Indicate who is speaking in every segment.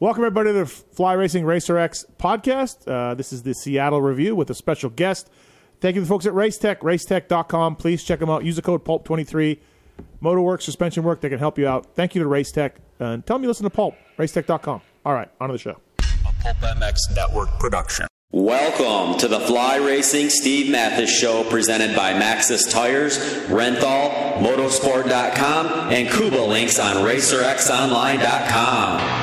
Speaker 1: Welcome, everybody, to the Fly Racing Racer X podcast. Uh, this is the Seattle review with a special guest. Thank you to the folks at Racetech, racetech.com. Please check them out. Use the code PULP23. Motor work, suspension work, they can help you out. Thank you to Racetech. And tell them you listen to Pulp, racetech.com. All right, on to the show.
Speaker 2: A Pulp MX Network production.
Speaker 3: Welcome to the Fly Racing Steve Mathis Show presented by Maxis Tires, Renthal, Motorsport.com, and Kuba Links on RacerXOnline.com.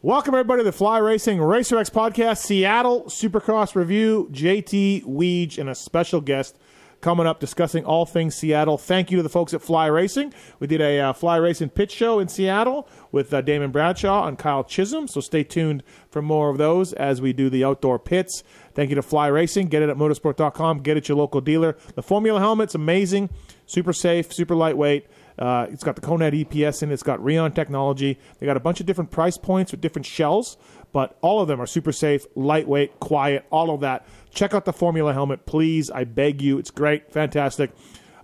Speaker 1: Welcome, everybody, to the Fly Racing Racer X podcast, Seattle Supercross review. JT Weege and a special guest coming up discussing all things Seattle. Thank you to the folks at Fly Racing. We did a uh, Fly Racing pitch show in Seattle with uh, Damon Bradshaw and Kyle Chisholm, so stay tuned for more of those as we do the outdoor pits. Thank you to Fly Racing. Get it at motorsport.com, get it at your local dealer. The Formula helmet's amazing, super safe, super lightweight. Uh, it's got the Conad EPS in it. It's got Rion technology. They got a bunch of different price points with different shells, but all of them are super safe, lightweight, quiet, all of that. Check out the Formula helmet, please. I beg you. It's great, fantastic.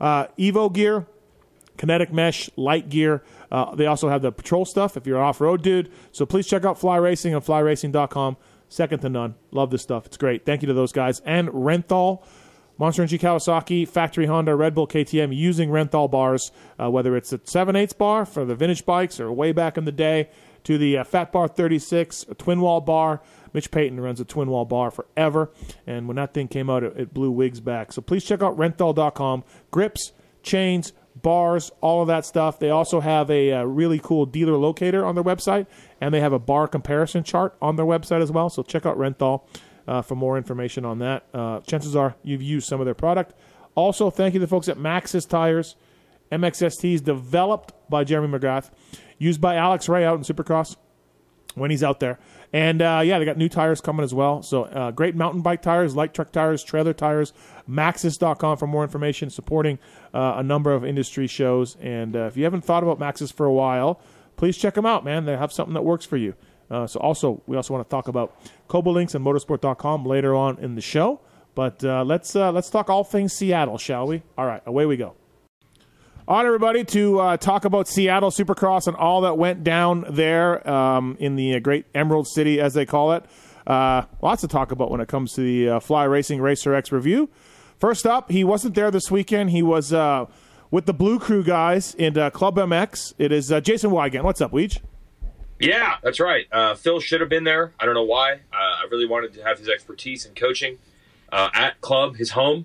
Speaker 1: Uh, Evo gear, kinetic mesh, light gear. Uh, they also have the patrol stuff if you're an off road dude. So please check out Fly Racing on flyracing.com. Second to none. Love this stuff. It's great. Thank you to those guys. And Renthal. Monster Energy Kawasaki, Factory Honda, Red Bull KTM using Renthal bars, uh, whether it's a 7 8 bar for the vintage bikes or way back in the day to the uh, Fat Bar 36, a twin wall bar. Mitch Payton runs a twin wall bar forever. And when that thing came out, it, it blew wigs back. So please check out renthal.com. Grips, chains, bars, all of that stuff. They also have a, uh really cool dealer locator on their website, and they have a bar comparison chart on their website as well. So check out Renthal uh, for more information on that. Uh, chances are you've used some of their product. Also, thank you to the folks at Maxis Tires, MXSTs, developed by Jeremy McGrath, used by Alex Ray out in Supercross when he's out there. And uh, yeah, they got new tires coming as well. So uh, great mountain bike tires, light truck tires, trailer tires. Maxis.com for more information, supporting uh, a number of industry shows. And uh, if you haven't thought about Maxis for a while, please check them out, man. They have something that works for you. Uh, so also, we also want to talk about Cobolinks and Motorsport.com later on in the show. But uh, let's uh, let's talk all things Seattle, shall we? All right, away we go on everybody to uh, talk about Seattle Supercross and all that went down there um, in the uh, great Emerald City, as they call it. Uh, lots to talk about when it comes to the uh, Fly Racing Racer X review. First up, he wasn't there this weekend. He was uh, with the Blue Crew guys in uh, Club MX. It is uh, Jason Wygant. What's up, Weege?
Speaker 4: Yeah, that's right. Uh, Phil should have been there. I don't know why. Uh, I really wanted to have his expertise in coaching uh, at club, his home.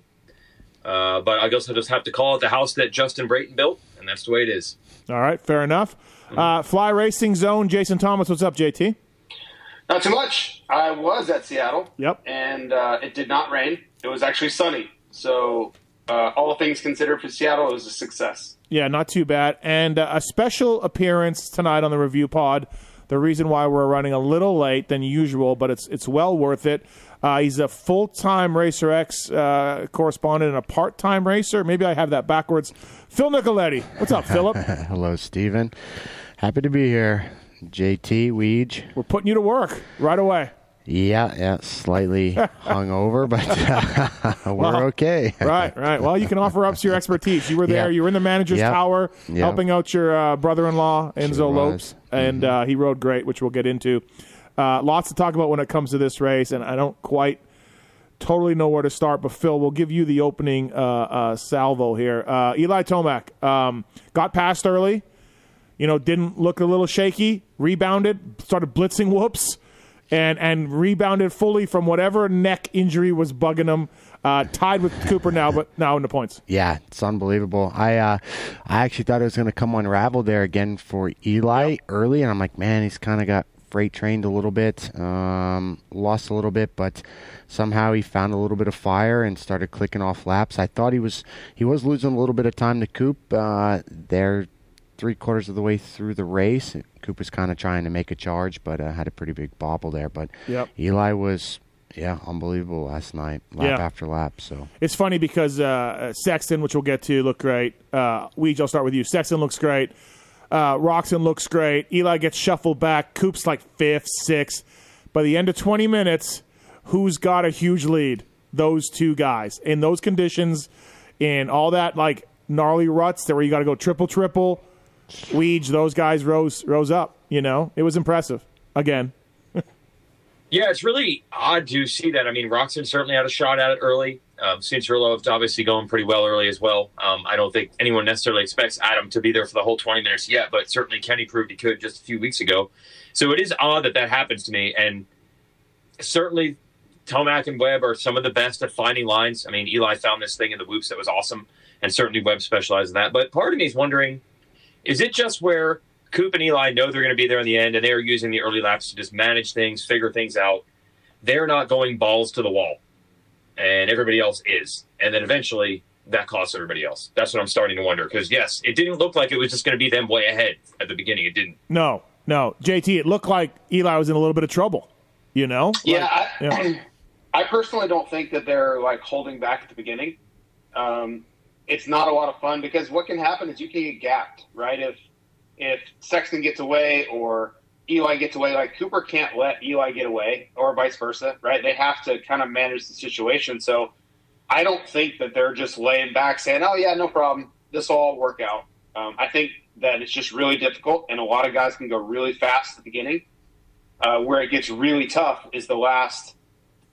Speaker 4: Uh, but I guess I'll just have to call it the house that Justin Brayton built, and that's the way it is.
Speaker 1: All right, fair enough. Uh, Fly Racing Zone, Jason Thomas. What's up, JT?
Speaker 5: Not too much. I was at Seattle.
Speaker 1: Yep.
Speaker 5: And uh, it did not rain. It was actually sunny. So, uh, all things considered for Seattle, it was a success.
Speaker 1: Yeah, not too bad. And uh, a special appearance tonight on the review pod. The reason why we're running a little late than usual, but it's it's well worth it. Uh, he's a full time Racer X uh, correspondent and a part time racer. Maybe I have that backwards. Phil Nicoletti, what's up, Philip?
Speaker 6: Hello, Steven. Happy to be here. JT Weege.
Speaker 1: We're putting you to work right away.
Speaker 6: Yeah, yeah, slightly hungover, but uh, we're
Speaker 1: Well,
Speaker 6: okay.
Speaker 1: Right, right. Well, you can offer up your expertise. You were there.
Speaker 6: Yeah.
Speaker 1: You were in the manager's
Speaker 6: Yep.
Speaker 1: tower,
Speaker 6: Yep.
Speaker 1: helping out your uh, brother-in-law Enzo
Speaker 6: Sure was.
Speaker 1: Lopes, and uh, he rode great, which we'll get into. Uh, lots to talk about when it comes to this race, and I don't quite totally know where to start. But Phil, we'll give you the opening uh, uh, salvo here. Uh, Eli Tomac um, got past early you know, didn't look a little shaky, rebounded, started blitzing whoops, and and rebounded fully from whatever neck injury was bugging him. Uh, tied with Cooper now, but now in the points.
Speaker 6: Yeah, it's unbelievable. I uh, I actually thought it was going to come unravel there again for Eli early, and I'm like, man, he's kind of got freight trained a little bit, um, lost a little bit, but somehow he found a little bit of fire and started clicking off laps. I thought he was he was losing a little bit of time to Coop. Uh, they're three quarters of the way through the race. Coop was kind of trying to make a charge, but uh, had a pretty big bobble there. But
Speaker 1: Yep.
Speaker 6: Eli was. Yeah, unbelievable last night, lap
Speaker 1: Yeah.
Speaker 6: after lap. So
Speaker 1: It's funny because uh, uh, Sexton, which we'll get to, looked great. Uh, Weege, I'll start with you. Sexton looks great. Uh, Roxon looks great. Eli gets shuffled back. Coop's like fifth, sixth. By the end of 20 minutes, who's got a huge lead? Those two guys. In those conditions, in all that like gnarly ruts that where you got to go triple, triple, Weege, those guys rose rose up. You know, it was impressive. Again,
Speaker 4: Yeah, it's really odd to see that. I mean, Roxon certainly had a shot at it early. Um, Cincerillo is obviously going pretty well early as well. Um, I don't think anyone necessarily expects Adam to be there for the whole 20 minutes yet, but certainly Kenny proved he could just a few weeks ago. So it is odd that that happens to me. And certainly Tomac and Webb are some of the best at finding lines. I mean, Eli found this thing in the whoops that was awesome, and certainly Webb specialized in that. But part of me is wondering is it just where Coop and Eli know they're going to be there in the end, and they are using the early laps to just manage things, figure things out? They're not going balls to the wall, and everybody else is. And then eventually, that costs everybody else. That's what I'm starting to wonder. Because, yes, it didn't look like it was just going to be them way ahead at the beginning. It didn't.
Speaker 1: no, no. JT, it looked like Eli was in a little bit of trouble. You know?
Speaker 5: Yeah, I,
Speaker 1: Like, yeah.
Speaker 5: I personally don't think that they're like holding back at the beginning. Um, it's not a lot of fun because what can happen is you can get gapped, right? If if Sexton gets away or Eli gets away, like Cooper can't let Eli get away, or vice versa, right? They have to kind of manage the situation. So I don't think that they're just laying back saying, "Oh yeah, no problem, this will all work out." Um, I think that it's just really difficult, and a lot of guys can go really fast at the beginning. Uh, where it gets really tough is the last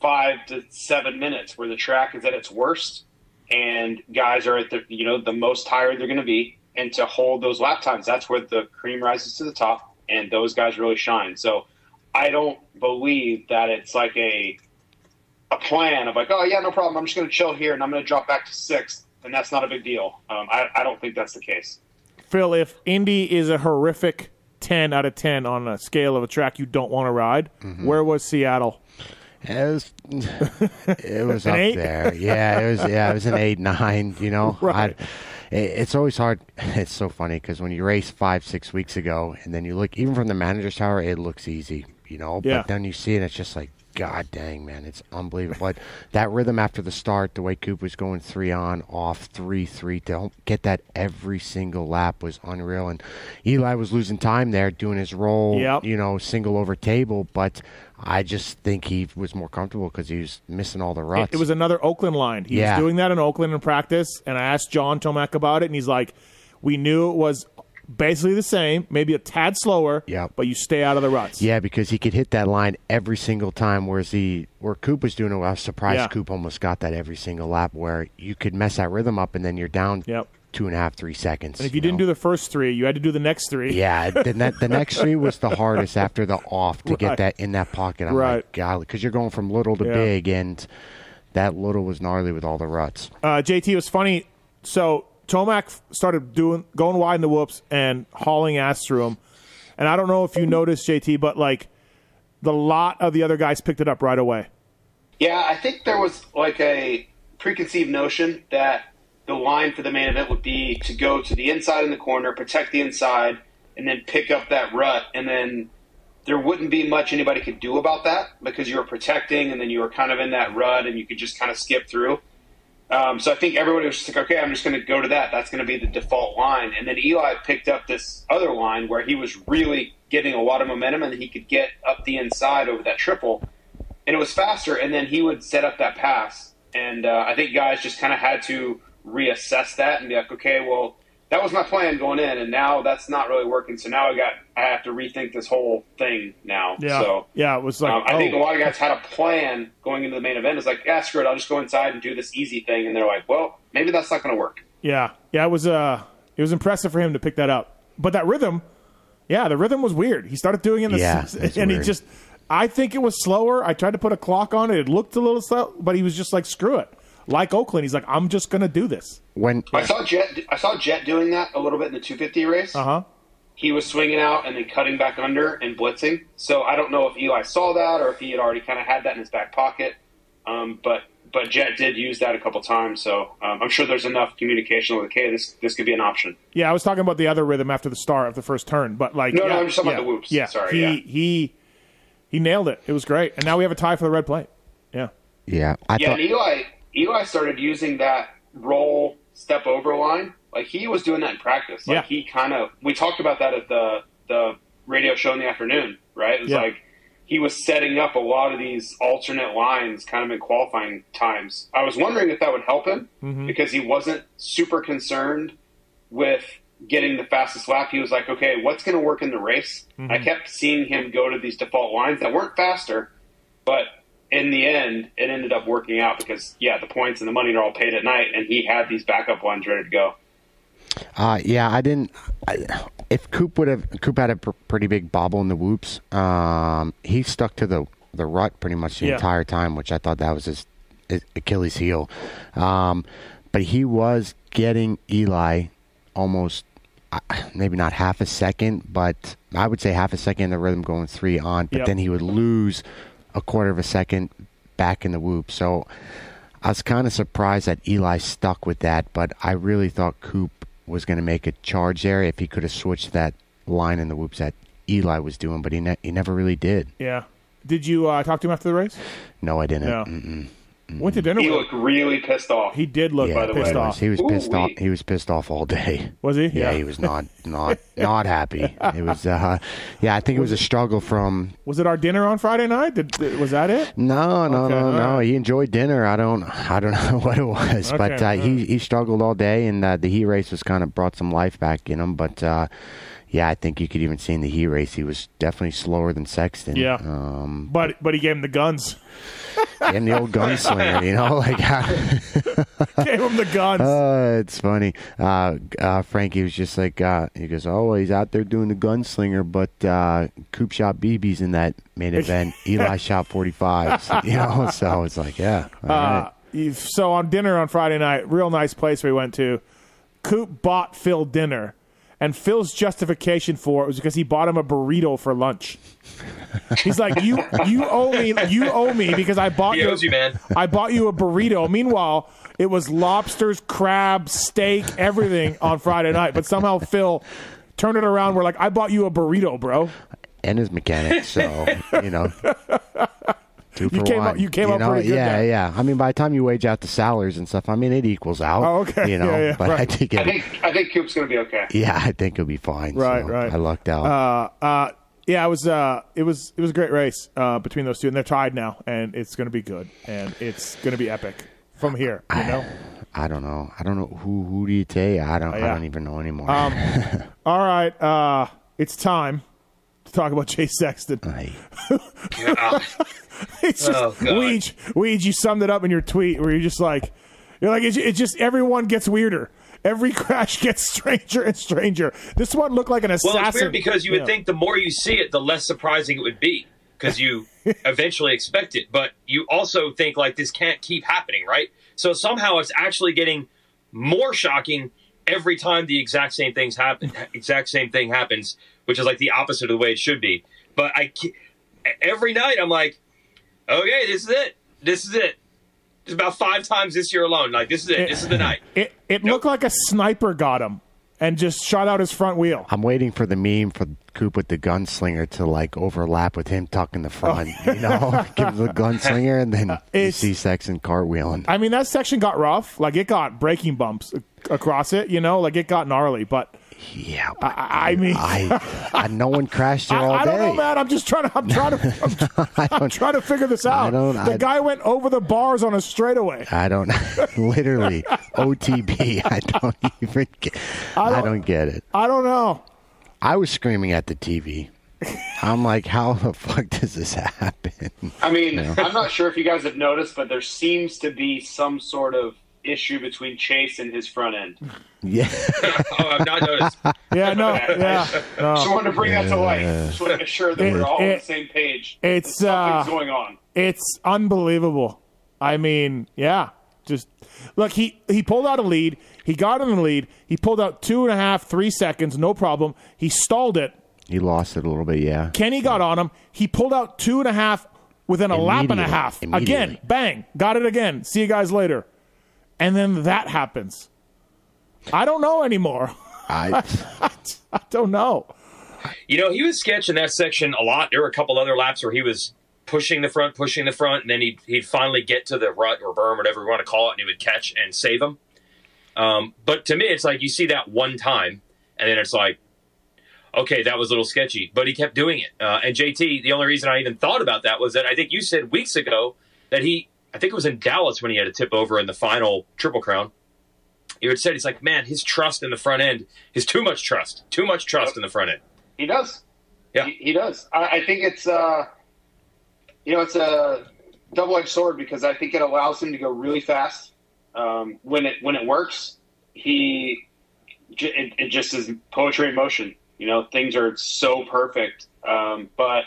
Speaker 5: five to seven minutes where the track is at its worst and guys are at the you know the most tired they're going to be and to hold those lap times that's where the cream rises to the top and those guys really shine so i don't believe that it's like a a plan of like oh yeah no problem i'm just going to chill here and i'm going to drop back to sixth and that's not a big deal um, I, I don't think that's the case
Speaker 1: Phil, if Indy is a horrific 10 out of 10 on a scale of a track you don't want to ride,
Speaker 6: Mm-hmm.
Speaker 1: where was Seattle?
Speaker 6: It was, it was
Speaker 1: An
Speaker 6: up
Speaker 1: eight?
Speaker 6: there. Yeah, it was. Yeah, it was an eight, nine. You know,
Speaker 1: Right.
Speaker 6: I, it, it's always hard. It's so funny because when you race five, six weeks ago, and then you look even from the manager's tower, it looks easy. You know,
Speaker 1: Yeah.
Speaker 6: but then you see it, it's just like, God dang, man, it's unbelievable. but that rhythm after the start, the way Coop was going three on, off, three, three, don't get that every single lap was unreal. And Eli was losing time there doing his roll.
Speaker 1: Yep.
Speaker 6: You know, single over table, but I just think he was more comfortable because he was missing all the ruts.
Speaker 1: It was another Oakland line. He
Speaker 6: Yeah.
Speaker 1: was doing that in Oakland in practice, and I asked John Tomac about it, and he's like, we knew it was basically the same, maybe a tad slower,
Speaker 6: Yep.
Speaker 1: but you stay out of the ruts.
Speaker 6: yeah, because he could hit that line every single time, whereas he where Coop was doing it. I was surprised
Speaker 1: Yeah.
Speaker 6: Coop almost got that every single lap, where you could mess that rhythm up and then you're down
Speaker 1: Yep.
Speaker 6: two and a half, three seconds.
Speaker 1: If you didn't do the first three, you had to do the next three.
Speaker 6: Yeah, the, ne- the next three was the hardest after the off to
Speaker 1: Right.
Speaker 6: get that in that pocket. I'm
Speaker 1: Right.
Speaker 6: like, God, because you're going from little to
Speaker 1: Yeah.
Speaker 6: big, and that little was gnarly with all the ruts.
Speaker 1: uh, JT it was funny. So Tomac f- started doing going wide in the whoops and hauling ass through him. And I don't know if you noticed JT, but like the lot of the other guys picked it up right away.
Speaker 5: Yeah, I think there was like a preconceived notion that the line for the main event would be to go to the inside in the corner, protect the inside, and then pick up that rut. And then there wouldn't be much anybody could do about that because you were protecting and then you were kind of in that rut and you could just kind of skip through. Um, so I think everybody was just like, okay, I'm just going to go to that. That's going to be the default line. And then Eli picked up this other line where he was really getting a lot of momentum and he could get up the inside over that triple and it was faster. And then he would set up that pass, and uh, I think guys just kind of had to reassess that and be like, okay, well, that was my plan going in, and now that's not really working. So now I got I have to rethink this whole thing now. So
Speaker 1: yeah, it was like
Speaker 5: um, I
Speaker 1: oh.
Speaker 5: think a lot of guys had a plan going into the main event. It's like, yeah, screw it, I'll just go inside and do this easy thing, and they're like, well, maybe that's not going to work.
Speaker 1: Yeah, yeah, it was uh, it was impressive for him to pick that up. But that rhythm, yeah, the rhythm was weird. He started doing it, in the
Speaker 6: Yeah,
Speaker 1: s-
Speaker 6: it's
Speaker 1: and he
Speaker 6: weird.
Speaker 1: just I think it was slower. I tried to put a clock on it. It looked a little slow, but he was just like, screw it. Like Oakland, he's like, I'm just going to do this.
Speaker 6: When
Speaker 5: I saw Jet. I saw Jet doing that a little bit in the 250 race.
Speaker 1: Uh huh.
Speaker 5: He was swinging out and then cutting back under and blitzing. So I don't know if Eli saw that or if he had already kind of had that in his back pocket. Um, but but Jet did use that a couple times. So um, I'm sure there's enough communication like, hey, this this could be an option.
Speaker 1: Yeah, I was talking about the other rhythm after the start of the first turn, but like,
Speaker 5: No, no,
Speaker 1: yeah,
Speaker 5: I'm just talking about
Speaker 1: yeah,
Speaker 5: the whoops.
Speaker 1: Yeah,
Speaker 5: Sorry,
Speaker 1: he
Speaker 5: yeah.
Speaker 1: he he nailed it. It was great, and now we have a tie for the red plate. Yeah,
Speaker 6: yeah, I
Speaker 5: Yeah,
Speaker 6: thought
Speaker 5: and Eli Eli started using that roll step over line. Like he was doing that in practice. Like
Speaker 1: Yeah.
Speaker 5: he kind of we talked about that at the the radio show in the afternoon, right? It was
Speaker 1: Yeah.
Speaker 5: like he was setting up a lot of these alternate lines kind of in qualifying times. I was wondering if that would help him
Speaker 1: Mm-hmm.
Speaker 5: because he wasn't super concerned with getting the fastest lap. He was like, okay, what's going to work in the race?
Speaker 1: Mm-hmm.
Speaker 5: I kept seeing him go to these default lines that weren't faster, but in the end, it ended up working out because yeah, the points and the money are all paid at night, and he had these backup ones ready to go.
Speaker 6: Uh, yeah, I didn't. I, if Coop would have, Coop had a pr- pretty big bobble in the whoops. Um, he stuck to the the rut pretty much the
Speaker 1: Yeah.
Speaker 6: entire time, which I thought that was his, his Achilles heel. Um, but he was getting Eli almost, uh, maybe not half a second, but I would say half a second in the rhythm going three on. But
Speaker 1: Yep.
Speaker 6: then he would lose a quarter of a second back in the whoop. So I was kind of surprised that Eli stuck with that, but I really thought Coop was going to make a charge there if he could have switched that line in the whoops that Eli was doing, but he ne- he never really did.
Speaker 1: yeah. Did you uh, talk to him after the race?
Speaker 6: No, I didn't.
Speaker 1: No. Went to dinner.
Speaker 5: He
Speaker 1: with him.
Speaker 5: looked really pissed off.
Speaker 1: He did look
Speaker 6: Yeah,
Speaker 5: by the way,
Speaker 1: pissed
Speaker 6: he was-
Speaker 1: off.
Speaker 6: He was pissed off.
Speaker 5: Ooh-wee.
Speaker 6: He was pissed off all day.
Speaker 1: Was he?
Speaker 6: Yeah, he was not not not happy. It was uh, yeah, I think it was a struggle from
Speaker 1: Was it our dinner on Friday night? Did, did- was that
Speaker 6: Mm,
Speaker 1: it?
Speaker 6: No, no,
Speaker 1: Okay,
Speaker 6: no,
Speaker 1: all
Speaker 6: no.
Speaker 1: right.
Speaker 6: He enjoyed dinner. I don't, I don't know what it was,
Speaker 1: Okay,
Speaker 6: but uh,
Speaker 1: all
Speaker 6: he he struggled all day, and uh, the heat race was kind of brought some life back in him. But uh, yeah, I think you could even see in the heat race he was definitely slower than Sexton.
Speaker 1: Yeah.
Speaker 6: um,
Speaker 1: But but he gave him the guns.
Speaker 6: and the old gunslinger, you know, like.
Speaker 1: gave him the guns.
Speaker 6: Uh, it's funny. Uh, uh, Frankie was just like, uh, he goes, oh, he's out there doing the gunslinger, but uh, Coop shot BBs in that main event. Eli shot 45s, you know, so it's like, yeah. all right.
Speaker 1: Uh, if- so on dinner on Friday night, real nice place we went to. Coop bought Phil dinner, and Phil's justification for it was because he bought him a burrito for lunch. He's like, you you owe me you owe me because I bought
Speaker 4: He
Speaker 1: you,
Speaker 4: owes you, man.
Speaker 1: I bought you a burrito. Meanwhile, it was lobsters, crab, steak, everything on Friday night. But somehow Phil turned it around. We're like, I bought you a burrito, bro.
Speaker 6: and his mechanic. So you know, two for
Speaker 1: You came
Speaker 6: one.
Speaker 1: up- you came up pretty good
Speaker 6: Yeah,
Speaker 1: there.
Speaker 6: yeah. I mean, by the time you wage out the salaries and stuff, I mean it equals out.
Speaker 1: Oh, okay.
Speaker 6: You know,
Speaker 1: Yeah, yeah,
Speaker 6: but I
Speaker 1: right.
Speaker 6: think
Speaker 5: I
Speaker 6: it,
Speaker 5: think I think Coop's going to be okay.
Speaker 6: yeah, I think it'll be fine.
Speaker 1: Right,
Speaker 6: so
Speaker 1: right.
Speaker 6: I lucked out.
Speaker 1: uh, yeah, it was uh, it was it was a great race uh, between those two, and they're tied now, and it's going to be good, and it's going to be epic from here. You know.
Speaker 6: I don't know. I don't know who who do you take. I don't. I
Speaker 1: Yeah.
Speaker 6: don't even know anymore.
Speaker 1: Um, All right, uh, it's time to talk about Jay Sexton.
Speaker 6: Hey,
Speaker 1: It's just
Speaker 4: Oh, God.
Speaker 1: Weege, Weege, you summed it up in your tweet where you're just like, you're like, it's, it's just everyone gets weirder. Every crash gets stranger and stranger. This one looked like an
Speaker 4: Well,
Speaker 1: assassin.
Speaker 4: it's weird because you would
Speaker 1: Yeah.
Speaker 4: think the more you see it, the less surprising it would be because you eventually expect it. But you also think like this can't keep happening, right? So somehow it's actually getting more shocking every time the exact same things happen. Exact same thing happens, which is like the opposite of the way it should be. But I ca- every night I'm like, okay, this is it. This is it. It's about five times this year alone. Like this is it. This is the night.
Speaker 1: it it looked like a sniper got him and just shot out his front wheel.
Speaker 6: I'm waiting for the meme for Coop with the gunslinger to like overlap with him tucking the front. You know, give the gunslinger, and then you
Speaker 1: Oh. It's-
Speaker 6: see Sexton cartwheeling.
Speaker 1: I mean, that section got rough. Like it got breaking bumps ac- across it. You know, like it got gnarly. But
Speaker 6: yeah, but
Speaker 1: I, I mean, I,
Speaker 6: I, I no one crashed there all
Speaker 1: I
Speaker 6: day.
Speaker 1: don't know, man. I'm just trying to. I'm trying to. I'm, tr- I'm trying to figure this out.
Speaker 6: don't-
Speaker 1: the
Speaker 6: I-
Speaker 1: guy went over the bars on a straightaway.
Speaker 6: I don't literally OTB. I don't even get. I
Speaker 1: don't-
Speaker 6: don't, get it.
Speaker 1: I don't know.
Speaker 6: I was screaming at the TV. I'm like, how the fuck does this happen?
Speaker 5: I mean, I'm not sure if you guys have noticed, but there seems to be some sort of issue between Chase and his front end.
Speaker 6: Yeah.
Speaker 4: oh, I've not noticed.
Speaker 1: Yeah, no, yeah,
Speaker 5: Just
Speaker 1: no.
Speaker 5: wanted to bring that to light. Just wanted to make sure that
Speaker 1: Oh. It-
Speaker 5: we're all on
Speaker 1: it-
Speaker 5: the same page.
Speaker 1: it's,
Speaker 5: That something's
Speaker 1: uh,
Speaker 5: going on.
Speaker 1: It's unbelievable. I mean, yeah, just look. He he pulled out a lead. He got in the lead. He pulled out two and a half, three seconds, no problem. He stalled it.
Speaker 6: he lost it a little bit, yeah.
Speaker 1: Kenny got on him. He pulled out two and a half within a lap and a
Speaker 6: Immediately.
Speaker 1: half. Again,
Speaker 6: Immediately.
Speaker 1: bang, got it again. See you guys later. And then that happens. I don't know anymore.
Speaker 6: I,
Speaker 1: I don't know.
Speaker 4: You know, he was sketching that section a lot. There were a couple other laps where he was pushing the front, pushing the front, and then he'd, he'd finally get to the rut or berm, whatever you want to call it, and he would catch and save him. Um, but to me, it's like you see that one time, and then it's like, okay, that was a little sketchy, but he kept doing it. Uh, and JT, the only reason I even thought about that was that I think you said weeks ago that he, I think it was in Dallas when he had a tip over in the final Triple Crown. You had said, he's like, man, his trust in the front end is too much trust, too much trust in the front end.
Speaker 5: He does.
Speaker 4: Yeah.
Speaker 5: He, he does. I, I think it's uh, you know, it's a double-edged sword because I think it allows him to go really fast. Um, when it when it works, he j- it, it just is poetry in motion. You know, things are so perfect. Um, but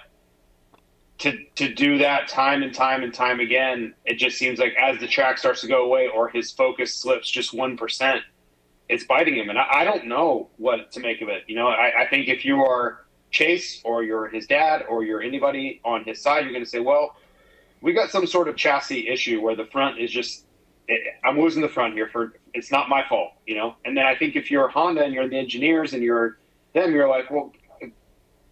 Speaker 5: to to do that time and time and time again, it just seems like as the track starts to go away or his focus slips just one percent, it's biting him. And I, I don't know what to make of it. You know, I, I think if you are Chase or you're his dad or you're anybody on his side, you're going to say, well, we got some sort of chassis issue where the front is just, it, I'm losing the front here for, it's not my fault, you know? And then I think if you're Honda and you're the engineers and you're them, you're like, well,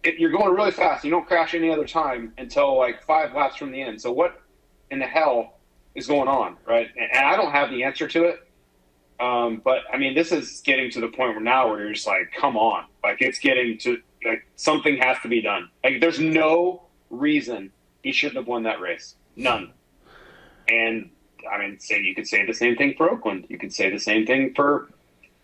Speaker 5: if you're going really fast. You don't crash any other time until like five laps from the end. So what in the hell is going on, right? And, and I don't have the answer to it. Um, but I mean, this is getting to the point where now where you're just like, come on, like it's getting to like something has to be done. Like there's no reason he shouldn't have won that race, none. And I mean, say you could say the same thing for Oakland. You could say the same thing for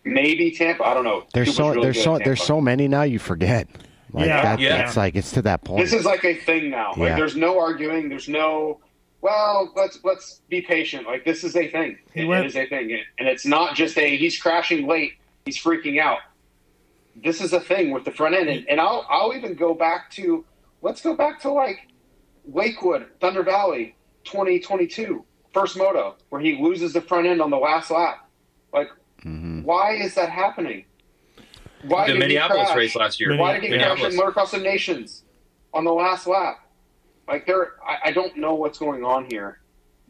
Speaker 5: maybe Tampa. I don't know.
Speaker 6: there's
Speaker 5: Cooper's
Speaker 6: so
Speaker 5: really
Speaker 6: there's
Speaker 5: good at
Speaker 6: so
Speaker 5: Tampa.
Speaker 6: there's so many now you forget. Like
Speaker 1: Yeah,
Speaker 6: that,
Speaker 4: yeah.
Speaker 6: that's like it's to that point.
Speaker 5: This is like a thing now. Like
Speaker 6: Yeah.
Speaker 5: there's no arguing. There's no. Well, let's let's be patient. Like this is a thing.
Speaker 1: He
Speaker 5: It-
Speaker 1: went-
Speaker 5: it is a thing, and it's not just a he's crashing late. He's freaking out. This is a thing with the front end, and, and I'll I'll even go back to let's go back to like Lakewood Thunder Valley 2022 first moto where he loses the front end on the last lap. Like, why is that happening? Why
Speaker 4: the
Speaker 5: did he
Speaker 4: Minneapolis
Speaker 5: crash?
Speaker 4: race last year.
Speaker 5: Why did he crash in
Speaker 4: Minneapolis.
Speaker 5: Motocross of Nations on the last lap? Like there, I, I don't know what's going on here,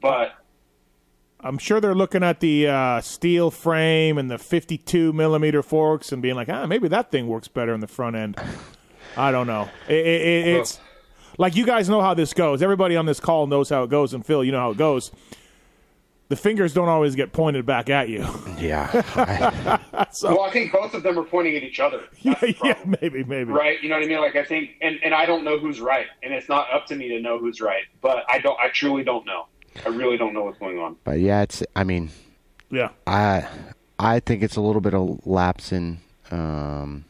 Speaker 5: but
Speaker 1: I'm sure they're looking at the uh, steel frame and the 52 millimeter forks and being like, ah, maybe that thing works better in the front end. I don't know. I- I- I- it's like you guys know how this goes. Everybody on this call knows how it goes, and Phil, you know how it goes. The fingers don't always get pointed back at you.
Speaker 6: yeah. I-
Speaker 5: well, I think both of them are pointing at each other.
Speaker 1: yeah,
Speaker 5: That's the
Speaker 1: yeah,
Speaker 5: problem,
Speaker 1: maybe, maybe.
Speaker 5: right? You know what I mean? Like I think, and and I don't know who's right, and it's not up to me to know who's right, but I don't, I truly don't know. I really don't know what's going on.
Speaker 6: but yeah, it's I mean,
Speaker 1: Yeah.
Speaker 6: I I think it's a little bit of lapse in um,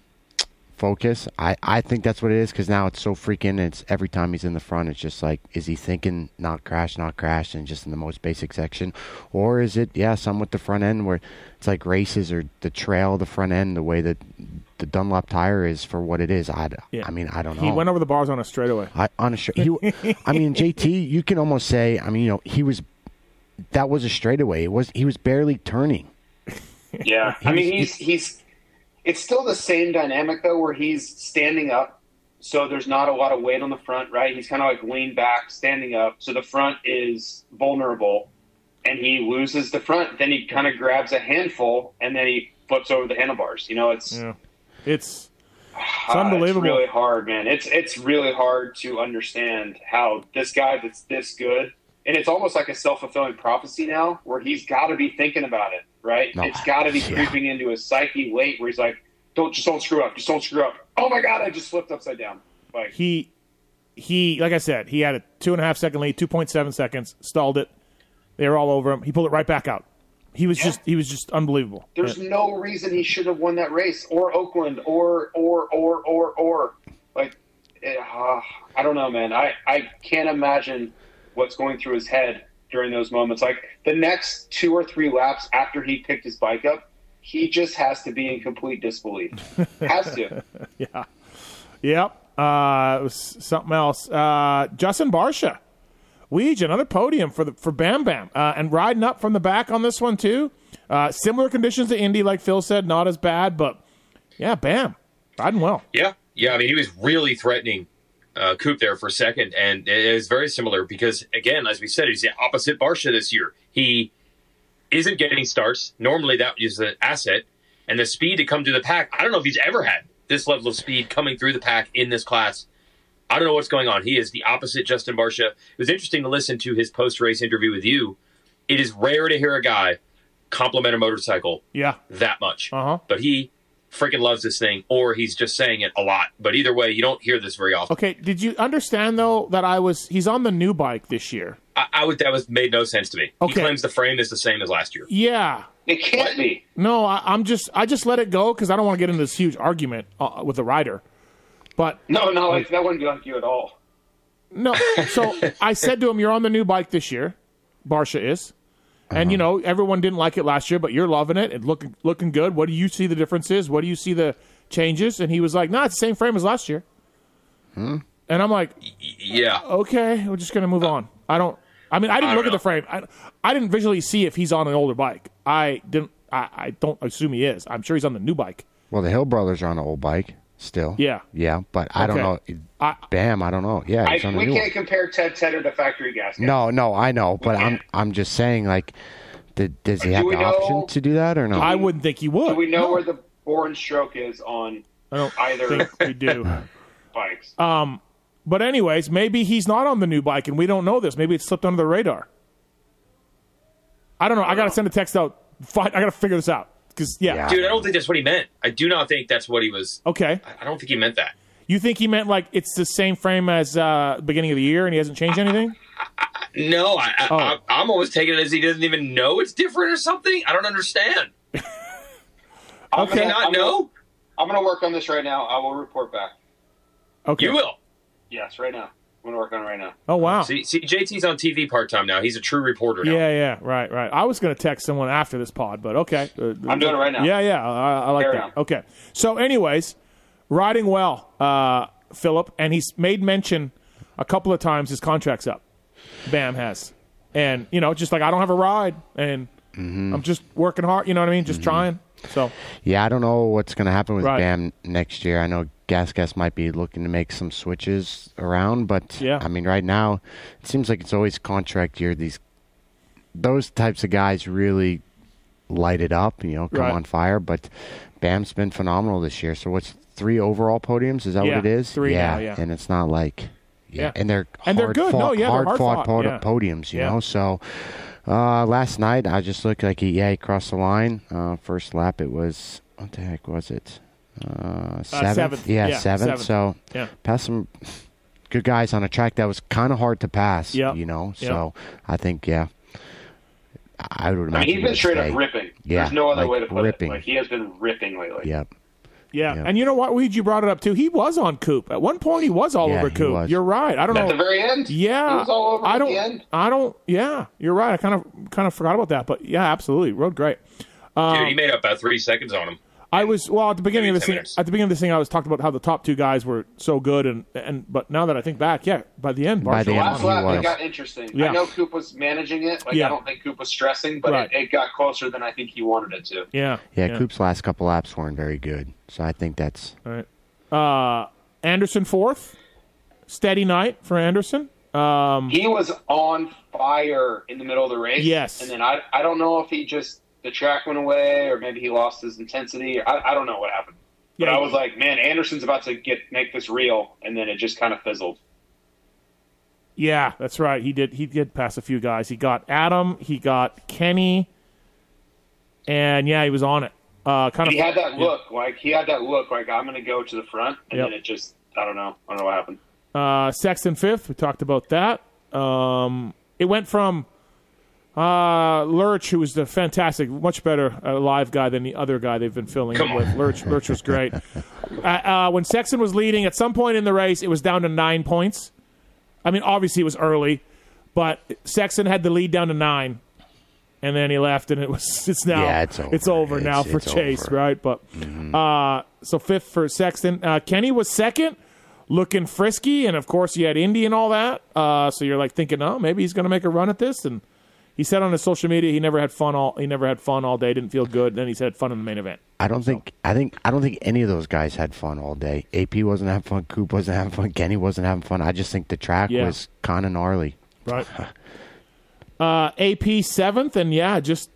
Speaker 6: focus. I, I think that's what it is because now it's so freaking. It's every time he's in the front, it's just like, is he thinking not crash, not crash, and just in the most basic section, or is it yeah, some with the front end where it's like races or the trail, the front end, the way that the Dunlop tire is for what it is. I
Speaker 1: Yeah.
Speaker 6: I mean I don't know.
Speaker 1: He went over the bars on a straightaway.
Speaker 6: I on a straight. He, I mean, JT, you can almost say. I mean, you know, he was. That was a straightaway. It was. He was barely turning.
Speaker 5: Yeah, I mean he's he's it's still the same dynamic though, where he's standing up, so there's not a lot of weight on the front, right? He's kind of like leaned back, standing up, so the front is vulnerable, and he loses the front. Then he kind of grabs a handful, and then he flips over the handlebars. You know, it's
Speaker 1: Yeah. It's
Speaker 5: uh,
Speaker 1: it's unbelievable.
Speaker 5: It's really hard, man. It's it's really hard to understand how this guy that's this good, and it's almost like a self fulfilling prophecy now, where he's got to be thinking about it, right?
Speaker 6: No,
Speaker 5: it's got to be
Speaker 6: yeah.
Speaker 5: creeping into his psyche late, where he's like, "Don't just don't screw up, just don't screw up." Oh my god, I just flipped upside down. Like
Speaker 1: he he like I said, he had a two and a half second lead, two point seven seconds, stalled it. They were all over him. He pulled it right back out. He was just he was just unbelievable.
Speaker 5: There's no reason he should have won that race or Oakland or or or or or like uh, eh, ah, I don't know, man. I I can't imagine what's going through his head during those moments. Like the next two or three laps after he picked his bike up, he just has to be in complete disbelief. has to.
Speaker 1: Yep. Uh, it was something else. Uh, Justin Barsha, Weege, another podium for the for Bam Bam, uh, and riding up from the back on this one too. Uh, similar conditions to Indy, like Phil said, not as bad, but yeah, Bam riding well.
Speaker 4: Yeah, yeah. I mean, he was really threatening uh, Coop there for a second, and it is very similar because, again, as we said, he's the opposite Barsha this year. He isn't getting starts. Normally, that is an asset, and the speed to come through the pack. I don't know if he's ever had this level of speed coming through the pack in this class. I don't know what's going on. He is the opposite Justin Barsha. It was interesting to listen to his post-race interview with you. It is rare to hear a guy compliment a motorcycle
Speaker 1: Yeah,
Speaker 4: that much.
Speaker 1: Uh-huh.
Speaker 4: But he freaking loves this thing, or he's just saying it a lot. But either way, you don't hear this very often.
Speaker 1: Okay, did you understand though that I was he's on the new bike this year?
Speaker 4: I, I would that was made no sense to me.
Speaker 1: Okay.
Speaker 4: He claims the frame is the same as last year.
Speaker 1: Yeah.
Speaker 5: It can't be.
Speaker 1: No, I, I'm just I just let it go because I don't want to get into this huge argument uh, with the rider. But
Speaker 5: No, no, like that wouldn't be like you at all.
Speaker 1: no, so I said to him, "You're on the new bike this year, Barsha is." And you know everyone didn't like it last year, but you're loving it and looking looking good. What do you see the differences? What do you see the changes? And he was like, "Nah, it's the same frame as last year." And I'm like,
Speaker 4: Y- Yeah,
Speaker 1: okay, we're just gonna move on. I don't. I mean, I didn't
Speaker 4: Uh, I don't
Speaker 1: look at
Speaker 4: know.
Speaker 1: the frame. I, I didn't visually see if he's on an older bike. I didn't. I, I don't assume he is. I'm sure he's on the new bike.
Speaker 6: Well, the Hill brothers are on an old bike still.
Speaker 1: Yeah.
Speaker 6: Yeah, but I don't
Speaker 1: Okay.
Speaker 6: know.
Speaker 1: I-
Speaker 6: Bam, I don't know. Yeah,
Speaker 5: I,
Speaker 6: he's on a
Speaker 5: we
Speaker 6: new one.
Speaker 5: can't compare Ted Tedder to factory gas.
Speaker 6: No, no, I know, but I'm
Speaker 5: can't.
Speaker 6: I'm just saying like, did, does he have
Speaker 5: we
Speaker 6: the option
Speaker 5: know-
Speaker 6: to do that or no?
Speaker 1: I wouldn't think he would.
Speaker 5: Do we know where the born stroke is on
Speaker 1: I don't
Speaker 5: either
Speaker 1: think we do.
Speaker 5: bikes?
Speaker 1: But anyways, maybe he's not on the new bike, and we don't know this. Maybe it slipped under the radar. I don't know. I gotta send a text out. Fi- I gotta figure this out because yeah.
Speaker 6: Yeah.
Speaker 4: dude, I don't think that's what he meant. I do not think that's what he was.
Speaker 1: Okay.
Speaker 4: I don't think he meant that.
Speaker 1: You think he meant like it's the same frame as uh, beginning of the year, and he hasn't changed anything?
Speaker 4: No, I,
Speaker 1: Oh.
Speaker 4: I, I, I'm always taking it as he doesn't even know it's different or something. I don't understand.
Speaker 5: I'm
Speaker 1: okay.
Speaker 4: Did he
Speaker 5: gonna-
Speaker 4: not
Speaker 5: I'm
Speaker 4: know?
Speaker 5: Gonna, I'm going to work on this right now. I will report back.
Speaker 1: Okay.
Speaker 4: You will.
Speaker 5: Yes, right now. I'm going to work on it right now.
Speaker 1: Oh wow.
Speaker 4: See, see, JT's on TV part time now. He's a true reporter now.
Speaker 1: Yeah, yeah, right, right. I was going to text someone after this pod, but okay. Uh,
Speaker 5: I'm doing it right now.
Speaker 1: Yeah, yeah, I, I like
Speaker 5: Fair
Speaker 1: that.
Speaker 5: enough.
Speaker 1: Okay. So, anyways, riding well, uh, Philip, and he's made mention a couple of times his contract's up. Bam has, and you know, just like I don't have a ride, and
Speaker 6: Mm-hmm.
Speaker 1: I'm just working hard. You know what I mean? Just trying. So,
Speaker 6: Yeah, I don't know what's going to happen with
Speaker 1: Right.
Speaker 6: Bam next year. I know Gas Gas might be looking to make some switches around, but
Speaker 1: Yeah.
Speaker 6: I mean, right now it seems like it's always contract year. These those types of guys really light it up, you know, come
Speaker 1: Right.
Speaker 6: on fire. But Bam's been phenomenal this year. So what's three overall podiums? Is that
Speaker 1: Yeah,
Speaker 6: what it is?
Speaker 1: three
Speaker 6: yeah,
Speaker 1: now, yeah.
Speaker 6: and it's not like yeah,
Speaker 1: Yeah.
Speaker 6: and they're
Speaker 1: And they're
Speaker 6: hard
Speaker 1: good. No,
Speaker 6: Fought,
Speaker 1: yeah, they're
Speaker 6: hard,
Speaker 1: hard
Speaker 6: fought,
Speaker 1: fought,
Speaker 6: pod-
Speaker 1: yeah.
Speaker 6: podiums. You
Speaker 1: Yeah.
Speaker 6: know, so. Uh, last night I just looked like he yeah he crossed the line. Uh, first lap it was what the heck was it? Uh, seventh.
Speaker 1: seventh.
Speaker 6: Yeah,
Speaker 1: Yeah,
Speaker 6: seventh.
Speaker 1: seventh.
Speaker 6: So
Speaker 1: yeah,
Speaker 6: passed some good guys on a track that was kind of hard to pass.
Speaker 1: Yep.
Speaker 6: you know.
Speaker 1: Yep.
Speaker 6: So I think yeah, I would
Speaker 5: I
Speaker 6: imagine.
Speaker 5: mean, he's
Speaker 6: he
Speaker 5: been
Speaker 6: would
Speaker 5: straight
Speaker 6: stay.
Speaker 5: up ripping.
Speaker 6: Yeah,
Speaker 5: There's no other
Speaker 6: like
Speaker 5: way to put
Speaker 6: ripping.
Speaker 5: it. Like he has been ripping lately.
Speaker 6: Yep.
Speaker 1: yeah,
Speaker 6: Yeah.
Speaker 1: And you know what, Weed? You brought it up too. He was on Coop at one point. He was all
Speaker 6: Yeah,
Speaker 1: over
Speaker 6: he
Speaker 1: Coop.
Speaker 6: was.
Speaker 1: You're right. I don't
Speaker 5: At
Speaker 1: know.
Speaker 5: the very end,
Speaker 1: Yeah,
Speaker 5: it was all over
Speaker 1: I
Speaker 5: at
Speaker 1: don't.
Speaker 5: the end.
Speaker 1: I don't. Yeah, you're right. I kind of kind of forgot about that, but yeah, absolutely, rode great.
Speaker 4: Dude, he made up about three seconds on him.
Speaker 1: I was well at the beginning of
Speaker 4: Maybe
Speaker 1: this
Speaker 4: 10
Speaker 1: thing.
Speaker 4: minutes.
Speaker 1: At the beginning of this thing, I was talking about how the top two guys were so good, and and but now that I think back, yeah, by the end,
Speaker 6: By the
Speaker 1: Marshall-
Speaker 6: end,
Speaker 5: Last
Speaker 6: he
Speaker 5: lap,
Speaker 6: was.
Speaker 5: it got interesting.
Speaker 1: Yeah.
Speaker 5: I know Coop was managing it. Like
Speaker 1: Yeah.
Speaker 5: I don't think Coop was stressing, but
Speaker 1: Right. Mm-hmm.
Speaker 5: it, it got closer than I think he wanted it to.
Speaker 1: yeah,
Speaker 6: Yeah, Coop's last couple laps weren't very good, so I think that's
Speaker 1: All right. Uh, Anderson fourth, steady night for Anderson. Um,
Speaker 5: He was on fire in the middle of the race.
Speaker 1: Yes.
Speaker 5: And then I, I don't know if he just the track went away or maybe he lost his intensity. Or I, I don't know what happened. But
Speaker 1: Yeah,
Speaker 5: I
Speaker 1: he-
Speaker 5: was like, man, Anderson's about to get make this real, and then it just kind of fizzled.
Speaker 1: yeah, that's right. He did. He did pass a few guys. He got Adam. He got Kenny. And yeah, he was on it. Uh, kind of.
Speaker 5: He had that look, like he had that look, like I'm gonna go to the front, and
Speaker 1: Yep.
Speaker 5: then it just, I don't know, I don't know what happened.
Speaker 1: Uh, Sexton fifth. We talked about that. Um, it went from uh, Lurch, who was the fantastic, much better uh, live guy than the other guy they've been filling
Speaker 4: Come
Speaker 1: in
Speaker 4: on.
Speaker 1: with. Lurch, Lurch was great. uh, uh, when Sexton was leading, at some point in the race, it was down to nine points. I mean, obviously it was early, But Sexton had the lead down to nine, and then he left, and it was it's now
Speaker 6: Yeah, it's over. It's-
Speaker 1: now for
Speaker 6: it's
Speaker 1: Chase,
Speaker 6: over. Mm-hmm.
Speaker 1: right? But uh, so fifth for Sexton. Uh, Kenny was second, looking frisky, and of course he had Indy and all that. Uh, so you're like thinking, oh, maybe he's going to make a run at this. And he said on his social media he never had fun all he never had fun all day, didn't feel good. Then he said fun in the main event.
Speaker 6: I don't think I think I don't think any of those guys had fun all day. AP wasn't having fun. Coop wasn't having fun. Kenny wasn't having fun. I just think the track
Speaker 1: Yeah.
Speaker 6: was kind of gnarly.
Speaker 1: Right. Uh, AP seventh, and yeah, just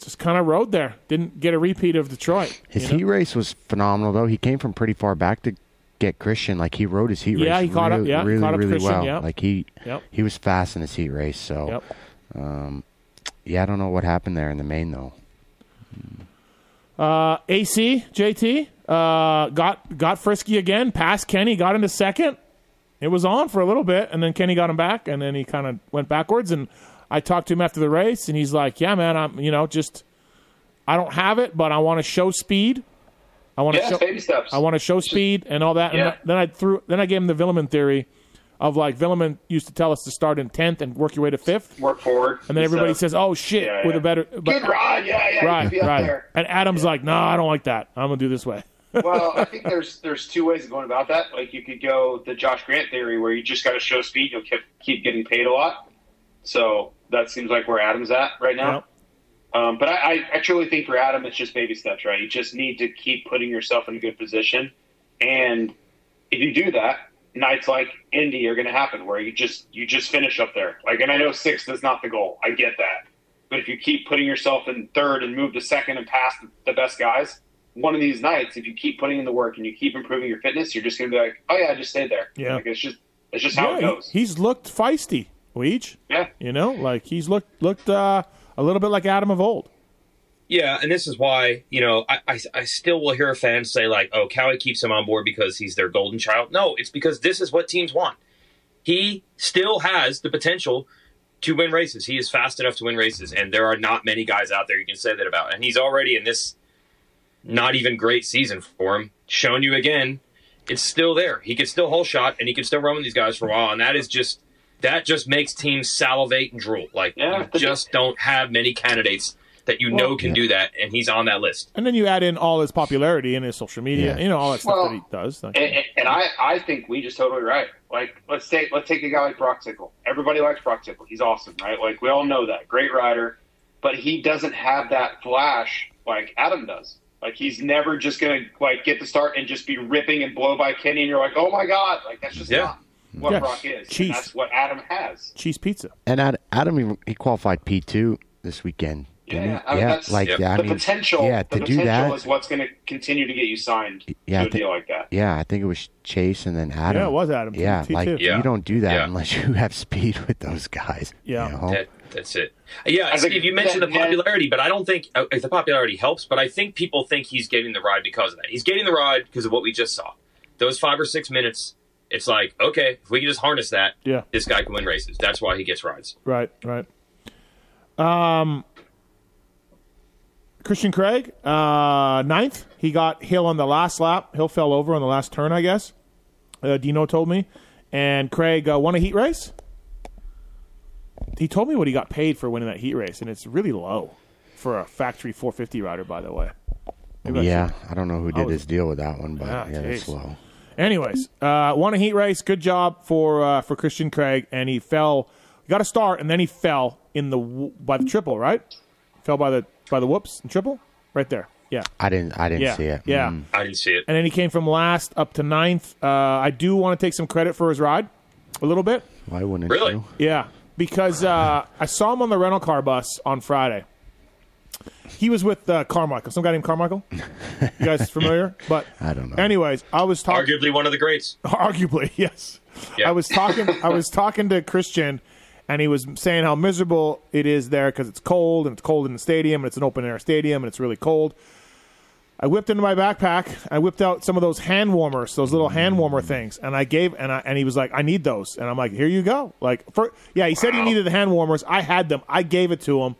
Speaker 1: just kind of rode there. Didn't get a repeat of Detroit.
Speaker 6: His
Speaker 1: you know?
Speaker 6: heat race was phenomenal though. He came from pretty far back to get Christian. Like he rode his heat
Speaker 1: Yeah,
Speaker 6: race
Speaker 1: he caught up-
Speaker 6: really,
Speaker 1: yeah, he
Speaker 6: really,
Speaker 1: caught up
Speaker 6: really
Speaker 1: Christian,
Speaker 6: well.
Speaker 1: yeah.
Speaker 6: Like he
Speaker 1: Yep.
Speaker 6: he was fast in his heat race. So
Speaker 1: Yep.
Speaker 6: yeah, I don't know what happened there in the main though.
Speaker 1: AC JT uh, got got frisky again. Passed Kenny, got into second. It was on for a little bit, and then Kenny got him back, and then he kind of went backwards. And I talked to him after the race, and he's like, "Yeah, man, I'm you know just I don't have it, but I want to show speed. I want to
Speaker 5: Yeah,
Speaker 1: show
Speaker 5: baby steps.
Speaker 1: I want to show speed and all that.
Speaker 5: Yeah.
Speaker 1: And then I threw then I gave him the Villeman theory of like Villeman used to tell us to start in tenth and work your way to fifth,
Speaker 5: work forward.
Speaker 1: and then everybody
Speaker 5: So-
Speaker 1: says, "Oh shit,"
Speaker 5: Yeah,
Speaker 1: with
Speaker 5: yeah.
Speaker 1: a better
Speaker 5: "Good ride, yeah, yeah, you
Speaker 1: right,
Speaker 5: could be up
Speaker 1: right.
Speaker 5: there."
Speaker 1: And Adam's like, "No, I don't like that. I'm gonna do this way."
Speaker 5: well, I think there's there's two ways of going about that. Like you could go the Josh Grant theory, where you just got to show speed, you'll keep keep getting paid a lot. So that seems like where Adam's at right now. Um, but I, I, I truly think for Adam, it's just baby steps, right? You just need to keep putting yourself in a good position, and if you do that, nights like Indy are going to happen where you just you just finish up there. Like, and I know sixth is not the goal. I get that, but if you keep putting yourself in third and move to second and past the best guys, one of these nights, if you keep putting in the work and you keep improving your fitness, you're just going to be like, oh yeah, I just stayed there.
Speaker 1: Yeah.
Speaker 5: like, it's just it's just how
Speaker 1: Yeah,
Speaker 5: it
Speaker 1: he-
Speaker 5: goes.
Speaker 1: he's looked feisty, Weege.
Speaker 5: yeah,
Speaker 1: You know, like he's looked looked uh, a little bit like Adam of old.
Speaker 4: Yeah, and this is why you know I, I I still will hear fans say like, "Oh, Cowie keeps him on board because he's their golden child." No, it's because this is what teams want. He still has the potential to win races. He is fast enough to win races, and there are not many guys out there you can say that about. And he's already in this not even great season for him. Shown you again, it's still there. He can still whole shot, and he can still run with these guys for a while. And that is just that just makes teams salivate and drool. Like
Speaker 5: Yeah.
Speaker 4: you just don't have many candidates that you know can do that, and he's on that list.
Speaker 1: And then you add in all his popularity and his social media,
Speaker 6: Yeah.
Speaker 1: you know, all that stuff
Speaker 5: Well,
Speaker 1: that he does. Like,
Speaker 5: And, and I, I think we just totally right. Like let's take let's take a guy like Brock Tickle. Everybody likes Brock Tickle. He's awesome, right? Like we all know that. Great rider, but he doesn't have that flash like Adam does. Like he's never just gonna like get the start and just be ripping and blow by Kenny, and you're like, oh my god, like that's just
Speaker 4: Yeah.
Speaker 5: not what
Speaker 1: Yeah.
Speaker 5: Brock is.
Speaker 1: Chief.
Speaker 5: And that's what Adam has.
Speaker 1: cheese pizza.
Speaker 6: And Ad- Adam, he, he qualified P two this weekend. Didn't
Speaker 5: Yeah,
Speaker 6: he?
Speaker 5: I mean,
Speaker 6: yeah,
Speaker 5: that's-
Speaker 6: like
Speaker 4: Yep.
Speaker 6: yeah, I
Speaker 5: the
Speaker 6: mean,
Speaker 5: potential,
Speaker 6: yeah,
Speaker 5: the
Speaker 6: to
Speaker 5: potential
Speaker 6: do that,
Speaker 5: is what's going to continue to get you signed
Speaker 6: Yeah, I
Speaker 5: to a
Speaker 6: thi-
Speaker 5: deal like that.
Speaker 6: yeah, I think it was Chase and then Adam.
Speaker 1: Yeah, it was Adam.
Speaker 6: Yeah,
Speaker 1: T-
Speaker 6: like
Speaker 1: T2.
Speaker 4: Yeah.
Speaker 6: you don't do that
Speaker 4: Yeah.
Speaker 6: unless you have speed with those guys.
Speaker 1: Yeah.
Speaker 6: you know?
Speaker 4: That, that's it. Uh, Yeah,
Speaker 5: As a-
Speaker 4: Steve, you mentioned the
Speaker 5: that- that-
Speaker 4: popularity, but I don't think uh, the popularity helps. But I think people think he's getting the ride because of that. He's getting the ride because of what we just saw. Those five or six minutes, it's like okay, if we can just harness that,
Speaker 1: Yeah.
Speaker 4: this guy can win races. That's why he gets rides.
Speaker 1: Right, right. Um, Christian Craig, uh, ninth. He got Hill on the last lap. Hill fell over on the last turn, I guess. Uh, Dino told me. And Craig uh, won a heat race. He told me what he got paid for winning that heat race, and it's really low for a factory 450 rider, by the way. Maybe I
Speaker 6: Yeah, I don't know who did
Speaker 1: was-
Speaker 6: his deal with that one, but
Speaker 1: Ah,
Speaker 6: yeah, that's
Speaker 1: jeez.
Speaker 6: low.
Speaker 1: Anyways, uh, won a heat race. Good job for uh, for Christian Craig, and he fell. Got a start, and then he fell in the w- by the triple. Right, fell by the by the whoops and triple right there. Yeah,
Speaker 6: I didn't, I didn't
Speaker 1: yeah,
Speaker 6: see it.
Speaker 1: yeah.
Speaker 6: Mm.
Speaker 4: I didn't see it.
Speaker 1: And then he came from last up to ninth. Uh, I do want to take some credit for his ride, a little bit.
Speaker 6: why wouldn't
Speaker 4: Really?
Speaker 6: you?
Speaker 1: Yeah, because uh, I saw him on the rental car bus on Friday. He was with uh, Carmichael, some guy named Carmichael. You guys familiar? But
Speaker 6: I don't know.
Speaker 1: Anyways, I was talking.
Speaker 4: Arguably one of the greats.
Speaker 1: Oh. Arguably, yes.
Speaker 4: Yeah.
Speaker 1: I was talking. I was talking to Christian, and he was saying how miserable it is there because it's cold and it's cold in the stadium and it's an open air stadium and it's really cold. I whipped into my backpack. I whipped out some of those hand warmers, those little hand warmer things, and I gave and I and he was like, "I need those," and I'm like, "Here you go." Like, for yeah, he said he needed the hand warmers. I had them. I gave it to him.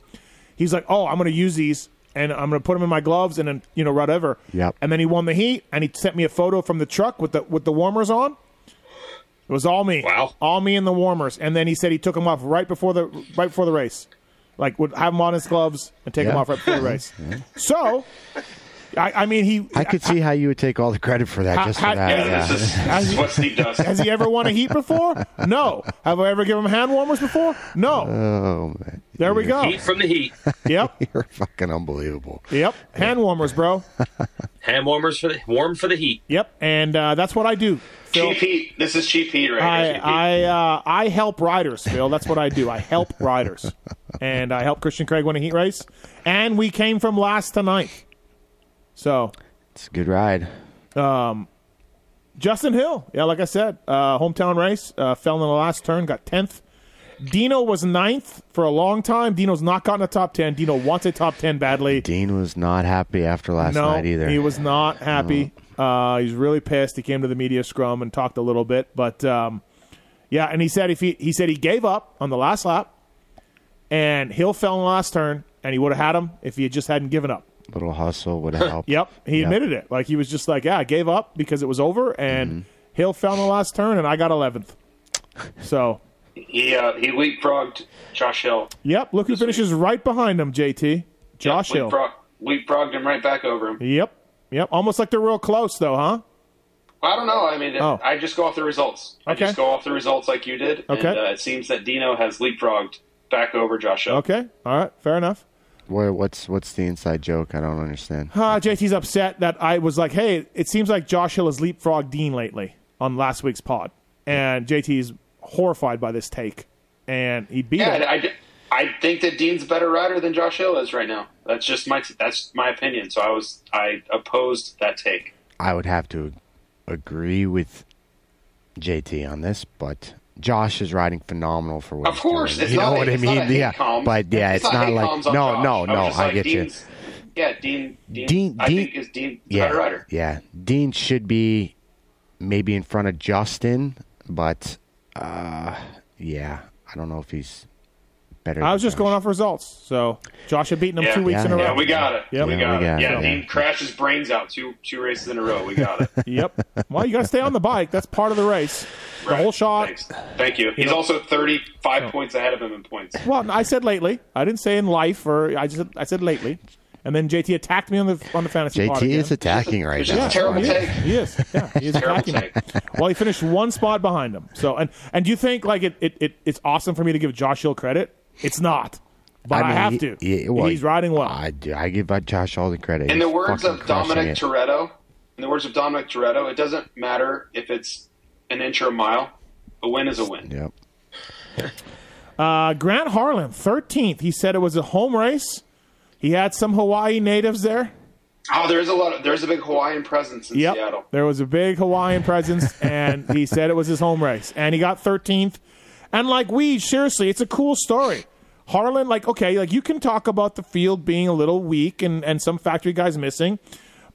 Speaker 1: He's like, "Oh, I'm going to use these." And I'm gonna put them in my gloves, and then you know, whatever.
Speaker 6: Yep.
Speaker 1: And then he won the heat, and he sent me a photo from the truck with the with the warmers on It was all me.
Speaker 4: Wow.
Speaker 1: All me in the warmers. And then he said he took them off right before the right before the race. Like would have them on his gloves and take them
Speaker 6: Yeah.
Speaker 1: off right before the race. So I, I mean he
Speaker 6: I could see how you would take all the credit for that, just
Speaker 1: I-
Speaker 6: for that.
Speaker 1: yeah,
Speaker 6: yeah.
Speaker 5: This is, this is what Steve does.
Speaker 1: has he ever won a heat before? No. Have I ever given him hand warmers before? No.
Speaker 6: Oh man,
Speaker 1: There we go.
Speaker 4: Heat from the heat.
Speaker 1: Yep.
Speaker 6: you're fucking unbelievable.
Speaker 1: Yep. Hand warmers, bro.
Speaker 4: Hand warmers for the warm for the heat.
Speaker 1: Yep. And uh, that's what I do. Phil.
Speaker 5: Chief Heat. This is Chief Heat right here.
Speaker 1: I
Speaker 5: Chief Heat.
Speaker 1: I uh, I help riders, Phil. That's what I do. I help riders, and I help Christian Craig win a heat race. And we came from last to ninth. So
Speaker 6: It's a good ride.
Speaker 1: Justin Hill, yeah, like I said, uh, hometown race uh, fell in the last turn, got tenth. Dino was ninth for a long time. Dino's not gotten a top ten. Dino wants a top ten badly.
Speaker 6: Dean was not happy after last
Speaker 1: no,
Speaker 6: night either. Oh.
Speaker 1: he was not happy. Uh, he was really pissed. He came to the media scrum and talked a little bit, but um, yeah, and he said if he he said he gave up on the last lap, and Hill fell in the last turn, and he would have had him if he had just hadn't given up.
Speaker 6: Little hustle would help.
Speaker 1: Yep, he
Speaker 6: Yep.
Speaker 1: admitted it. Like he was just like, yeah, I gave up because it was over, and
Speaker 6: Mm-hmm.
Speaker 1: Hill fell in the last turn, and I got eleventh. So
Speaker 5: he uh, he leapfrogged Josh Hill.
Speaker 1: yep, look who finishes right behind him, JT Josh Hill.
Speaker 5: Leapfrog, leapfrogged him right back over him.
Speaker 1: Yep, yep, almost like they're real close though, huh?
Speaker 5: I don't know. I mean,
Speaker 1: Oh.
Speaker 5: I just go off the results. I
Speaker 1: Okay.
Speaker 5: just go off the results like you did. And,
Speaker 1: Okay.
Speaker 5: uh, it seems that Dino has leapfrogged back over Josh Hill.
Speaker 1: Okay, all right, fair enough.
Speaker 6: What, what's what's the inside joke? I don't understand.
Speaker 1: Uh, JT's upset that I was like, hey, it seems like Josh Hill has leapfrogged Dean lately on last week's pod. And JT's horrified by this take. And he beat
Speaker 5: Yeah,
Speaker 1: him.
Speaker 5: I, I, I think that Dean's a better rider than Josh Hill is right now. That's just my that's my opinion. So I was I opposed that take.
Speaker 6: I would have to agree with JT on this, but Josh is riding phenomenal for what
Speaker 5: Of
Speaker 6: he's
Speaker 5: course,
Speaker 6: doing.
Speaker 5: it's
Speaker 6: you
Speaker 5: not
Speaker 6: know
Speaker 5: a-
Speaker 6: what I
Speaker 5: it's not
Speaker 6: mean?
Speaker 5: a hate
Speaker 6: yeah,
Speaker 5: column.
Speaker 6: but yeah, it's, not
Speaker 5: hate
Speaker 6: like
Speaker 5: columns on
Speaker 6: no,
Speaker 5: Josh.
Speaker 6: no,
Speaker 5: was
Speaker 6: no.
Speaker 5: just
Speaker 6: I
Speaker 5: like,
Speaker 6: get you.
Speaker 5: Dean's, Yeah, Dean. Dean.
Speaker 6: Dean-
Speaker 5: I
Speaker 6: Dean-
Speaker 5: think is Dean the
Speaker 6: yeah,
Speaker 5: better rider.
Speaker 6: Yeah, Dean should be maybe in front of Justin, but uh, yeah, I don't know if he's better.
Speaker 1: I
Speaker 6: than
Speaker 1: was just
Speaker 6: Josh.
Speaker 1: going off results. So Josh had beaten him
Speaker 5: Yeah.
Speaker 1: two weeks
Speaker 6: Yeah,
Speaker 1: in a row.
Speaker 5: Yeah, we got it.
Speaker 1: Yep.
Speaker 5: we
Speaker 1: Yeah,
Speaker 5: got
Speaker 6: we
Speaker 5: it.
Speaker 6: got
Speaker 5: yeah,
Speaker 6: it,
Speaker 5: Dean
Speaker 6: yeah.
Speaker 5: crashed his brains out two two races in a row. We got it.
Speaker 1: Yep. Well, you got to stay on the bike. That's part of the race. The whole shot.
Speaker 5: Thanks. Thank you. He's
Speaker 1: know-
Speaker 5: also thirty five points ahead of him in points.
Speaker 1: Well, I said lately. I didn't say in life, or I just I said lately. And then JT attacked me on the on the fantasy pod
Speaker 6: JT
Speaker 1: again.
Speaker 6: is attacking right
Speaker 5: It's
Speaker 6: now.
Speaker 5: just a terrible
Speaker 1: Yeah, oh,
Speaker 5: take.
Speaker 1: He is. Yeah, he is
Speaker 5: Terrible
Speaker 1: attacking him. Well, he finished one spot behind him. So, and and do you think like it, it, it it's awesome for me to give Josh Hill credit? It's not, but I,
Speaker 6: mean,
Speaker 1: have
Speaker 6: he-
Speaker 1: to.
Speaker 6: he- well,
Speaker 1: He's riding well.
Speaker 6: I, do- I give Josh all the credit.
Speaker 5: In the
Speaker 6: He's
Speaker 5: words
Speaker 6: fucking
Speaker 5: of
Speaker 6: crushing
Speaker 5: Dominic
Speaker 6: it.
Speaker 5: Toretto, in the words of Dominic Toretto, it doesn't matter if it's an inch or a mile. A win is a win.
Speaker 6: Yep.
Speaker 1: Uh, Grant Harlan, thirteenth. He said it was a home race. He had some Hawaii natives there.
Speaker 5: Oh, there is a lot. Of, there is a big Hawaiian presence in
Speaker 1: Yep.
Speaker 5: Seattle.
Speaker 1: There was a big Hawaiian presence, and he said it was his home race, and he got 13th. And like we, seriously, it's a cool story. Harlan, like, okay, like you can talk about the field being a little weak and and some factory guys missing,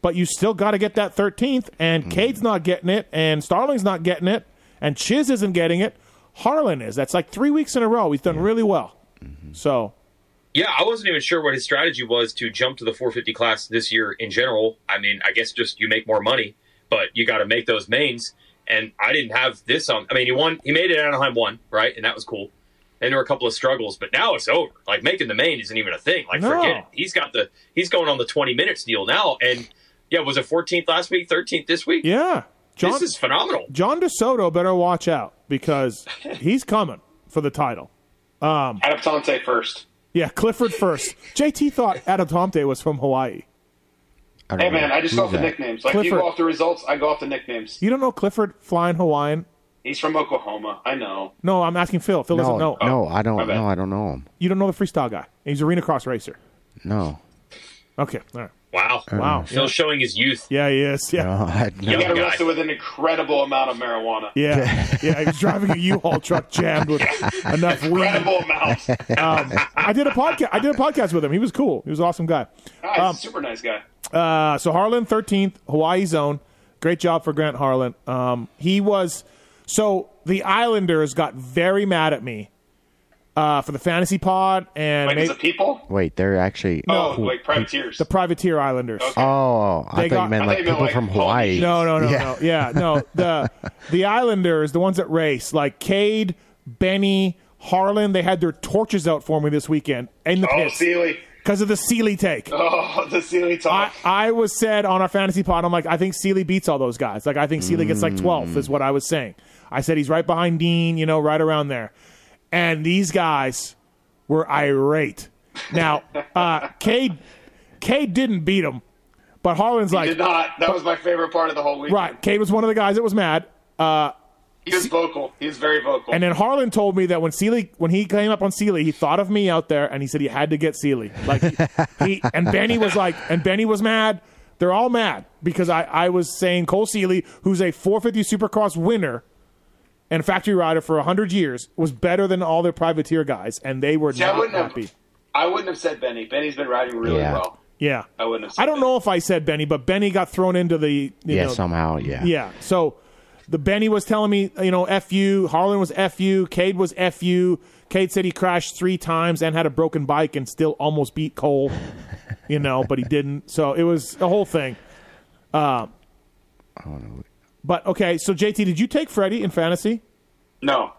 Speaker 1: but you still got to get that 13th.
Speaker 4: Mm-hmm.
Speaker 1: And Cade's not getting it, and Starling's not getting it, and Chiz isn't getting it. Harlan is. That's like three weeks in a row. He's done really well.
Speaker 4: Mm-hmm.
Speaker 1: So
Speaker 4: Yeah, I wasn't even sure what his strategy was to jump to the 450 class this year in general. I mean, I guess just you make more money, but you got to make those mains. And I didn't have this on. I mean, he won. He made it at Anaheim one, right? And that was cool. And there were a couple of struggles, but now it's over. Like making the main isn't even a thing. Like
Speaker 1: No.
Speaker 4: forget it. He's got the. He's going on the 20 minutes deal now. And yeah, was it 14th last week? 13th this week?
Speaker 1: yeah, John,
Speaker 4: this is phenomenal.
Speaker 1: John DeSoto better watch out because he's coming for the title.
Speaker 5: Adaptante first.
Speaker 1: Yeah, Clifford first. JT thought Adamante was from Hawaii.
Speaker 6: I
Speaker 5: Hey
Speaker 6: don't
Speaker 5: man,
Speaker 6: know
Speaker 5: I just
Speaker 6: who's
Speaker 5: go off the
Speaker 6: that.
Speaker 5: nicknames. Like you
Speaker 1: Clifford.
Speaker 5: go off the results, I go off the nicknames.
Speaker 1: You don't know Clifford flying Hawaiian?
Speaker 5: He's from Oklahoma. I know.
Speaker 1: No, I'm asking Phil. Phil doesn't
Speaker 6: No,
Speaker 1: know.
Speaker 6: uh, Oh, no, I
Speaker 5: my
Speaker 6: don't
Speaker 5: bad.
Speaker 6: know. I don't know him.
Speaker 1: You don't know the freestyle guy. He's arena cross racer.
Speaker 6: No.
Speaker 1: Okay, all right.
Speaker 4: Wow.
Speaker 1: Wow.
Speaker 4: Still showing his youth.
Speaker 1: Yeah, he is. Yeah.
Speaker 6: No, I, no.
Speaker 5: He
Speaker 4: Young
Speaker 5: got
Speaker 4: guy.
Speaker 5: arrested with an incredible amount of marijuana.
Speaker 1: Yeah, yeah, he was driving a U-Haul truck jammed with enough weed.
Speaker 5: Incredible amount.
Speaker 1: I did a podcast. I did a podcast with him. He was cool. He was an awesome guy.
Speaker 5: Guys,
Speaker 1: Um,
Speaker 5: super nice guy.
Speaker 1: Uh, so Harlan 13th, Hawaii zone. Great job for Grant Harlan. Um, he was so the Islanders got very mad at me uh, for the fantasy pod and
Speaker 5: Wait, is
Speaker 1: ma-
Speaker 5: it people?
Speaker 6: Wait, they're actually.
Speaker 5: oh, like privateers.
Speaker 1: the Privateer Islanders.
Speaker 6: Oh, I
Speaker 1: They
Speaker 6: thought
Speaker 1: got-
Speaker 6: you meant
Speaker 1: I
Speaker 6: like
Speaker 5: thought you meant,
Speaker 6: people
Speaker 5: like,
Speaker 6: from Hawaii.
Speaker 1: No, no, no,
Speaker 6: Yeah.
Speaker 1: no. Yeah, no. The the Islanders, the ones that race, like Cade, Benny, Harlan, they had their torches out for me this weekend in the
Speaker 5: oh,
Speaker 1: pits
Speaker 5: Sealy.
Speaker 1: because of the Sealy take.
Speaker 5: Oh, the Sealy
Speaker 1: I,
Speaker 5: talk.
Speaker 1: I was said on our fantasy pod, I'm like, I think Sealy beats all those guys. Like, I think Sealy gets like 12th, is what I was saying. I said he's right behind Dean, you know, right around there. And these guys were irate. Now, uh, Cade, Cade didn't beat him, but Harlan's like,
Speaker 5: Did not. That was my favorite part of the whole week.
Speaker 1: Right. Cade was one of the guys that was mad. Uh,
Speaker 5: He was vocal. He was very vocal.
Speaker 1: and then Harlan told me that when Sealy, when he came up on Sealy, he thought of me out there, and he said he had to get Sealy. Like he and Benny was like, and Benny was mad. They're all mad because I, I was saying Cole Sealy, who's a 450 Supercross winner and factory rider for 100 years, was better than all their privateer guys, and they were
Speaker 5: I
Speaker 1: not
Speaker 5: wouldn't have-
Speaker 1: happy.
Speaker 5: I wouldn't have said Benny. Benny's been riding really
Speaker 6: Yeah.
Speaker 5: well.
Speaker 1: Yeah.
Speaker 5: I wouldn't have said
Speaker 1: I don't
Speaker 5: Benny.
Speaker 1: know if I said Benny, but Benny got thrown into the you
Speaker 6: Yeah,
Speaker 1: know,
Speaker 6: somehow. Yeah.
Speaker 1: Yeah. So the Benny was telling me, you know, F you. Harlan was F you. Cade was F you. Cade said he crashed three times and had a broken bike and still almost beat Cole, you know, but he didn't. So it was a whole thing. Uh, but okay, so JT, did you take Freddie in fantasy?
Speaker 5: No.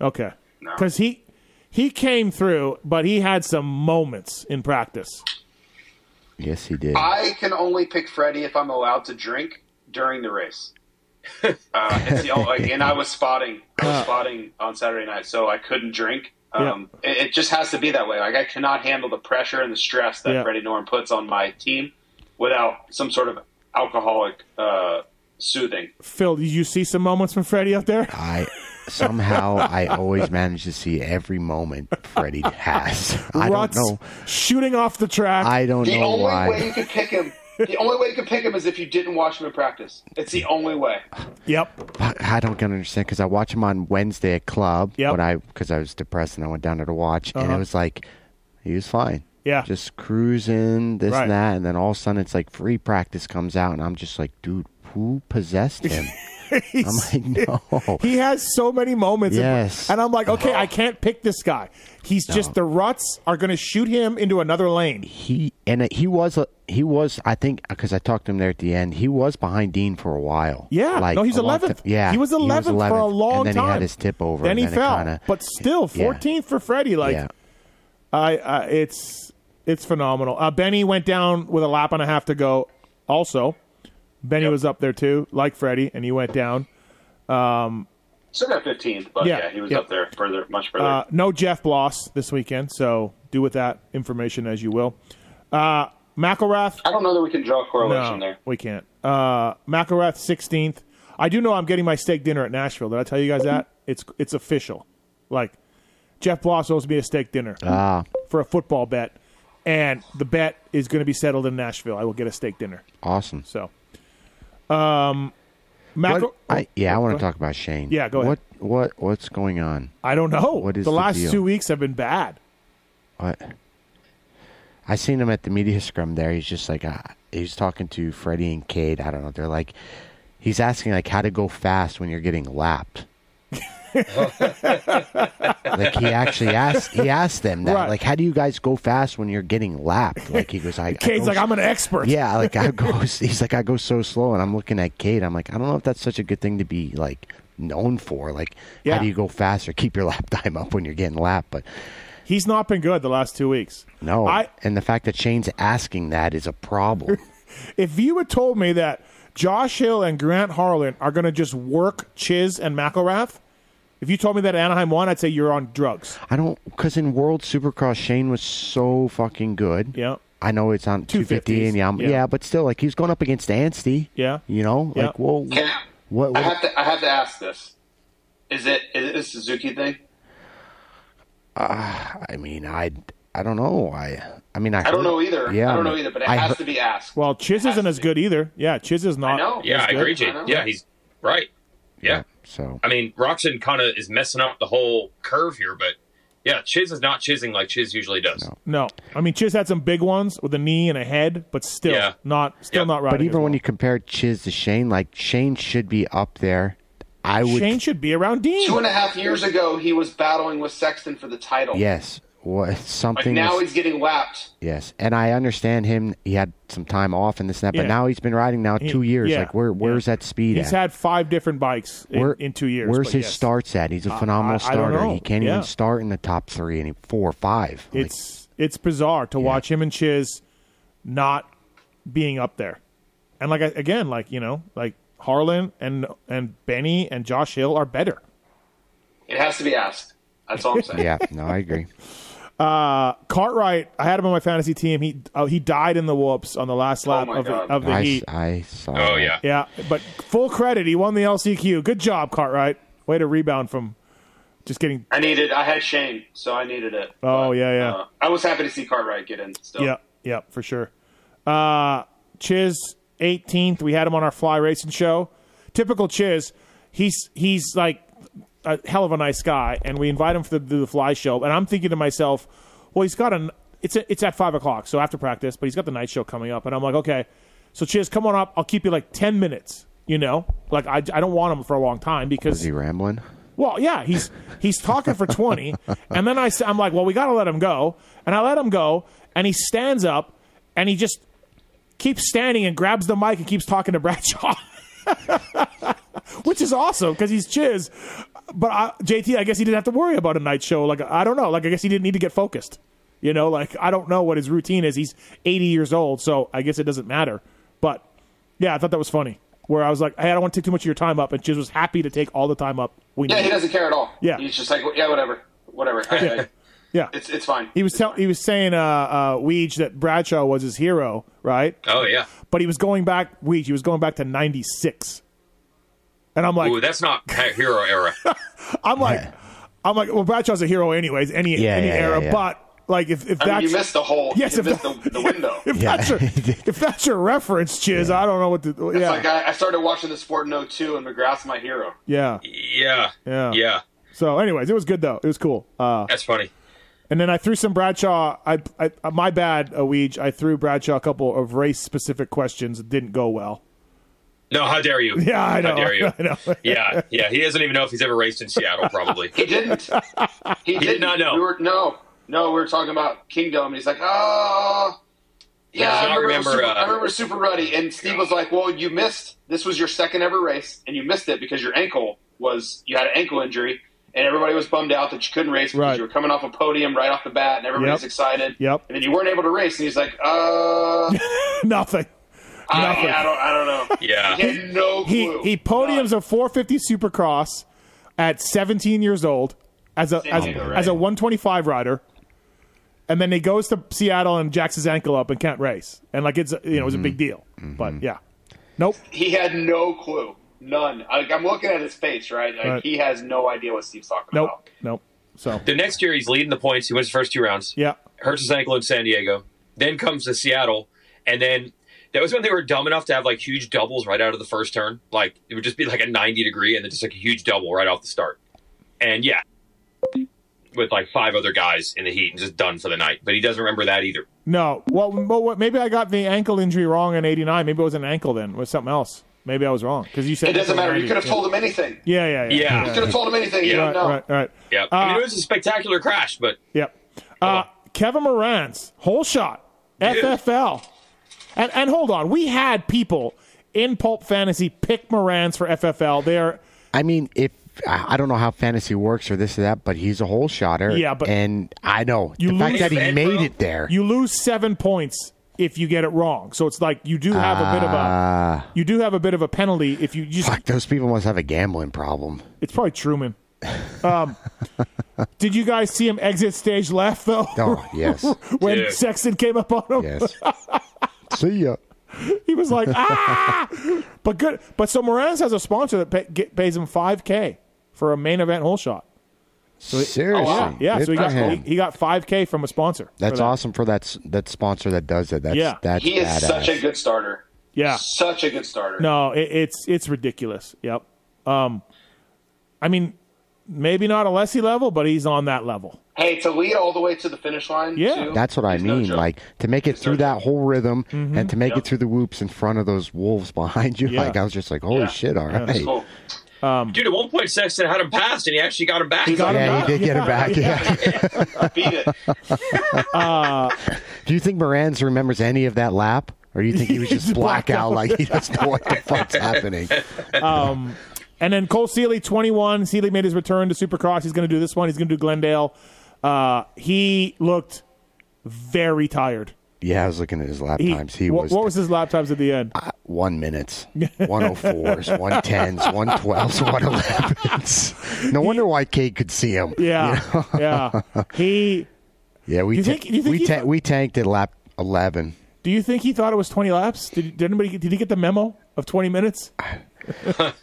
Speaker 1: Okay, because he he came through, but he had some moments in practice.
Speaker 6: Yes, he did.
Speaker 5: I can only pick Freddie if I'm allowed to drink during the race. uh, it's the only, like, and I was spotting. I
Speaker 1: Ah.
Speaker 5: was spotting on Saturday night, so I couldn't drink. Um, it, it just has to be that way. Like I cannot handle the pressure and the stress that
Speaker 1: Yeah.
Speaker 5: Freddie Norm puts on my team without some sort of alcoholic uh, soothing.
Speaker 1: Phil, did you see some moments from Freddie out there?
Speaker 6: I somehow I always manage to see every moment Freddie has. I don't
Speaker 1: Ruts
Speaker 6: know.
Speaker 1: shooting off the track.
Speaker 6: I don't
Speaker 5: The
Speaker 6: know
Speaker 5: only
Speaker 6: why.
Speaker 5: way you could pick him. The only way you could pick him is if you didn't watch him in practice. It's the only way.
Speaker 1: yep.
Speaker 6: Fuck, I don't gonna understand because I watch him on Wednesday at club.
Speaker 1: Yep. Uh-huh.
Speaker 6: When I because I was depressed and I went down there to watch and it was like he was fine.
Speaker 1: Yeah.
Speaker 6: Just cruising this
Speaker 1: Right.
Speaker 6: and that, and then all of a sudden it's like free practice comes out and I'm just like, dude, who possessed him? I'm like, no.
Speaker 1: He has so many moments. in-
Speaker 6: Yes.
Speaker 1: and I'm like, okay, I can't pick this guy. He's just the ruts are going to shoot him into another lane.
Speaker 6: he and it- he was a- he was I think because I talked to him there at the end. He was behind Dean for a while.
Speaker 1: Yeah. no, he's
Speaker 6: a long
Speaker 1: 11th.
Speaker 6: ti- yeah,
Speaker 1: He was 11th, for a long
Speaker 6: and then
Speaker 1: time.
Speaker 6: He had his tip over.
Speaker 1: Then
Speaker 6: and
Speaker 1: he
Speaker 6: then it
Speaker 1: fell.
Speaker 6: kinda-
Speaker 1: but still,
Speaker 6: yeah.
Speaker 1: 14th for Freddie. Like,
Speaker 6: yeah,
Speaker 1: I, I, it's it's phenomenal. Uh, Benny went down with a lap and a half to go. Also, Benny was up there too, like Freddie, and he went down.
Speaker 5: Still got 15th, but
Speaker 1: Yeah,
Speaker 5: yeah, he was
Speaker 1: yeah.
Speaker 5: up there further, much further.
Speaker 1: Uh, no Jeff Bloss this weekend, so do with that information as you will. Uh, McElrath
Speaker 5: I don't know that we can draw a correlation there.
Speaker 1: we can't. Uh, McElrath, sixteenth. I do know I'm getting my steak dinner at Nashville. Did I tell you guys that? It's it's official. Like Jeff Bloss owes me a steak dinner
Speaker 6: Uh. ah,
Speaker 1: for a football bet, and the bet is going to be settled in Nashville. I will get a steak dinner.
Speaker 6: awesome.
Speaker 1: So, um, Mac-
Speaker 6: What- I, yeah, I want
Speaker 1: go
Speaker 6: to talk about Shane.
Speaker 1: Yeah, go ahead.
Speaker 6: What what what's going on?
Speaker 1: I don't know.
Speaker 6: What is
Speaker 1: the
Speaker 6: the
Speaker 1: last
Speaker 6: deal?
Speaker 1: two weeks have been bad.
Speaker 6: What? I seen him at the media scrum there. He's just like uh, he's talking to Freddie and Cade. I don't know. They're like he's asking like how to go fast when you're getting lapped. like he actually asked he asked them that.
Speaker 1: Right.
Speaker 6: Like how do you guys go fast when you're getting lapped? Like he goes I, I
Speaker 1: Cade's
Speaker 6: go
Speaker 1: like
Speaker 6: s-
Speaker 1: I'm an expert.
Speaker 6: yeah, like I go he's like I go so slow and I'm looking at Cade. I'm like I don't know if that's such a good thing to be like known for. Like
Speaker 1: Yeah.
Speaker 6: how do you go faster? Keep your lap time up when you're getting lapped, but
Speaker 1: he's not been good the last two weeks.
Speaker 6: no,
Speaker 1: I
Speaker 6: and the fact that Shane's asking that is a problem.
Speaker 1: If you had told me that Josh Hill and Grant Harlan are going to just work Chiz and McElrath, if you told me that Anaheim won, I'd say you're on drugs.
Speaker 6: I don't because in World Supercross, Shane was so fucking good.
Speaker 1: Yeah.
Speaker 6: I know it's on 250
Speaker 1: 250s,
Speaker 6: and yeah, I'm-
Speaker 1: yeah.
Speaker 6: yeah, but still, like he's going up against Anstey.
Speaker 1: Yeah.
Speaker 6: you know,
Speaker 1: Yeah.
Speaker 6: like whoa,
Speaker 5: Can- I
Speaker 6: what? what
Speaker 5: have to. I have to ask this. Is it is it a Suzuki thing?
Speaker 6: I mean, I I don't know. I I mean, I,
Speaker 5: I don't
Speaker 6: heard-
Speaker 5: know either.
Speaker 6: Yeah,
Speaker 5: I don't
Speaker 6: but
Speaker 5: know either, but it
Speaker 6: I
Speaker 5: has
Speaker 6: heard-
Speaker 5: to be asked.
Speaker 1: Well, Chiz
Speaker 5: Has
Speaker 1: isn't
Speaker 5: to
Speaker 1: as
Speaker 5: be.
Speaker 1: good either. Uh, Yeah, Chiz is not.
Speaker 5: I know.
Speaker 4: Yeah, I
Speaker 1: good.
Speaker 4: agree,
Speaker 5: I
Speaker 4: Jay.
Speaker 5: know.
Speaker 4: Yeah, he's right. Yeah.
Speaker 6: So
Speaker 4: I mean, Roxon kind of is messing up the whole curve here, but yeah, Chiz is not chizzing like Chiz usually does.
Speaker 1: No, I mean Chiz had some big ones with a knee and a head, but still
Speaker 4: Yeah.
Speaker 1: not, still
Speaker 4: Yeah.
Speaker 1: not right.
Speaker 6: But even when you compare Chiz to Shane, like Shane should be up there. I would.
Speaker 1: Shane should be around Dean.
Speaker 5: Two and a half years ago, he was battling with Sexton for the title.
Speaker 6: Yes, what
Speaker 5: Like
Speaker 6: something.
Speaker 5: now
Speaker 6: was-
Speaker 5: he's getting lapped.
Speaker 6: yes, and I understand him. He had some time off and this and that,
Speaker 1: Yeah.
Speaker 6: but now he's been riding now two years.
Speaker 1: yeah,
Speaker 6: Like where where's that speed?
Speaker 1: He's
Speaker 6: at?
Speaker 1: had five different bikes in,
Speaker 6: Where-
Speaker 1: in two years.
Speaker 6: Where's
Speaker 1: but
Speaker 6: his
Speaker 1: yes.
Speaker 6: starts at? He's a
Speaker 1: I- I
Speaker 6: phenomenal
Speaker 1: don't
Speaker 6: starter.
Speaker 1: know.
Speaker 6: He can't
Speaker 1: Yeah.
Speaker 6: even start in the top three and he- four or five. Like,
Speaker 1: It's it's bizarre to watch him and Chiz not being up there, and like I- again, like you know, like Harlan and and Benny and Josh Hill are better.
Speaker 5: It has to be asked. That's all I'm saying.
Speaker 6: yeah, no, I agree.
Speaker 1: Cartwright, I had him on my fantasy team. He uh, he died in the whoops on the last lap
Speaker 5: Oh my
Speaker 1: of the,
Speaker 5: God.
Speaker 1: of the
Speaker 6: I,
Speaker 1: heat.
Speaker 6: I saw.
Speaker 4: Oh
Speaker 6: that.
Speaker 4: yeah.
Speaker 1: Yeah, but full credit, he won the LCQ. Good job, Cartwright. Way to rebound from just getting.
Speaker 5: I needed. I had Shane, so I needed it.
Speaker 1: Oh yeah, yeah.
Speaker 5: Uh, I was happy to see Cartwright get in. Still,
Speaker 1: Yeah, yeah, for sure. Uh, Chiz, 18th. We had him on our fly racing show. Typical Chiz. He's he's like a hell of a nice guy, and we invite him for the, do the fly show. And I'm thinking to myself, well, he's got an it's a, it's at five o'clock, so after practice, but he's got the night show coming up, and I'm like, okay, so Chiz, come on up. I'll keep you like 10 minutes. You know, like I, I don't want him for a long time because
Speaker 6: Is he rambling?
Speaker 1: well, yeah, he's he's talking for twenty, and then I s- I'm like, well, we got to let him go, and I let him go, and he stands up, and he just keeps standing and grabs the mic and keeps talking to Bradshaw, which is awesome because he's chiz. But I, JT, I guess he didn't have to worry about a night show. Like I don't know, like I guess he didn't need to get focused. You know, like I don't know what his routine is. He's 80 years old, so I guess it doesn't matter. But yeah, I thought that was funny. Where I was like, hey, I don't want to take too much of your time up, and Chiz was happy to take all the time up. We
Speaker 5: yeah,
Speaker 1: need.
Speaker 5: he doesn't care at all.
Speaker 1: Yeah.
Speaker 5: he's just like, yeah, whatever, whatever. I, I,
Speaker 1: Yeah.
Speaker 5: it's it's fine.
Speaker 1: He was tell- he was saying uh uh Weege that Bradshaw was his hero, right?
Speaker 4: Oh yeah.
Speaker 1: But he was going back Weege, he was going back to 96. And I'm like
Speaker 4: Ooh, that's not Pat hero era.
Speaker 1: I'm like I'm like well Bradshaw's a hero anyways, any
Speaker 6: Yeah,
Speaker 1: any
Speaker 6: yeah,
Speaker 1: era,
Speaker 6: yeah, yeah.
Speaker 1: but like if if
Speaker 5: I mean,
Speaker 1: that's
Speaker 5: you missed the whole.
Speaker 1: Yes,
Speaker 5: you
Speaker 1: if
Speaker 5: missed
Speaker 1: that-
Speaker 5: the, the window.
Speaker 1: if
Speaker 6: Yeah.
Speaker 1: that's your if that's your reference, Chiz, I don't know what to yeah.
Speaker 5: It's like I, I started watching the sport in 02 and McGrath's my hero.
Speaker 1: yeah.
Speaker 4: yeah.
Speaker 1: Yeah.
Speaker 4: Yeah.
Speaker 1: So anyways, it was good though. It was cool. Uh
Speaker 4: That's funny.
Speaker 1: And then I threw some Bradshaw. I, I uh, my bad, Awij. I threw Bradshaw a couple of race specific questions. It didn't go well.
Speaker 4: No, how dare you?
Speaker 1: Yeah, I know.
Speaker 4: How dare you?
Speaker 1: I know.
Speaker 4: Yeah, yeah. He doesn't even know if he's ever raced in Seattle, probably.
Speaker 5: He didn't. He, did
Speaker 4: not know.
Speaker 5: We were, no, no, we were talking about Kingdom, and he's like, oh, yeah,
Speaker 4: does
Speaker 5: I
Speaker 4: not remember,
Speaker 5: remember, super,
Speaker 4: uh,
Speaker 5: I remember Super Ruddy. And Steve was like, well, you missed. This was your second ever race, and you missed it because your ankle was, you had an ankle injury, and everybody was bummed out that you couldn't race because
Speaker 1: Right.
Speaker 5: you were coming off a podium right off the bat, and everybody's
Speaker 1: Yep.
Speaker 5: excited.
Speaker 1: Yep.
Speaker 5: And then you weren't able to race, and he's like, uh,
Speaker 1: Nothing.
Speaker 5: I, I don't, I don't know.
Speaker 4: Yeah.
Speaker 5: He had no
Speaker 1: He
Speaker 5: clue.
Speaker 1: he podiums a 450 Supercross at 17 years old as a as,
Speaker 5: year,
Speaker 1: as a 125 rider, and then he goes to Seattle and jacks his ankle up and can't race, and like it's you know it was a big deal, but yeah, nope,
Speaker 5: He had no clue. None. Like, I'm looking at his face, right? Like,
Speaker 1: Right.
Speaker 5: He has no idea what Steve's talking
Speaker 1: nope,
Speaker 5: about.
Speaker 1: nope. So
Speaker 4: The next year, he's leading the points. He wins the first two rounds.
Speaker 1: yeah,
Speaker 4: Hurts his ankle in San Diego. Then comes to Seattle, and then that was when they were dumb enough to have like huge doubles right out of the first turn. Like it would just be like a ninety degree, and then just like a huge double right off the start. And yeah, with like five other guys in the heat, and just done for the night. But he doesn't remember that either.
Speaker 1: no. Well, but what, maybe I got the ankle injury wrong in '89. Maybe it was an ankle then, it was something else. Maybe I was wrong because you said
Speaker 5: It doesn't matter. You could have
Speaker 1: 90.
Speaker 5: told him anything. You
Speaker 1: Yeah, yeah, yeah.
Speaker 4: Yeah.
Speaker 5: could have told him anything. You
Speaker 4: Yeah.
Speaker 5: don't
Speaker 1: Right,
Speaker 5: know.
Speaker 1: right, right.
Speaker 4: Yeah, I mean it was a spectacular crash, but
Speaker 1: Yep. Uh,
Speaker 6: Oh.
Speaker 1: Kevin Moran's whole shot, FFL. And, and hold on, we had people in Pulp Fantasy pick Moran's for FFL. They are
Speaker 6: I mean, if I I don't know how fantasy works or this or that, but he's a hole shotter.
Speaker 1: Yeah, but-
Speaker 6: and I know
Speaker 1: You
Speaker 6: the fact
Speaker 1: lose-
Speaker 6: that he
Speaker 4: Hey,
Speaker 6: made
Speaker 4: bro.
Speaker 6: it there.
Speaker 1: you lose seven points if you get it wrong. So it's like you do have a bit of a you do have a bit of a penalty if you just
Speaker 6: Ah. Fuck, those people must have a gambling problem.
Speaker 1: it's probably Truman. Um, did you guys see him exit stage left though?
Speaker 6: Oh yes,
Speaker 1: when
Speaker 4: Yeah.
Speaker 1: Sexton came up on him,
Speaker 6: yes. See ya.
Speaker 1: he was like, ah! but good. But so Moran's has a sponsor that pay, get, pays him 5K for a main event hole shot.
Speaker 6: Seriously,
Speaker 1: oh, Yeah,
Speaker 6: Good
Speaker 1: so he
Speaker 6: for
Speaker 1: got
Speaker 6: him.
Speaker 1: he, he got five k from a sponsor.
Speaker 6: That's
Speaker 1: for that.
Speaker 6: awesome for that s- that sponsor that does it. That's
Speaker 1: Yeah.
Speaker 6: that's
Speaker 5: He is
Speaker 6: badass.
Speaker 5: such a good starter.
Speaker 1: Yeah,
Speaker 5: Such a good starter.
Speaker 1: no, it, it's it's ridiculous. Yep. Um, I mean, maybe not a Lessie level, but he's on that level.
Speaker 5: Hey, to lead all the way to the finish line.
Speaker 1: Yeah.
Speaker 5: too,
Speaker 6: That's what I
Speaker 5: is no
Speaker 6: mean.
Speaker 5: joke.
Speaker 6: like to make it through that whole rhythm and to make
Speaker 5: Yep.
Speaker 6: it through the whoops in front of those wolves behind you.
Speaker 1: Mm-hmm. Yeah.
Speaker 6: Like I was just like, holy
Speaker 5: Yeah.
Speaker 6: shit! All right,
Speaker 5: cool.
Speaker 4: Dude, at one point Sexton had him passed, and he actually got him back.
Speaker 5: He got
Speaker 1: him
Speaker 6: Yeah,
Speaker 1: back.
Speaker 6: he did get
Speaker 1: Yeah,
Speaker 6: it back. Yeah.
Speaker 5: Beat it.
Speaker 6: Do you think Moran's remembers any of that lap? Or do you think he was just
Speaker 1: He's blacked
Speaker 6: black out
Speaker 1: out.
Speaker 6: like he doesn't know what the fuck's happening?
Speaker 1: And then Cole Seeley, 21. Seeley made his return to Supercross. He's going to do this one. He's going to do Glendale. Uh, he looked very tired.
Speaker 6: Yeah, I was looking at his lap
Speaker 1: He-
Speaker 6: times. He
Speaker 1: wha-
Speaker 6: was
Speaker 1: what was his lap times at the end?
Speaker 6: one oh minutes, 104s, 110s, 112s, 111s. No wonder why Kate could see him.
Speaker 1: yeah, yeah. He.
Speaker 6: Yeah, we
Speaker 1: You
Speaker 6: ta-
Speaker 1: think- you think
Speaker 6: we,
Speaker 1: he-
Speaker 6: ta- we tanked at lap 11.
Speaker 1: Do you think he thought it was 20 laps? Did, did anybody? get- Did he get the memo of 20 minutes?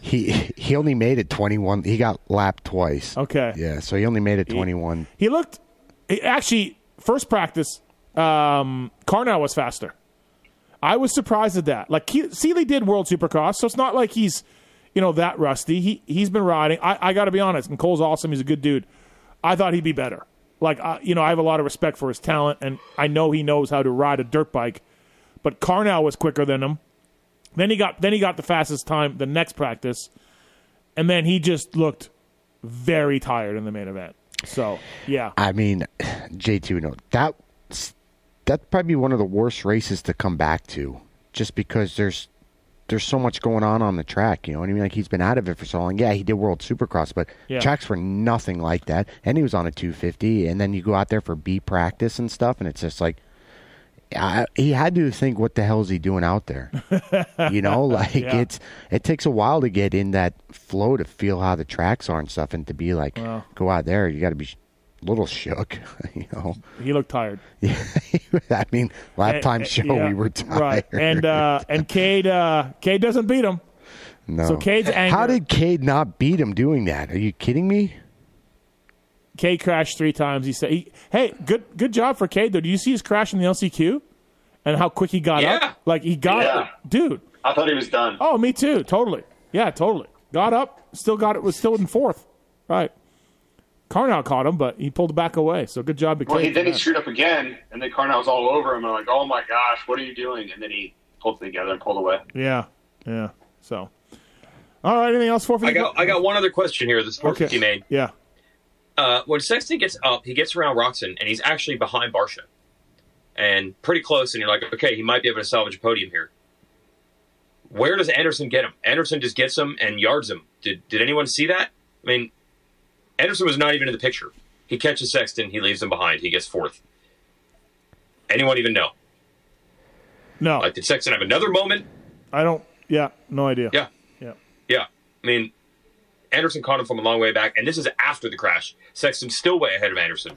Speaker 6: He he only made it 21. He got lapped twice.
Speaker 1: Okay.
Speaker 6: Yeah, so he only made it 21.
Speaker 1: He looked. he- actually, first practice, um, Carnell was faster. I was surprised at that. Like he, Seeley did World Supercross, so it's not like he's, you know, that rusty. He he's been riding. I, I got to be honest. And Cole's awesome. He's a good dude. I thought he'd be better. Like I, you know, I have a lot of respect for his talent, and I know he knows how to ride a dirt bike. But Carnell was quicker than him. Then he got then he got the fastest time the next practice, and then he just looked very tired in the main event. So yeah,
Speaker 6: I mean, J2, no, that that'd probably be one of the worst races to come back to, just because there's there's so much going on on the track. You know what I mean? Like he's been out of it for so long. Yeah, he did World Supercross, but
Speaker 1: Yeah.
Speaker 6: tracks were nothing like that. And he was on a 250, and then you go out there for B practice and stuff, and it's just like. I, he had to think, what the hell is he doing out there? you know, like
Speaker 1: Yeah.
Speaker 6: it's it takes a while to get in that flow to feel how the tracks are and stuff, and to be like, go out there, you got to be sh- a little shook. You know,
Speaker 1: he looked tired.
Speaker 6: I mean, lap
Speaker 1: And-
Speaker 6: time
Speaker 1: and-
Speaker 6: show
Speaker 1: Eh, yeah,
Speaker 6: we were tired.
Speaker 1: Right, and uh, and Cade uh, Cade doesn't beat him.
Speaker 6: no.
Speaker 1: so Cade's
Speaker 6: Oh. How
Speaker 1: anger-
Speaker 6: did Cade not beat him doing that? Are you kidding me?
Speaker 1: Cade crashed three times. He said, he, "Hey, good good job for Cade though. Do you see his crash in the LCQ and how quick he got
Speaker 4: Yeah.
Speaker 1: up? Like he got,
Speaker 5: Yeah.
Speaker 1: dude.
Speaker 5: I thought he was done.
Speaker 1: Oh, me too. Totally. Yeah, totally. Got up. Still got it. Was still in fourth. Right. Carnow caught him, but he pulled back away. So good job to Cade.
Speaker 5: Well, he,
Speaker 1: for
Speaker 5: then he
Speaker 1: that.
Speaker 5: screwed up again, and then Carnell was all over him. And I'm like, oh my gosh, what are you doing? And then he pulled together and pulled away.
Speaker 1: Yeah, yeah. So, all right. Anything else for?
Speaker 4: I got I got one other question here. This
Speaker 1: Okay.
Speaker 4: okay. made.
Speaker 1: Yeah.
Speaker 4: uh, when Sexton gets up, he gets around Roxon, and he's actually behind Barsha, and pretty close. And you're like, okay, he might be able to salvage a podium here. Where does Anderson get him? Anderson just gets him and yards him. Did did anyone see that? I mean, Anderson was not even in the picture. He catches Sexton, he leaves him behind. He gets fourth. Anyone even know?
Speaker 1: No,
Speaker 4: Like, did Sexton have another moment?
Speaker 1: I don't. Yeah, no idea.
Speaker 4: Yeah.
Speaker 1: Yeah.
Speaker 4: Yeah. I mean, Anderson caught him from a long way back, and this is after the crash. Sexton's still way ahead of Anderson.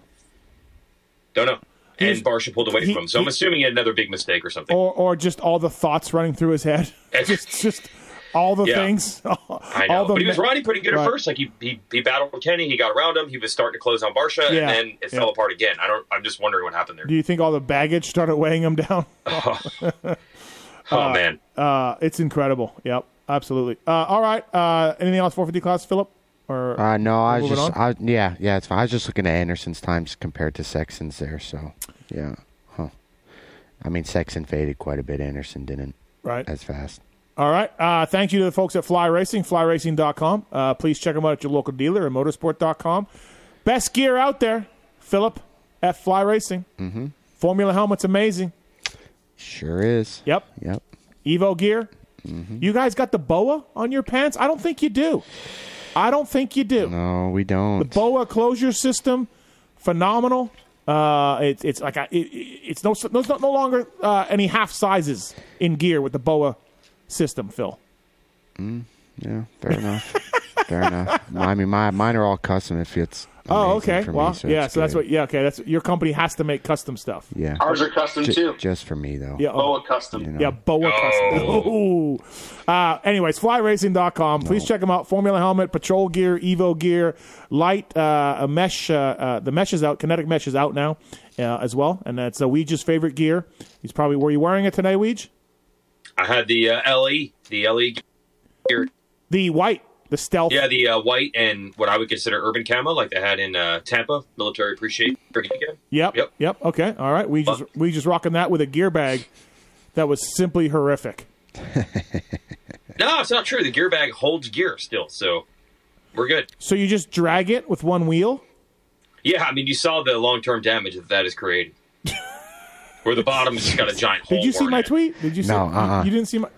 Speaker 4: Don't know.
Speaker 1: He's-
Speaker 4: and Barsha pulled away
Speaker 1: he-
Speaker 4: from him. So I'm
Speaker 1: he-
Speaker 4: assuming he had another big mistake or something.
Speaker 1: Or or just all the thoughts running through his head. just just all the
Speaker 4: Yeah.
Speaker 1: things.
Speaker 4: I know.
Speaker 1: All the
Speaker 4: But he was
Speaker 1: ma-
Speaker 4: riding pretty good
Speaker 1: Right.
Speaker 4: at first. Like he, he he battled Kenny, he got around him, he was starting to close on Barsha,
Speaker 1: Yeah.
Speaker 4: and then it
Speaker 1: Yeah.
Speaker 4: fell apart again. I don't I'm just wondering what happened there.
Speaker 1: Do you think all the baggage started weighing him down?
Speaker 4: oh man.
Speaker 1: Uh, it's incredible. Yep, absolutely. Uh, all right. Uh, anything else? 450 class, Philip? Or
Speaker 6: Uh, no, I was
Speaker 1: Moving
Speaker 6: just, I, yeah, yeah, it's fine. I was just looking at Anderson's times compared to Sexton's there. So, yeah, huh. I mean, Sexton faded quite a bit. Anderson didn't
Speaker 1: right.
Speaker 6: as fast.
Speaker 1: All right. Uh, thank you to the folks at Fly Racing, flyracing.com. Uh, please check them out at your local dealer and motorsport.com. Best gear out there, Philip, at Fly Racing. Mm-hmm. Formula helmets, amazing.
Speaker 6: Sure is.
Speaker 1: Yep.
Speaker 6: Yep.
Speaker 1: Evo gear.
Speaker 6: Mm-hmm.
Speaker 1: You guys got the boa on your pants? I don't think you do. I don't think you do.
Speaker 6: No, we don't.
Speaker 1: Boa closure system, phenomenal. Uh, it's it's like a, it, it's no no it's no longer uh, any half sizes in gear with the boa system, Phil.
Speaker 6: Yeah, fair enough. fair enough. I mean, my mine are all custom. If it's
Speaker 1: Oh,
Speaker 6: amazing
Speaker 1: okay.
Speaker 6: for
Speaker 1: Well,
Speaker 6: me, so
Speaker 1: yeah.
Speaker 6: it's
Speaker 1: So that's
Speaker 6: good.
Speaker 1: what. Yeah. Okay. That's your company has to make custom stuff.
Speaker 6: Yeah,
Speaker 5: Ours are custom
Speaker 6: Ju-
Speaker 5: too.
Speaker 6: just for me though.
Speaker 1: Yeah. oh.
Speaker 5: Boa custom.
Speaker 1: Yeah, Boa Custom.
Speaker 4: Oh.
Speaker 1: Ooh. Uh, anyways, flyracing.com. Please check them out. Formula helmet, patrol gear, Evo gear, light, uh, a mesh. Uh, uh, the mesh is out. Kinetic mesh is out now uh, as well. And that's uh, Ouija's favorite gear. He's probably, were you wearing it today, Ouija?
Speaker 4: I had the uh, LE, the LE gear.
Speaker 1: The white, the stealth.
Speaker 4: Yeah, the uh, white and what I would consider urban camo, like they had in uh, Tampa, military appreciate. Brigade.
Speaker 1: Yep.
Speaker 4: Yep.
Speaker 1: Yep. Okay. All right. We just we just rocking that with a gear bag that was simply horrific.
Speaker 4: No, it's not true. The gear bag holds gear still, so We're good.
Speaker 1: So you just drag it with one wheel?
Speaker 4: Yeah, I mean, you saw the long term damage that that has created. Where the bottom's just got a giant hole.
Speaker 1: Did you see
Speaker 4: worn
Speaker 1: my
Speaker 4: in it.
Speaker 1: tweet? Did you see?
Speaker 6: No,
Speaker 1: you-
Speaker 6: uh-uh.
Speaker 1: You, didn't see my.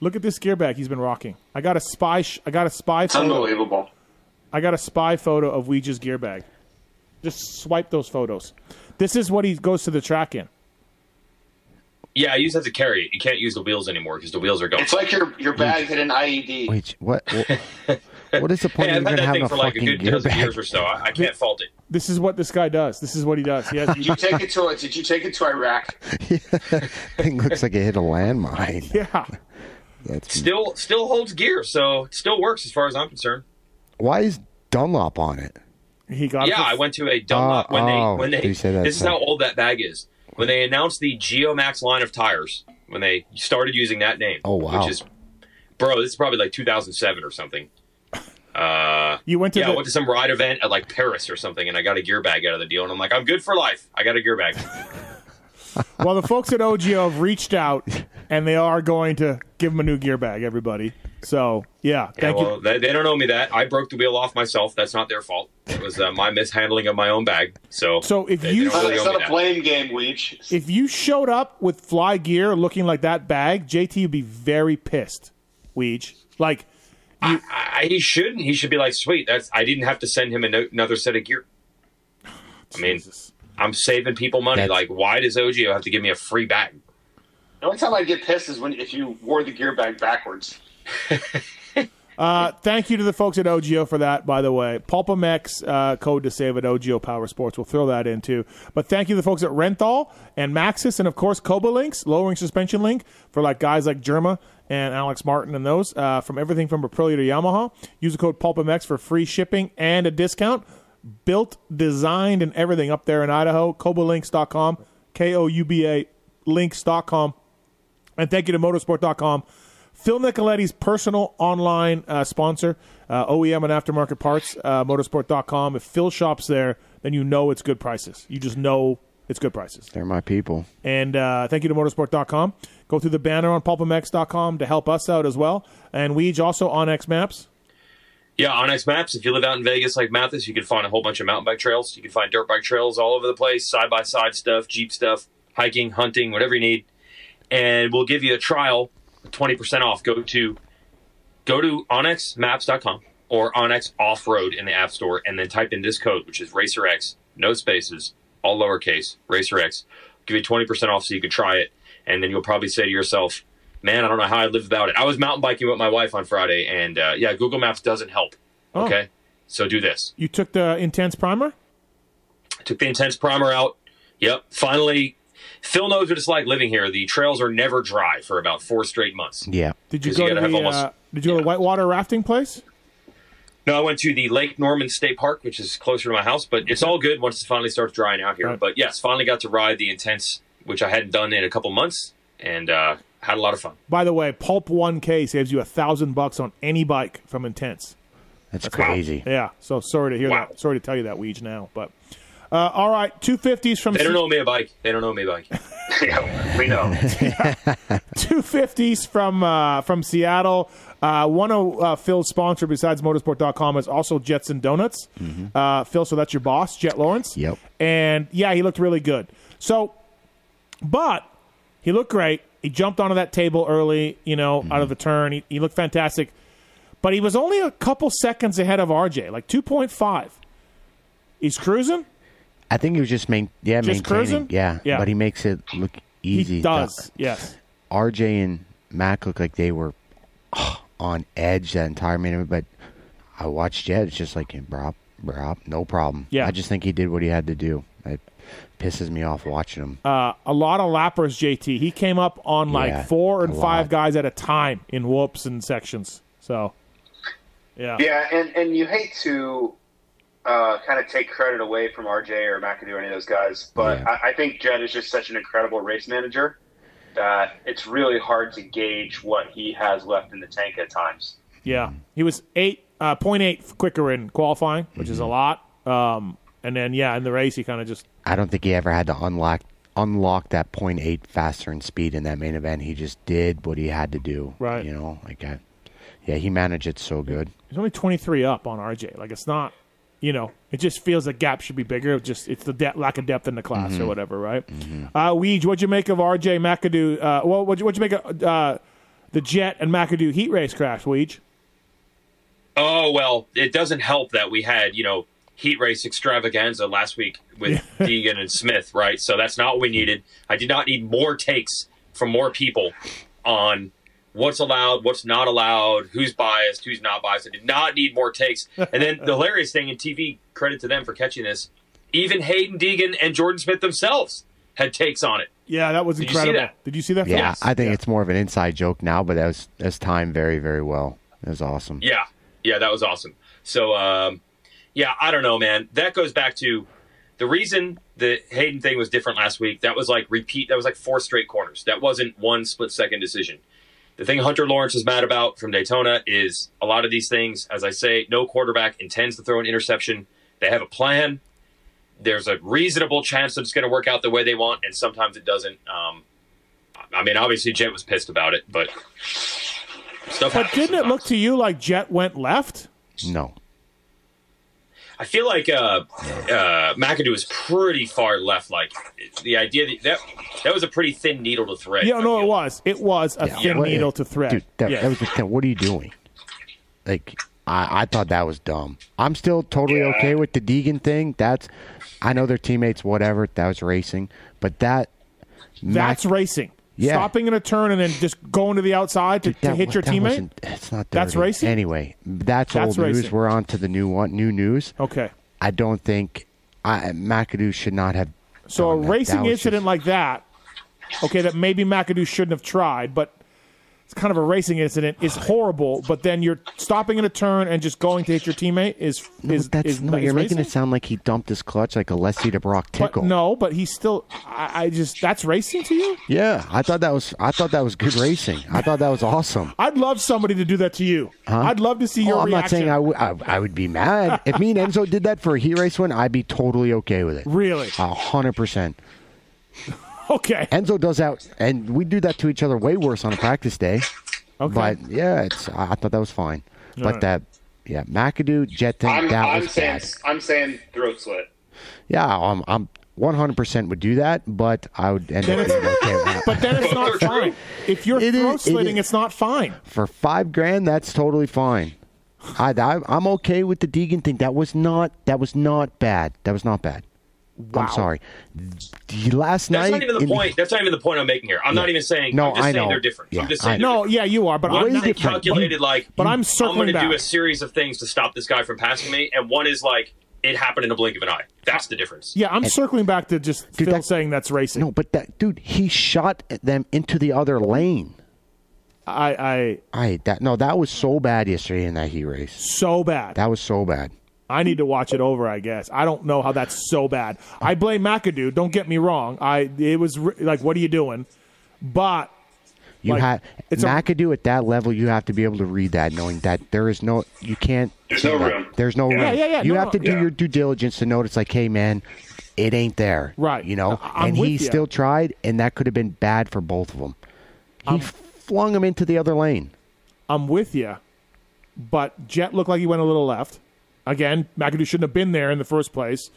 Speaker 1: Look at this gear bag he's been rocking. I got a spy. Sh- I got a spy
Speaker 5: It's
Speaker 1: photo.
Speaker 5: unbelievable.
Speaker 1: I got a spy photo of Ouija's gear bag. Just swipe those photos. This is what he goes to the track in.
Speaker 4: Yeah, I use that to carry it. You can't use the wheels anymore because the wheels are gone.
Speaker 5: It's like your your bag hit an E IED.
Speaker 6: Wait, what? what- what is the point
Speaker 4: Hey,
Speaker 6: of
Speaker 4: I've had
Speaker 6: even
Speaker 4: that
Speaker 6: having
Speaker 4: thing
Speaker 6: a
Speaker 4: for like a
Speaker 6: fucking
Speaker 4: good
Speaker 6: gear
Speaker 4: dozen
Speaker 6: bag?
Speaker 4: years or so. I, I can't fault it.
Speaker 1: This is what this guy does. This is what he does. He has
Speaker 5: Did you take it to did you take it to Iraq?
Speaker 6: Thing looks like it hit a landmine.
Speaker 1: yeah.
Speaker 6: That's
Speaker 4: Still, still holds gear, so it still works as far as I'm concerned.
Speaker 6: why is Dunlop on it?
Speaker 1: He got. it
Speaker 4: Yeah,
Speaker 1: for-
Speaker 4: I went to a Dunlop when
Speaker 6: oh,
Speaker 4: they when they.
Speaker 6: you say that,
Speaker 4: this is
Speaker 6: so-
Speaker 4: how old that bag is. When they announced the GeoMax line of tires, when they started using that name.
Speaker 6: Oh, wow.
Speaker 4: Which is, bro, this is probably like 2007 or something.
Speaker 1: You went to
Speaker 4: yeah,
Speaker 1: the.
Speaker 4: I went to some ride event at like Paris or something, and I got a gear bag out of the deal, and I'm like, I'm good for life. I got a gear bag.
Speaker 1: Well, the folks at OGO have reached out, and they are going to give him a new gear bag, everybody. So, yeah,
Speaker 4: Yeah,
Speaker 1: thank
Speaker 4: well,
Speaker 1: you.
Speaker 4: they, they don't owe me that. I broke the wheel off myself. That's not their fault. It was uh, my mishandling of my own bag. So,
Speaker 1: So if
Speaker 4: they- they
Speaker 1: you-
Speaker 4: don't
Speaker 5: Uh,
Speaker 4: really
Speaker 5: it's
Speaker 4: owe
Speaker 5: not
Speaker 4: me
Speaker 5: a
Speaker 4: that.
Speaker 5: blame game, Weech.
Speaker 1: If you showed up with fly gear looking like that bag, JT would be very pissed, Weege. Like,
Speaker 4: I, he shouldn't. He should be like, sweet. That's I didn't have to send him ano- another set of gear. I mean,
Speaker 1: Jesus.
Speaker 4: I'm saving people money.
Speaker 6: That's-
Speaker 4: Like, why does OGO have to give me a free bag?
Speaker 5: The only time I'd get pissed is when if you wore the gear bag backwards.
Speaker 1: Uh, thank you to the folks at OGO for that, by the way. Pulpamex uh, code to save at OGO Power Sports. We'll throw that in too. But thank you to the folks at Renthal and Maxis and, of course, Coba Links, lowering suspension link for like guys like Germa and Alex Martin and those. Uh, from everything from Aprilia to Yamaha. Use the code Pulpamex for free shipping and a discount. Built, designed, and everything up there in Idaho. Cobalinks.com, K O U B A links.com. And thank you to motorsport.com. Phil Nicoletti's personal online uh, sponsor, uh, OEM and aftermarket parts, uh, motorsport.com. If Phil shops there, then you know it's good prices. You just know it's good prices.
Speaker 6: They're my people.
Speaker 1: And uh, thank you to motorsport.com. Go through the banner on pulpamex.com to help us out as well. And Weege also on X Maps.
Speaker 4: Yeah, on X Maps. If you live out in Vegas like Mathis, you can find a whole bunch of mountain bike trails. You can find dirt bike trails all over the place, side by side stuff, jeep stuff, hiking, hunting, whatever you need. And we'll give you a trial, twenty percent off. Go to go to onxmaps.com or onx off road in the app store, and then type in this code, which is RacerX, no spaces, all lowercase, RacerX. Give you twenty percent off so you can try it, and then you'll probably say to yourself. Man, I don't know how I lived without it. I was mountain biking with my wife on Friday, and uh, yeah, Google Maps doesn't help.
Speaker 1: Oh.
Speaker 4: Okay. So do this.
Speaker 1: You took the intense primer?
Speaker 4: Took the intense primer out. Yep. Finally, Phil knows what it's like living here. The trails are never dry for about four straight months.
Speaker 6: Yeah.
Speaker 1: Did you
Speaker 4: 'Cause
Speaker 1: go
Speaker 4: you
Speaker 1: to
Speaker 4: gotta have
Speaker 1: the
Speaker 4: almost-
Speaker 1: uh, Did you go to the whitewater rafting place?
Speaker 4: No, I went to the Lake Norman State Park, which is closer to my house, but it's all good once it finally starts drying out here.
Speaker 1: Right.
Speaker 4: But yes, finally got to ride the intense, which I hadn't done in a couple months, and uh, had a lot of fun.
Speaker 1: By the way, Pulp 1K saves you a thousand bucks on any bike from Intense.
Speaker 6: That's crazy.
Speaker 1: Yeah. So sorry to hear
Speaker 4: Wow.
Speaker 1: that. Sorry to tell you that, Weege, now. But uh, all right, two fifties from
Speaker 4: They don't owe me a bike. They don't owe me a bike.
Speaker 5: yeah, we know.
Speaker 1: two fifties from uh, from Seattle. Uh, one of uh, Phil's sponsor besides motorsport.com is also Jetson Donuts. Uh, Phil, so that's your boss, Jet Lawrence.
Speaker 6: Yep.
Speaker 1: And yeah, he looked really good. So, but he looked great. He jumped onto that table early, you know, out of the turn. He, he looked fantastic. But he was only a couple seconds ahead of RJ, like 2.5. He's cruising.
Speaker 6: I think he was just main. Yeah,
Speaker 1: Just
Speaker 6: maintaining.
Speaker 1: cruising?
Speaker 6: Yeah.
Speaker 1: Yeah.
Speaker 6: But he makes it look
Speaker 1: He
Speaker 6: easy.
Speaker 1: does. Yes.
Speaker 6: RJ and Mac looked like they were ah, on edge that entire minute, but I watched Jed. It's just like, hey, bro, bro, no problem.
Speaker 1: Yeah.
Speaker 6: I just think he did what he had to do. It pisses me off watching him.
Speaker 1: Uh, a lot of lappers, JT. He came up on like
Speaker 6: Yeah,
Speaker 1: four and
Speaker 6: a
Speaker 1: five
Speaker 6: lot.
Speaker 1: guys at a time in whoops and sections. So, yeah.
Speaker 5: yeah, and and you hate to uh, kind of take credit away from RJ or McAdoo or any of those guys, but
Speaker 6: Yeah.
Speaker 5: I, I think Jed is just such an incredible race manager that it's really hard to gauge what he has left in the tank at times.
Speaker 1: Yeah. He was eight uh, 0.8 quicker in qualifying, which is a
Speaker 6: Mm-hmm.
Speaker 1: lot. Um, and then, yeah, in the race, he kind of just,
Speaker 6: I don't think he ever had to unlock unlock that point eight faster in speed in that main event. He just did what he had to do.
Speaker 1: Right.
Speaker 6: You know, like I, yeah, he managed it so good.
Speaker 1: He's only 23 up on RJ. Like it's not, you know, it just feels the gap should be bigger. It's just it's the de- lack of depth in the class
Speaker 6: Mm-hmm.
Speaker 1: or whatever, right? Uh, Weege, what'd you make of RJ McAdoo? Uh, well, what'd you, what'd you make of uh, the Jet and McAdoo heat race crash, Weege?
Speaker 4: Oh well, it doesn't help that we had you know heat race extravaganza last week with Deegan and Smith, right? So that's not what we needed. I did not need more takes from more people on what's allowed, what's not allowed, who's biased, who's not biased. I did not need more takes. And then the hilarious thing, and TV credit to them for catching this. Even Hayden Deegan and Jordan Smith themselves had takes on it.
Speaker 1: Yeah, that was
Speaker 4: Did you see
Speaker 1: incredible.
Speaker 4: that?
Speaker 1: Did you see that?
Speaker 6: Yeah,
Speaker 1: Phil?
Speaker 4: Yes.
Speaker 6: I think it's more of an inside joke now, but that was that's timed very very well. It was awesome.
Speaker 1: Um,
Speaker 4: Yeah, yeah, that was awesome. So, um, yeah, I don't know, man. That goes back to the reason the Hayden thing was different last week. That was like repeat. That was like four straight corners. That wasn't one split second decision. The thing Hunter Lawrence is mad about from Daytona is a lot of these things. As I say, no quarterback intends to throw an interception. They have a plan. There's a reasonable chance that it's going to work out the way they want, and sometimes it doesn't. Um, I mean, obviously, Jet was pissed about it, but
Speaker 1: But
Speaker 4: stuff. happens
Speaker 1: didn't it
Speaker 4: sometimes.
Speaker 1: look to you like Jet went left?
Speaker 6: No.
Speaker 4: I feel like uh, uh, McAdoo was pretty far left. Like the idea that that, that was a pretty thin needle to thread.
Speaker 1: Yeah,
Speaker 4: I
Speaker 1: no, it
Speaker 4: feel.
Speaker 1: was. It was a thin
Speaker 6: What-
Speaker 1: needle to thread.
Speaker 6: Dude, that,
Speaker 1: Yes.
Speaker 6: that was just what are you doing? Like I, I thought that was dumb. I'm still totally okay with the Deegan thing. That's I know they're teammates, whatever. That was racing, but that
Speaker 1: That's racing.
Speaker 6: Yeah.
Speaker 1: Stopping in a turn and then just going to the outside to, to
Speaker 6: that
Speaker 1: hit
Speaker 6: wa-
Speaker 1: your
Speaker 6: that
Speaker 1: teammate.
Speaker 6: wasn't- It's not.
Speaker 1: That's
Speaker 6: dirty.
Speaker 1: racing?
Speaker 6: Anyway, that's,
Speaker 1: That's
Speaker 6: old news.
Speaker 1: racing. Oh.
Speaker 6: We're on to the new one. New news.
Speaker 1: Okay.
Speaker 6: I don't think I, McAdoo should not have.
Speaker 1: So a
Speaker 6: done that. That
Speaker 1: racing
Speaker 6: was
Speaker 1: incident
Speaker 6: just-
Speaker 1: like that, okay, that maybe McAdoo shouldn't have tried, but it's kind of a racing incident. Is horrible, but then you're stopping in a turn and just going to hit your teammate is
Speaker 6: No,
Speaker 1: is
Speaker 6: that's
Speaker 1: is,
Speaker 6: no.
Speaker 1: is
Speaker 6: You're
Speaker 1: racing?
Speaker 6: making it sound like he dumped his clutch like a Leslie DeBrock
Speaker 1: But
Speaker 6: tickle.
Speaker 1: no, but he's still. I, I just that's racing to you.
Speaker 6: Yeah, I thought that was. I thought that was good racing. I thought that was awesome.
Speaker 1: I'd love somebody to do that to you. I'd love to see your
Speaker 6: Oh, I'm not
Speaker 1: reaction.
Speaker 6: saying I would- I- I would be mad if me and Enzo did that for a heat race win. I'd be totally okay with it.
Speaker 1: Really?
Speaker 6: A hundred percent.
Speaker 1: Okay.
Speaker 6: Enzo does that, and we do that to each other way worse on a practice day.
Speaker 1: Okay.
Speaker 6: But yeah, it's. I I thought that was fine. but
Speaker 1: right.
Speaker 6: that, yeah, McAdoo jet thing.
Speaker 5: I'm,
Speaker 6: that
Speaker 5: I'm
Speaker 6: was
Speaker 5: saying
Speaker 6: bad.
Speaker 5: I'm saying throat slit.
Speaker 6: Yeah, I'm. I'm 100% would do that, but I would end up being okay with that.
Speaker 1: But then it's not fine. If you're
Speaker 6: It is-
Speaker 1: throat
Speaker 6: it
Speaker 1: slitting,
Speaker 6: is-
Speaker 1: it's not fine.
Speaker 6: for five grand, that's totally fine. I, I I'm okay with the Deegan thing. That was not that was not bad. That was not bad. I'm sorry. The last
Speaker 4: That's
Speaker 6: night.
Speaker 4: not even the
Speaker 6: in
Speaker 4: point. That's not even the point I'm making here. I'm not even saying.
Speaker 6: No,
Speaker 4: I'm just
Speaker 6: I
Speaker 4: saying
Speaker 6: know.
Speaker 4: they're different.
Speaker 6: Yeah,
Speaker 4: I'm just
Speaker 6: I
Speaker 4: saying.
Speaker 6: know.
Speaker 1: No, yeah, you are, but
Speaker 4: One
Speaker 1: I'm
Speaker 4: is
Speaker 1: not.
Speaker 4: they
Speaker 6: different.
Speaker 4: calculated like,
Speaker 1: But I'm
Speaker 4: I'm going
Speaker 1: circling
Speaker 4: to do
Speaker 1: back.
Speaker 4: a series of things to stop this guy from passing me, and one is like, it happened in a blink of an eye. That's the difference.
Speaker 1: Yeah, I'm circling back to just
Speaker 6: Dude,
Speaker 1: Phil
Speaker 6: that-
Speaker 1: saying that's racing.
Speaker 6: No, but that dude, he shot at them into the other lane.
Speaker 1: I, I
Speaker 6: I that no, that was so bad yesterday in that heat race.
Speaker 1: so bad.
Speaker 6: That was so bad.
Speaker 1: I need to watch it over. I guess I don't know how that's so bad. I blame McAdoo. Don't get me wrong. I it was re- like, what are you doing? But
Speaker 6: You
Speaker 1: Like,
Speaker 6: had
Speaker 1: it's a-
Speaker 6: McAdoo at that level. You have to be able to read that, knowing that there is no, you can't.
Speaker 5: There's no
Speaker 6: Yeah.
Speaker 5: room.
Speaker 6: There's no room.
Speaker 1: yeah, yeah,
Speaker 6: You
Speaker 1: no,
Speaker 6: have to do
Speaker 5: yeah.
Speaker 6: your due diligence to notice, like, hey, man, it ain't there.
Speaker 1: Right.
Speaker 6: You know,
Speaker 1: I- I'm
Speaker 6: and he
Speaker 1: with ya.
Speaker 6: still tried, and that could have been bad for both of them. He flung him into the other lane.
Speaker 1: I'm with you. But Jet looked like he went a little left. Again, McAdoo shouldn't have been there in the first place.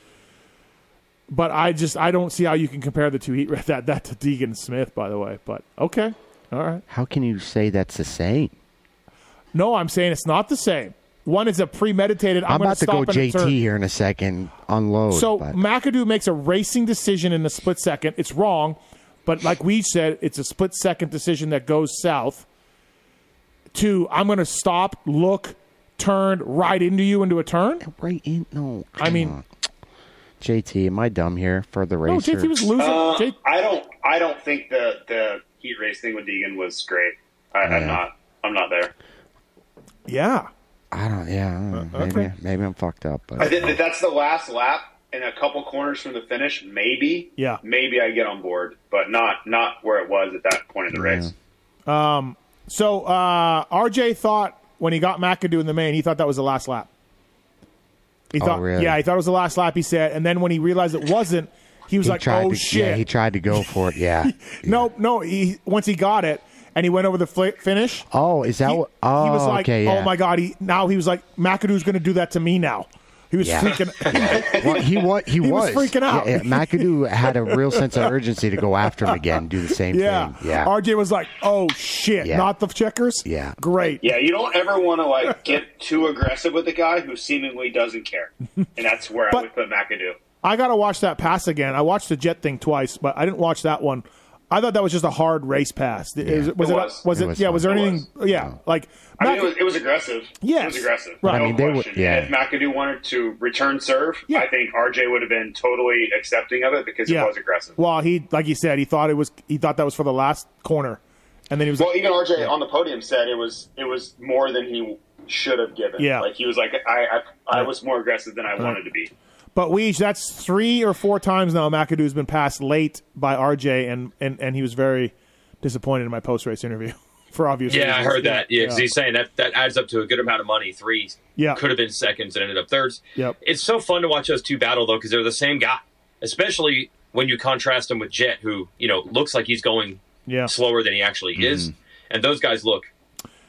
Speaker 1: But I just I don't see how you can compare the two heat that that to Deegan Smith. By the way, but okay, all right.
Speaker 6: How can you say that's the same?
Speaker 1: No, I'm saying it's not the same. One is a premeditated. I'm,
Speaker 6: I'm,
Speaker 1: gonna
Speaker 6: about to
Speaker 1: stop
Speaker 6: go
Speaker 1: and
Speaker 6: JT
Speaker 1: turn.
Speaker 6: here in a second. Unload.
Speaker 1: So
Speaker 6: but-
Speaker 1: McAdoo makes a racing decision in a split second. It's wrong, but like we said, it's a split second decision that goes south. To I'm going to stop, look, turn right into you into a turn.
Speaker 6: right in. No.
Speaker 1: I
Speaker 6: Oh, come
Speaker 1: mean-
Speaker 6: on. JT, am I dumb here for the
Speaker 1: No,
Speaker 6: racer?
Speaker 1: JT was losing.
Speaker 5: Uh,
Speaker 1: J-
Speaker 5: I don't I don't think the the heat race thing with Deegan was great. I, I'm
Speaker 6: Yeah.
Speaker 5: not I'm not there.
Speaker 1: yeah,
Speaker 6: I don't. Yeah. I don't know. maybe,
Speaker 1: okay.
Speaker 6: maybe I'm fucked up. But
Speaker 5: Uh, I think if that's the last lap and a couple corners from the finish, maybe.
Speaker 1: Yeah.
Speaker 5: Maybe I get on board, but not not where it was at that point in the race.
Speaker 1: So uh, RJ thought when he got McAdoo in the main, he thought that was the last lap. He
Speaker 6: Oh,
Speaker 1: thought,
Speaker 6: really?
Speaker 1: yeah, he thought it was the last lap. He said, and then when he realized it wasn't, he was
Speaker 6: he
Speaker 1: like,
Speaker 6: tried
Speaker 1: "Oh
Speaker 6: to,
Speaker 1: shit!"
Speaker 6: Yeah, he tried to go for it. Yeah.
Speaker 1: No, no. He once he got it, and he went over the fl- finish.
Speaker 6: Oh, is that
Speaker 1: he,
Speaker 6: what? Oh,
Speaker 1: he was like,
Speaker 6: okay, yeah.
Speaker 1: "Oh my god!" He now he was like, "McAdoo's going to do that to me now." He was
Speaker 6: Yeah.
Speaker 1: freaking.
Speaker 6: Well, he was. He,
Speaker 1: He was freaking out.
Speaker 6: Yeah, yeah, McAdoo had a real sense of urgency to go after him again, do the same
Speaker 1: yeah.
Speaker 6: thing. Yeah.
Speaker 1: RJ was like, "Oh shit!"
Speaker 6: Yeah.
Speaker 1: Not the checkers.
Speaker 6: Yeah.
Speaker 1: Great.
Speaker 5: Yeah, you don't ever want to like get too aggressive with a guy who seemingly doesn't care, and that's where
Speaker 1: But-
Speaker 5: I would put McAdoo.
Speaker 1: I gotta watch that pass again. I watched the jet thing twice, but I didn't watch that one. I thought that was just a hard race pass. It- is- was,
Speaker 5: It
Speaker 1: it?
Speaker 5: was.
Speaker 1: Was
Speaker 6: It
Speaker 1: it?
Speaker 6: was
Speaker 1: yeah. Was there
Speaker 5: It
Speaker 1: anything? Yeah. Like
Speaker 5: I mean,
Speaker 1: Mac-
Speaker 5: it was, it was aggressive.
Speaker 1: Yes.
Speaker 5: it was aggressive.
Speaker 1: Right. I
Speaker 5: No
Speaker 6: mean, they
Speaker 5: question.
Speaker 6: were- yeah.
Speaker 5: If McAdoo wanted to return serve,
Speaker 1: Yeah.
Speaker 5: I think RJ would have been totally accepting of it because
Speaker 1: yeah.
Speaker 5: it was aggressive. Well,
Speaker 1: Well, he like he said he thought it was he thought that was for the last corner, and then he was like,
Speaker 5: even RJ on the podium said it was it was more than he should have given.
Speaker 1: Yeah.
Speaker 5: like he was like I I, I was more aggressive than I wanted to be.
Speaker 1: But Weege, that's three or four times now McAdoo's been passed late by RJ, and and, and he was very disappointed in my post race interview for obvious
Speaker 4: Yeah,
Speaker 1: reasons.
Speaker 4: I heard that. Yeah, because he's saying that that adds up to a good amount of money. Three
Speaker 1: Yeah.
Speaker 4: could have been seconds and ended up thirds.
Speaker 1: Yep.
Speaker 4: It's so fun to watch those two battle though because they're the same guy, especially when you contrast him with Jet, who you know looks like he's going
Speaker 1: Yeah.
Speaker 4: slower than he actually
Speaker 6: Mm-hmm.
Speaker 4: is, and those guys look.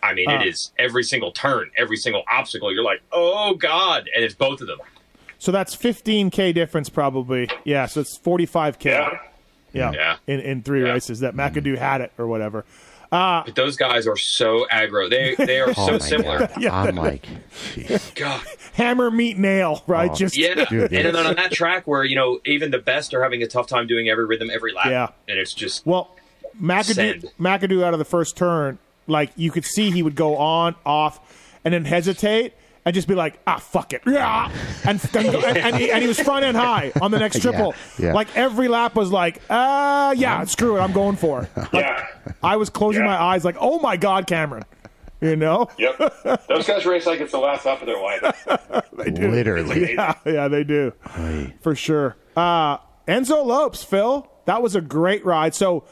Speaker 4: I mean,
Speaker 1: Uh.
Speaker 4: it is every single turn, every single obstacle. You're like, oh god, and it's both of them.
Speaker 1: So that's 15k difference probably. Yeah, so it's 45k.
Speaker 5: Yeah.
Speaker 1: Yeah.
Speaker 4: Yeah.
Speaker 1: In in three
Speaker 4: Yeah.
Speaker 1: races that McAdoo had it or whatever.
Speaker 4: But those guys are so aggro. They they are
Speaker 6: Oh
Speaker 4: so
Speaker 6: my
Speaker 4: similar.
Speaker 6: God. I'm like, jeez.
Speaker 4: God.
Speaker 1: Hammer meet nail, right?
Speaker 6: Oh,
Speaker 1: Just
Speaker 4: Yeah,
Speaker 6: Dude,
Speaker 4: and then
Speaker 6: it's-
Speaker 4: on that track where you know even the best are having a tough time doing every rhythm every lap.
Speaker 1: Yeah.
Speaker 4: and it's just
Speaker 1: Well,
Speaker 4: Send.
Speaker 1: McAdoo, McAdoo out of the first turn, like you could see he would go on, off, and then hesitate and just be like, ah, fuck it. Yeah. And, then go- and, and he, and he was front end high on the next triple.
Speaker 6: yeah.
Speaker 1: Like every lap was like, uh, yeah, screw it. I'm going for it. Like,
Speaker 5: Yeah.
Speaker 1: I was closing
Speaker 5: Yeah.
Speaker 1: my eyes like, oh my God, Cameron. You know?
Speaker 5: Yep. Those guys race like it's the last lap of their life.
Speaker 6: literally.
Speaker 1: Yeah, yeah, they do. For sure. Uh, Enzo Lopes, Phil, that was a great ride. So,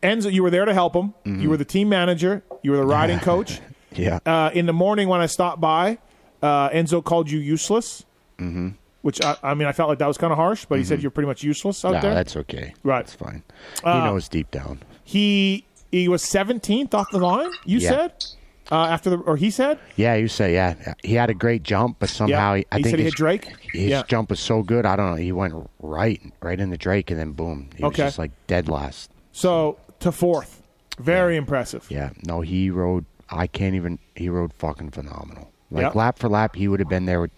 Speaker 1: Enzo, you were there to help him. You were the team manager, you were the riding coach.
Speaker 6: Mm-hmm. Yeah.
Speaker 1: Uh, in the morning when I stopped by, uh, Enzo called you useless, mm-hmm. which I, I mean, I felt like that was kind of harsh, but he said you're pretty much useless out
Speaker 6: no,
Speaker 1: there.
Speaker 6: Mm-hmm. that's okay.
Speaker 1: Right. Uh,
Speaker 6: That's fine. he knows deep down.
Speaker 1: He he was 17th off the line, you
Speaker 6: Yeah.
Speaker 1: said? Uh, after the, or he said?
Speaker 6: Yeah, you say, yeah. He had a great jump, but somehow he, I
Speaker 1: he
Speaker 6: think
Speaker 1: said he
Speaker 6: his,
Speaker 1: hit Drake?
Speaker 6: his
Speaker 1: yeah.
Speaker 6: jump was so good. I don't know. He went right, right into Drake, and then boom. He
Speaker 1: Okay.
Speaker 6: was just like dead last.
Speaker 1: So, to fourth. Very impressive.
Speaker 6: Yeah, no, he rode. I can't even. He rode fucking phenomenal. Like
Speaker 1: Yep.
Speaker 6: lap for lap, he would have been there with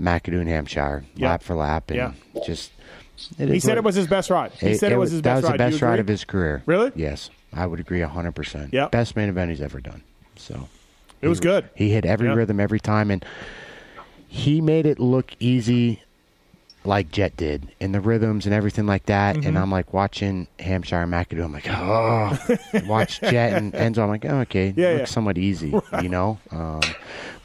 Speaker 6: McAdoo and Hampshire.
Speaker 1: Yeah.
Speaker 6: Lap for lap, and
Speaker 1: Yeah.
Speaker 6: just.
Speaker 1: He said it was his best ride. He said it, was his
Speaker 6: that
Speaker 1: best
Speaker 6: was
Speaker 1: ride.
Speaker 6: the
Speaker 1: Do you
Speaker 6: best ride
Speaker 1: agree?
Speaker 6: of his career.
Speaker 1: Really?
Speaker 6: Yes, I would agree hundred percent.
Speaker 1: Yep.
Speaker 6: best main event he's ever done. So
Speaker 1: It was good.
Speaker 6: he hit every
Speaker 1: Yeah.
Speaker 6: rhythm every time, and he made it look easy, like Jet did, and the rhythms and everything like that.
Speaker 1: Mm-hmm.
Speaker 6: And I'm like watching Hampshire and McAdoo. I'm like, oh, watch Jet and Enzo. I'm like, oh, okay,
Speaker 1: Yeah,
Speaker 6: looks
Speaker 1: yeah.
Speaker 6: somewhat easy, you know. Um,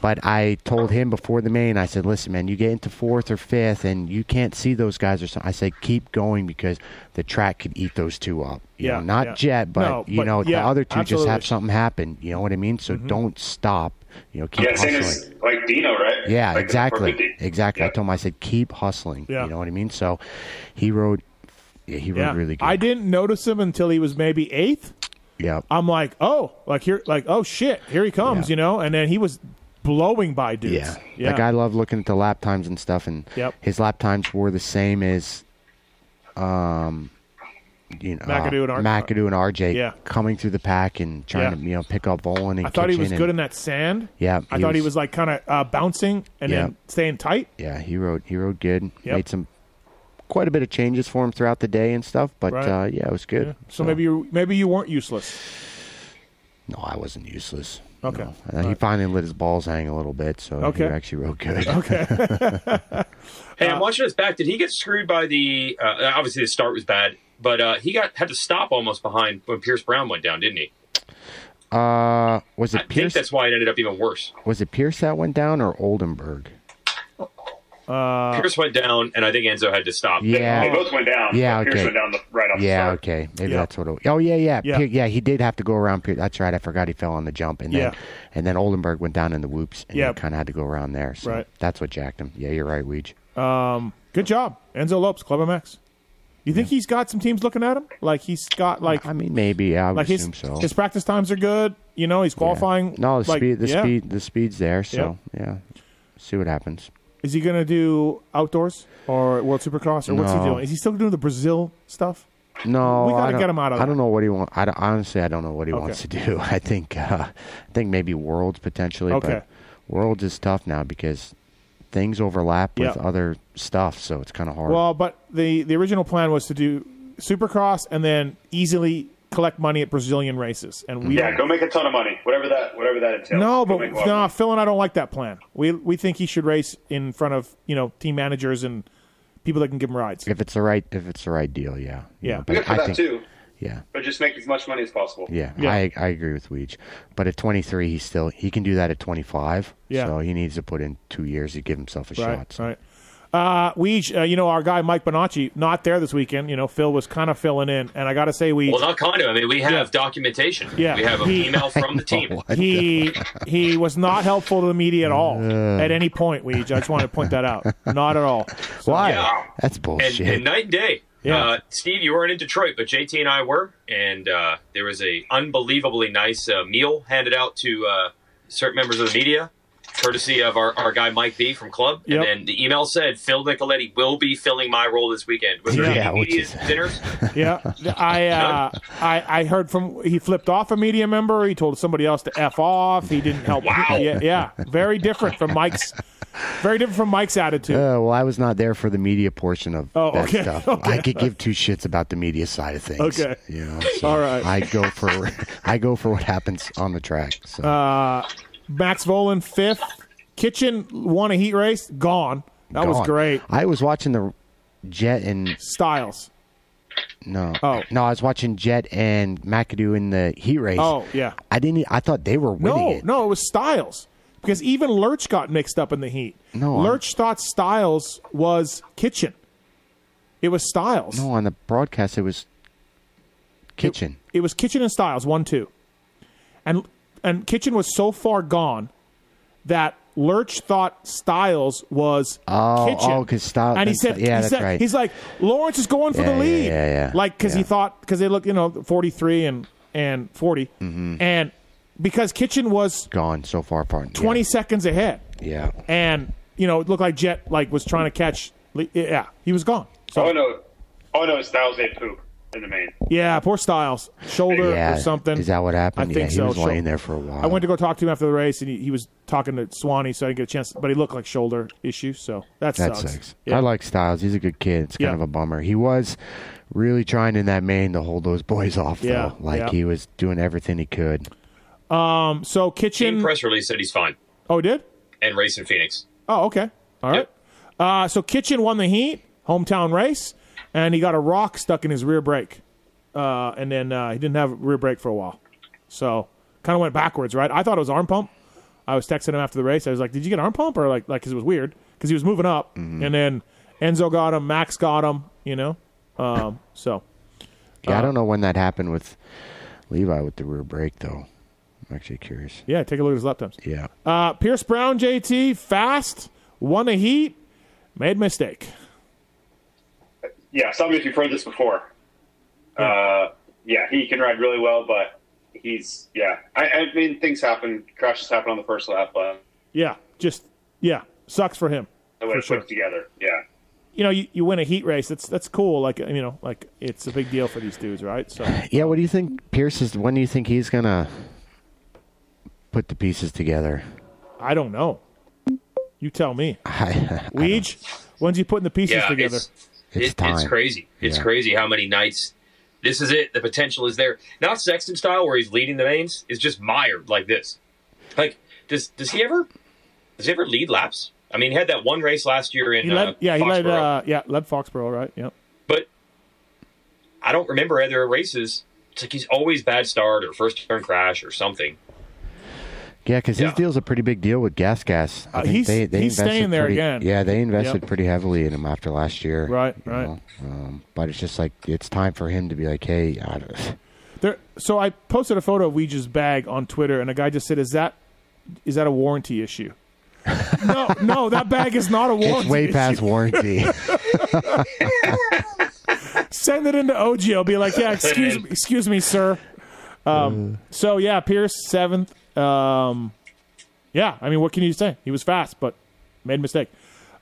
Speaker 6: but I told him before the main, I said, listen, man, you get into fourth or fifth, and you can't see those guys or something. I said, keep going because the track could eat those two up. You
Speaker 1: Yeah,
Speaker 6: know, not
Speaker 1: yeah.
Speaker 6: Jet, but
Speaker 1: No,
Speaker 6: you
Speaker 1: but-
Speaker 6: know,
Speaker 1: yeah,
Speaker 6: the other two just
Speaker 1: absolutely.
Speaker 6: have something happen. You know what I mean?
Speaker 1: Mm-hmm.
Speaker 6: So don't stop. You know, keep
Speaker 5: Yeah, same
Speaker 6: hustling.
Speaker 5: as like Dino, right?
Speaker 6: Yeah,
Speaker 5: Like,
Speaker 6: exactly.
Speaker 5: 450.
Speaker 6: Exactly. I
Speaker 5: Yeah.
Speaker 6: told him I said keep hustling.
Speaker 1: Yeah.
Speaker 6: You know what I mean? So he rode yeah, he rode
Speaker 1: Yeah.
Speaker 6: really good.
Speaker 1: I didn't notice him until he was maybe eighth.
Speaker 6: yeah.
Speaker 1: I'm like, oh, like here, like oh shit, here he comes,
Speaker 6: Yeah.
Speaker 1: you know. And then he was blowing by dudes.
Speaker 6: yeah.
Speaker 1: yeah.
Speaker 6: Like I love looking at the lap times and stuff and
Speaker 1: Yep.
Speaker 6: his lap times were the same as um you know
Speaker 1: McAdoo and
Speaker 6: uh,
Speaker 1: R-
Speaker 6: McAdoo and RJ
Speaker 1: Yeah.
Speaker 6: coming through the pack and trying
Speaker 1: Yeah.
Speaker 6: to you know pick up Volan and
Speaker 1: I thought he was
Speaker 6: Kitchen
Speaker 1: good in
Speaker 6: and,
Speaker 1: that sand.
Speaker 6: Yeah,
Speaker 1: I
Speaker 6: he
Speaker 1: thought he
Speaker 6: was-
Speaker 1: was like kind of uh, bouncing and
Speaker 6: Yeah.
Speaker 1: then staying tight.
Speaker 6: Yeah, he rode he rode good.
Speaker 1: Yep.
Speaker 6: Made some quite a bit of changes for him throughout the day and stuff, but
Speaker 1: Right.
Speaker 6: uh yeah, it was good.
Speaker 1: So maybe you maybe you weren't useless.
Speaker 6: No, I wasn't useless.
Speaker 1: Okay.
Speaker 6: No. Uh, he finally let his balls hang a little bit, so
Speaker 1: Okay.
Speaker 6: he actually rode good.
Speaker 1: uh,
Speaker 4: Hey, I'm watching this back. Did he get screwed by the? Uh, obviously, the start was bad, but uh, he got had to stop almost behind when Pierce Brown went down, didn't he?
Speaker 6: Uh, was
Speaker 4: I
Speaker 6: it
Speaker 4: think
Speaker 6: Pierce?
Speaker 4: that's why it ended up even worse.
Speaker 6: Was it Pierce that went down or Oldenburg?
Speaker 1: Uh,
Speaker 4: Pierce went down, and I think Enzo had to stop.
Speaker 5: They
Speaker 6: Yeah,
Speaker 5: both went down.
Speaker 6: Yeah,
Speaker 5: but Pierce
Speaker 6: okay.
Speaker 5: went down the, right off
Speaker 6: yeah,
Speaker 5: the start.
Speaker 6: okay, maybe
Speaker 1: Yeah.
Speaker 6: that's what. It, oh yeah, yeah,
Speaker 1: Yeah.
Speaker 6: yeah. yeah, he did have to go around Pierce. That's right, I forgot he fell on the jump, and then
Speaker 1: Yeah.
Speaker 6: and then Oldenburg went down in the whoops, and
Speaker 1: Yeah.
Speaker 6: he kind of had to go around there. So
Speaker 1: Right.
Speaker 6: that's what jacked him. Yeah, you're right, Weege.
Speaker 1: Good job, Enzo Lopes, Club MX. You think he's got some teams looking at him? Like he's got like
Speaker 6: I mean, maybe. I would
Speaker 1: like his
Speaker 6: assume so.
Speaker 1: his practice times are good. You know, he's
Speaker 6: Yeah.
Speaker 1: qualifying.
Speaker 6: No, the
Speaker 1: like,
Speaker 6: speed, the
Speaker 1: yeah.
Speaker 6: speed, the speed's there. So yeah, see what happens.
Speaker 1: Is he going to do outdoors or World Supercross or what's he
Speaker 6: No.
Speaker 1: doing? Is he still doing the Brazil stuff?
Speaker 6: No,
Speaker 1: We gotta
Speaker 6: I don't-
Speaker 1: get him out of
Speaker 6: I
Speaker 1: there.
Speaker 6: don't know what he wants. I don't- honestly, I don't know what he
Speaker 1: Okay.
Speaker 6: wants to do. I think, uh, I think maybe Worlds potentially.
Speaker 1: Okay.
Speaker 6: But Worlds is tough now because things overlap with
Speaker 1: Yeah.
Speaker 6: other stuff, so it's kind of hard.
Speaker 1: Well, but the the original plan was to do Supercross and then easily collect money at Brazilian races, and we
Speaker 5: Yeah, go make a ton of money, whatever that whatever that entails.
Speaker 1: no,
Speaker 5: Go
Speaker 1: but
Speaker 5: make a
Speaker 1: no,
Speaker 5: lot of money.
Speaker 1: Phil and I don't like that plan. We we think he should race in front of you know team managers and people that can give him rides.
Speaker 6: if it's the right, if it's the right deal, yeah, You
Speaker 1: Yeah.
Speaker 6: know,
Speaker 5: good
Speaker 6: but
Speaker 5: for
Speaker 6: I
Speaker 5: that
Speaker 6: think,
Speaker 5: too.
Speaker 6: yeah.
Speaker 5: But just make as much money as possible.
Speaker 6: Yeah,
Speaker 1: Yeah.
Speaker 6: I I agree with Weege. But at 23, he still he can do that at 25.
Speaker 1: Yeah.
Speaker 6: So he needs to put in two years to give himself a shot.
Speaker 1: Right,
Speaker 6: So.
Speaker 1: right. Uh, Weege, uh, you know our guy Mike Bonacci, not there this weekend. You know Phil was kind of filling in, and I got to say, Weege,
Speaker 4: Well, not kind of. I mean, we have documentation.
Speaker 1: Yeah.
Speaker 4: We have an
Speaker 1: He- Oh,
Speaker 4: email from the team.
Speaker 6: What?
Speaker 1: he he was not helpful to the media at all at any point. Weege, I just want to point that out. Not at all. So-
Speaker 6: Why?
Speaker 4: Yeah.
Speaker 6: That's
Speaker 4: And,
Speaker 6: bullshit.
Speaker 4: and night and day.
Speaker 1: Yeah.
Speaker 4: Uh, Steve, you weren't in Detroit, but JT and I were, and uh, there was a unbelievably nice uh, meal handed out to uh, certain members of the media, courtesy of our, our guy Mike B from Club.
Speaker 1: Yep.
Speaker 4: And then the email said Phil Nicoletti will be filling my role this weekend. Was there
Speaker 6: Yeah,
Speaker 4: any
Speaker 6: which
Speaker 4: media
Speaker 6: is-
Speaker 4: dinners?
Speaker 1: Yeah, I, uh, I I heard from he flipped off a media member. He told somebody else to f off. He didn't help.
Speaker 4: Wow.
Speaker 1: Yeah, yeah, very different from Mike's. Very different from Mike's attitude.
Speaker 6: Uh, well, I was not there for the media portion of
Speaker 1: Oh,
Speaker 6: that
Speaker 1: okay,
Speaker 6: stuff.
Speaker 1: okay.
Speaker 6: I could give two shits about the media side of things.
Speaker 1: Okay.
Speaker 6: You know, so
Speaker 1: All right.
Speaker 6: I go for I go for what happens on the track. So
Speaker 1: Uh, Max Volan fifth. Kitchen won a heat race. Gone. That was
Speaker 6: gone.
Speaker 1: great.
Speaker 6: I was watching the Jet and
Speaker 1: Styles.
Speaker 6: no,
Speaker 1: Oh.
Speaker 6: no, I was watching Jet and McAdoo in the heat race.
Speaker 1: Oh, yeah.
Speaker 6: I didn't. e- I thought they were winning
Speaker 1: No,
Speaker 6: it.
Speaker 1: no, it was Styles because even Lurch got mixed up in the heat.
Speaker 6: No, I'm-
Speaker 1: Lurch thought Styles was Kitchen. It was Styles.
Speaker 6: No, on the broadcast it was kitchen.
Speaker 1: it was Kitchen and Styles one two, and and Kitchen was so far gone that Lurch thought Styles was
Speaker 6: Oh,
Speaker 1: Kitchen.
Speaker 6: oh, 'cause Styles-
Speaker 1: and he
Speaker 6: that's-
Speaker 1: said,
Speaker 6: yeah,
Speaker 1: he
Speaker 6: that's
Speaker 1: said-
Speaker 6: right.
Speaker 1: He's like Lawrence is going for
Speaker 6: Yeah,
Speaker 1: the
Speaker 6: yeah,
Speaker 1: lead,
Speaker 6: yeah, yeah.
Speaker 1: like because he
Speaker 6: Yeah.
Speaker 1: thought because they look you know forty three and and 40
Speaker 6: Mm-hmm.
Speaker 1: and because Kitchen was
Speaker 6: Gone so far apart.
Speaker 1: twenty seconds ahead,
Speaker 6: Yeah. yeah.
Speaker 1: and you know it looked like Jet like was trying to catch, Le- yeah, he was gone. So
Speaker 5: Oh no, oh no, Styles ate poop in the main.
Speaker 1: yeah, poor Styles shoulder
Speaker 6: Yeah.
Speaker 1: or something.
Speaker 6: Is that what happened?
Speaker 1: I
Speaker 6: yeah,
Speaker 1: think
Speaker 6: he
Speaker 1: so.
Speaker 6: was laying
Speaker 1: So-
Speaker 6: there for a while.
Speaker 1: I went to go talk to him after the race, and he, he was talking to Swanee, so I didn't get a chance. But he looked like shoulder issue, so that,
Speaker 6: that
Speaker 1: sucks.
Speaker 6: sucks.
Speaker 1: Yeah.
Speaker 6: I like Styles. He's a good kid. It's kind
Speaker 1: Yeah.
Speaker 6: of a bummer. He was really trying in that main to hold those boys off.
Speaker 1: Yeah,
Speaker 6: Though. Like
Speaker 1: yeah.
Speaker 6: he was doing everything he could.
Speaker 1: so
Speaker 4: Team
Speaker 1: kitchen.
Speaker 4: press release said he's fine
Speaker 1: Oh, he did
Speaker 4: and racing Phoenix.
Speaker 1: oh okay, all right.
Speaker 4: Yep.
Speaker 1: Uh, so kitchen won the heat hometown race, and he got a rock stuck in his rear brake, uh, and then uh, he didn't have rear brake for a while, so kind of went backwards. Right, I thought it was arm pump. I was texting him after the race. I was like, "Did you get arm pump?" Or like, like because it was weird because he was moving up, and then Enzo got him, Max got him, you know. Um, so
Speaker 6: Yeah,
Speaker 1: Uh-huh.
Speaker 6: I don't know when that happened with Levi with the rear brake though. I'm actually curious.
Speaker 1: yeah, take a look at his lap times.
Speaker 6: Yeah.
Speaker 1: Uh, Pierce Brown, JT, fast, won the heat, made mistake.
Speaker 5: Yeah, tell me if you've heard this before. Uh, yeah, he can ride really well, but he's yeah. I, I mean, things happen. Crashes happen on the first lap, but
Speaker 1: Yeah, just yeah, sucks for him.
Speaker 5: the way
Speaker 1: For
Speaker 5: it's
Speaker 1: sure.
Speaker 5: put together, yeah.
Speaker 1: You know, you, you win a heat race. That's that's cool. Like you know, like it's a big deal for these dudes, right? So
Speaker 6: Yeah, what do you think Pierce is when do you think he's gonna put the pieces together?
Speaker 1: I don't know. You tell me,
Speaker 6: I,
Speaker 1: Weege. When's he putting the pieces
Speaker 4: Yeah,
Speaker 1: together?
Speaker 4: it's,
Speaker 6: It's
Speaker 4: it- it's
Speaker 6: time.
Speaker 4: crazy. It's
Speaker 6: Yeah.
Speaker 4: crazy how many nights this is it. The potential is there. Not Sexton style where he's leading the mains is just mired like this. Like does does he ever does he ever lead laps? I mean, he had that one race last year in
Speaker 1: He led,
Speaker 4: uh,
Speaker 1: yeah, he led,
Speaker 4: Foxborough,
Speaker 1: uh, yeah, led Foxborough, right? Yep.
Speaker 4: but I don't remember other races. It's like he's always bad start or first turn crash or something.
Speaker 6: Yeah, because
Speaker 4: Yeah.
Speaker 6: his deal's a pretty big deal with Gas Gas. I
Speaker 1: Uh,
Speaker 6: think
Speaker 1: he's-
Speaker 6: they, they
Speaker 1: he's
Speaker 6: invested
Speaker 1: staying there
Speaker 6: pretty-
Speaker 1: again.
Speaker 6: Yeah, they invested
Speaker 1: Yep.
Speaker 6: pretty heavily in him after last year.
Speaker 1: Right,
Speaker 6: you
Speaker 1: right.
Speaker 6: know. Um, but it's just like it's time for him to be like, hey, I,
Speaker 1: There. So I posted a photo of Ouija's bag on Twitter, and a guy just said, "Is that is that a warranty issue?" no, no, that bag is not a warranty.
Speaker 6: it's way
Speaker 1: issue.
Speaker 6: past warranty.
Speaker 1: send it into OGO. Be like, yeah, excuse me, excuse me, sir.
Speaker 6: Mm.
Speaker 1: Um, so yeah, Pierce seventh. Um, yeah, I mean, what can you say? He was fast, but made a mistake.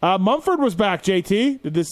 Speaker 1: Uh, Mumford was back. JT, did this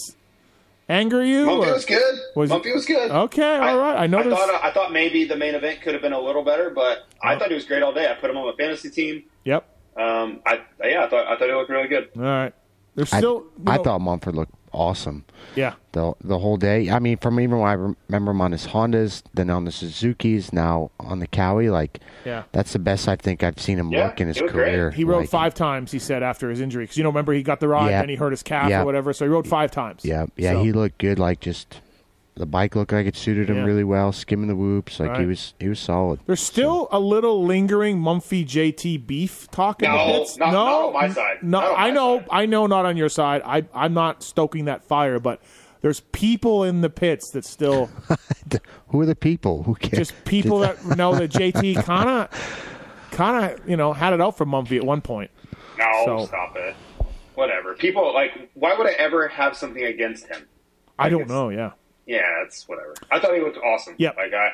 Speaker 1: anger you?
Speaker 5: Mumpy
Speaker 1: or-
Speaker 5: was good.
Speaker 1: was-
Speaker 5: Mumpy was good.
Speaker 1: Okay, all right. I noticed.
Speaker 5: thought, uh, I thought maybe the main event could have been a little better, but I thought he was great all day. I put him on my fantasy team.
Speaker 1: yep.
Speaker 5: Um, I yeah, I thought I thought he looked really good.
Speaker 1: All right. There's
Speaker 6: I,
Speaker 1: still. you
Speaker 6: I
Speaker 1: know-
Speaker 6: thought Mumford looked awesome.
Speaker 1: Yeah.
Speaker 6: the the whole day. I mean, from even when I remember him on his Hondas, then on the Suzuki's, now on the Cowie. Like,
Speaker 1: Yeah.
Speaker 6: that's the best I think I've seen him
Speaker 5: Yeah,
Speaker 6: work in his
Speaker 5: it was great.
Speaker 6: career.
Speaker 1: He rode
Speaker 6: Like,
Speaker 1: five times. He said after his injury, because you know, remember he got the ride
Speaker 6: Yeah.
Speaker 1: and he hurt his calf
Speaker 6: Yeah.
Speaker 1: or whatever. So he rode five times.
Speaker 6: Yeah, yeah,
Speaker 1: So-
Speaker 6: he looked good. Like, just the bike looked like it suited him
Speaker 1: Yeah.
Speaker 6: really well. Skimming the whoops, like he
Speaker 1: Right.
Speaker 6: was he was solid.
Speaker 1: There's still a little lingering Mumphy JT beef talk in
Speaker 5: No,
Speaker 1: the pits.
Speaker 5: not-
Speaker 1: no,
Speaker 5: not on my side.
Speaker 1: No,
Speaker 5: Not on my
Speaker 1: I know,
Speaker 5: side.
Speaker 1: I know, not on your side. I, I'm not stoking that fire, but there's people in the pits that still
Speaker 6: Who are the people? Who cares?
Speaker 1: just people that know that JT kind of, kind of, you know, had it out for Mumphy at one point.
Speaker 5: No,
Speaker 1: So-
Speaker 5: stop it. Whatever. People like, why would I ever have something against him?
Speaker 1: I don't
Speaker 5: it's-
Speaker 1: know. Yeah,
Speaker 5: Yeah, that's whatever. I thought he looked awesome.
Speaker 1: Yep.
Speaker 5: Like I,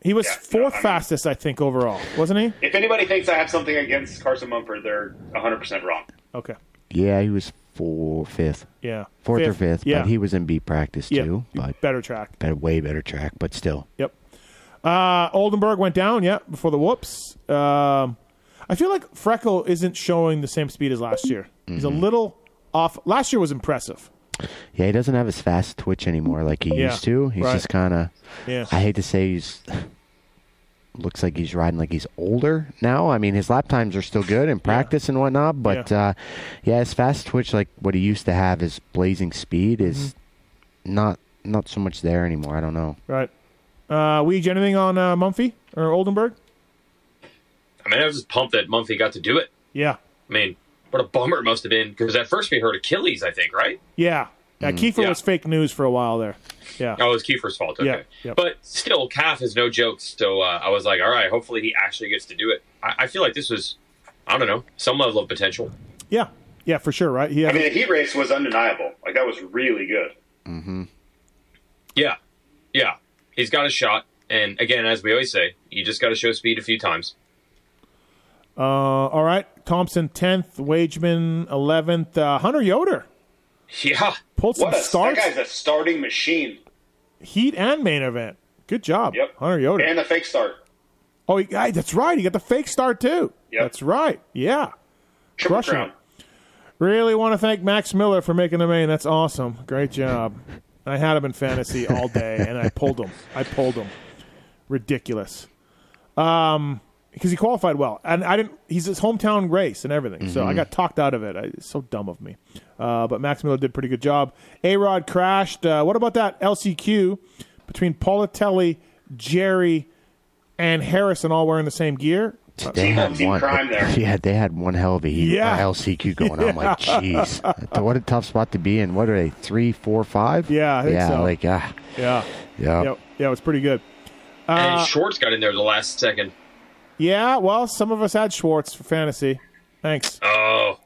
Speaker 1: he was
Speaker 5: Yeah, no,
Speaker 1: fourth
Speaker 5: I mean-
Speaker 1: fastest, I think, overall, wasn't he?
Speaker 5: if anybody thinks I have something against Carson Mumford, they're 100 percent wrong.
Speaker 1: Okay,
Speaker 6: yeah, he was four, fifth,
Speaker 1: yeah,
Speaker 6: fourth or fifth.
Speaker 1: Yeah,
Speaker 6: but he was in beat practice
Speaker 1: yeah.
Speaker 6: too. But
Speaker 1: better track.
Speaker 6: better, way better track. But still,
Speaker 1: Yep. Uh, Oldenburg went down, yeah, before the whoops. Um, I feel like Freckle isn't showing the same speed as last year. He's a
Speaker 5: Mm-hmm.
Speaker 1: little off. Last year was impressive.
Speaker 6: yeah, he doesn't have his fast twitch anymore like he
Speaker 1: Yeah,
Speaker 6: used to. He's
Speaker 1: right.
Speaker 6: just kind of
Speaker 1: Yeah.
Speaker 6: I hate to say he's looks like he's riding like he's older now. I mean, his lap times are still good in practice and whatnot, but
Speaker 1: Yeah.
Speaker 6: uh, yeah, his fast twitch like what he used to have, his blazing speed is
Speaker 1: Mm-hmm.
Speaker 6: not not so much there anymore. I don't know.
Speaker 1: Right. Uh, Weege, anything on uh, Mumphy or Oldenburg?
Speaker 4: I mean, I was just pumped that Mumphy got to do it.
Speaker 1: Yeah.
Speaker 4: I mean, what a bummer it must have been because at first we heard Achilles, I think, right?
Speaker 1: Yeah.
Speaker 5: Mm-hmm.
Speaker 1: Yeah, Kiefer
Speaker 4: Yeah.
Speaker 1: was fake news for a while there. Yeah.
Speaker 4: Oh, it was Kiefer's fault. Okay.
Speaker 1: Yeah, yeah.
Speaker 4: But still, calf is no joke. So uh, I was like, all right, hopefully he actually gets to do it. I, I feel like this was, I don't know, some level of potential.
Speaker 1: Yeah. Yeah, for sure, right? Yeah.
Speaker 5: I mean, the heat race was undeniable. Like that was really good.
Speaker 4: Yeah. Yeah. He's got a shot. And again, as we always say, you just got to show speed a few times.
Speaker 1: uh, all right. Thompson 10th, Wageman 11th, uh, Hunter Yoder
Speaker 4: Yeah.
Speaker 1: pulled some
Speaker 5: What a
Speaker 1: starts,
Speaker 5: that guy's a starting machine.
Speaker 1: heat and main event. Good job,
Speaker 5: Yep.
Speaker 1: Hunter Yoder.
Speaker 5: and a fake start.
Speaker 1: Oh, he, ah, that's right. He got the fake start too.
Speaker 5: Yep.
Speaker 1: That's right. Yeah.
Speaker 5: Triple
Speaker 1: Crushing
Speaker 5: crown.
Speaker 1: it. Really want to thank Max Miller for making the main. That's awesome. Great job. I had him in fantasy all day, and I pulled him. I pulled him. Ridiculous. Um, because he qualified well, and I didn't. He's his hometown race and everything, so I got talked out of it. I, it's so dumb of me. Uh, but Max Miller did a pretty good job. A Rod crashed. Uh, what about that LCQ between Politelli, Jerry, and Harrison all wearing the same gear?
Speaker 6: They had
Speaker 5: team
Speaker 6: one.
Speaker 5: crime there.
Speaker 6: Yeah, they had one hell of a heat,
Speaker 1: Yeah.
Speaker 6: uh, LCQ going on. I'm like, jeez, what a tough spot to be in. What are they? Three, four, five?
Speaker 1: Yeah, I think
Speaker 6: yeah,
Speaker 1: so.
Speaker 6: like ah,
Speaker 1: Yeah.
Speaker 6: yeah.
Speaker 1: Yep. Yeah, it was pretty good. Uh,
Speaker 4: and Schwartz got in there the last second.
Speaker 1: Yeah, well, some of us had Schwartz for fantasy. Thanks.
Speaker 4: Oh.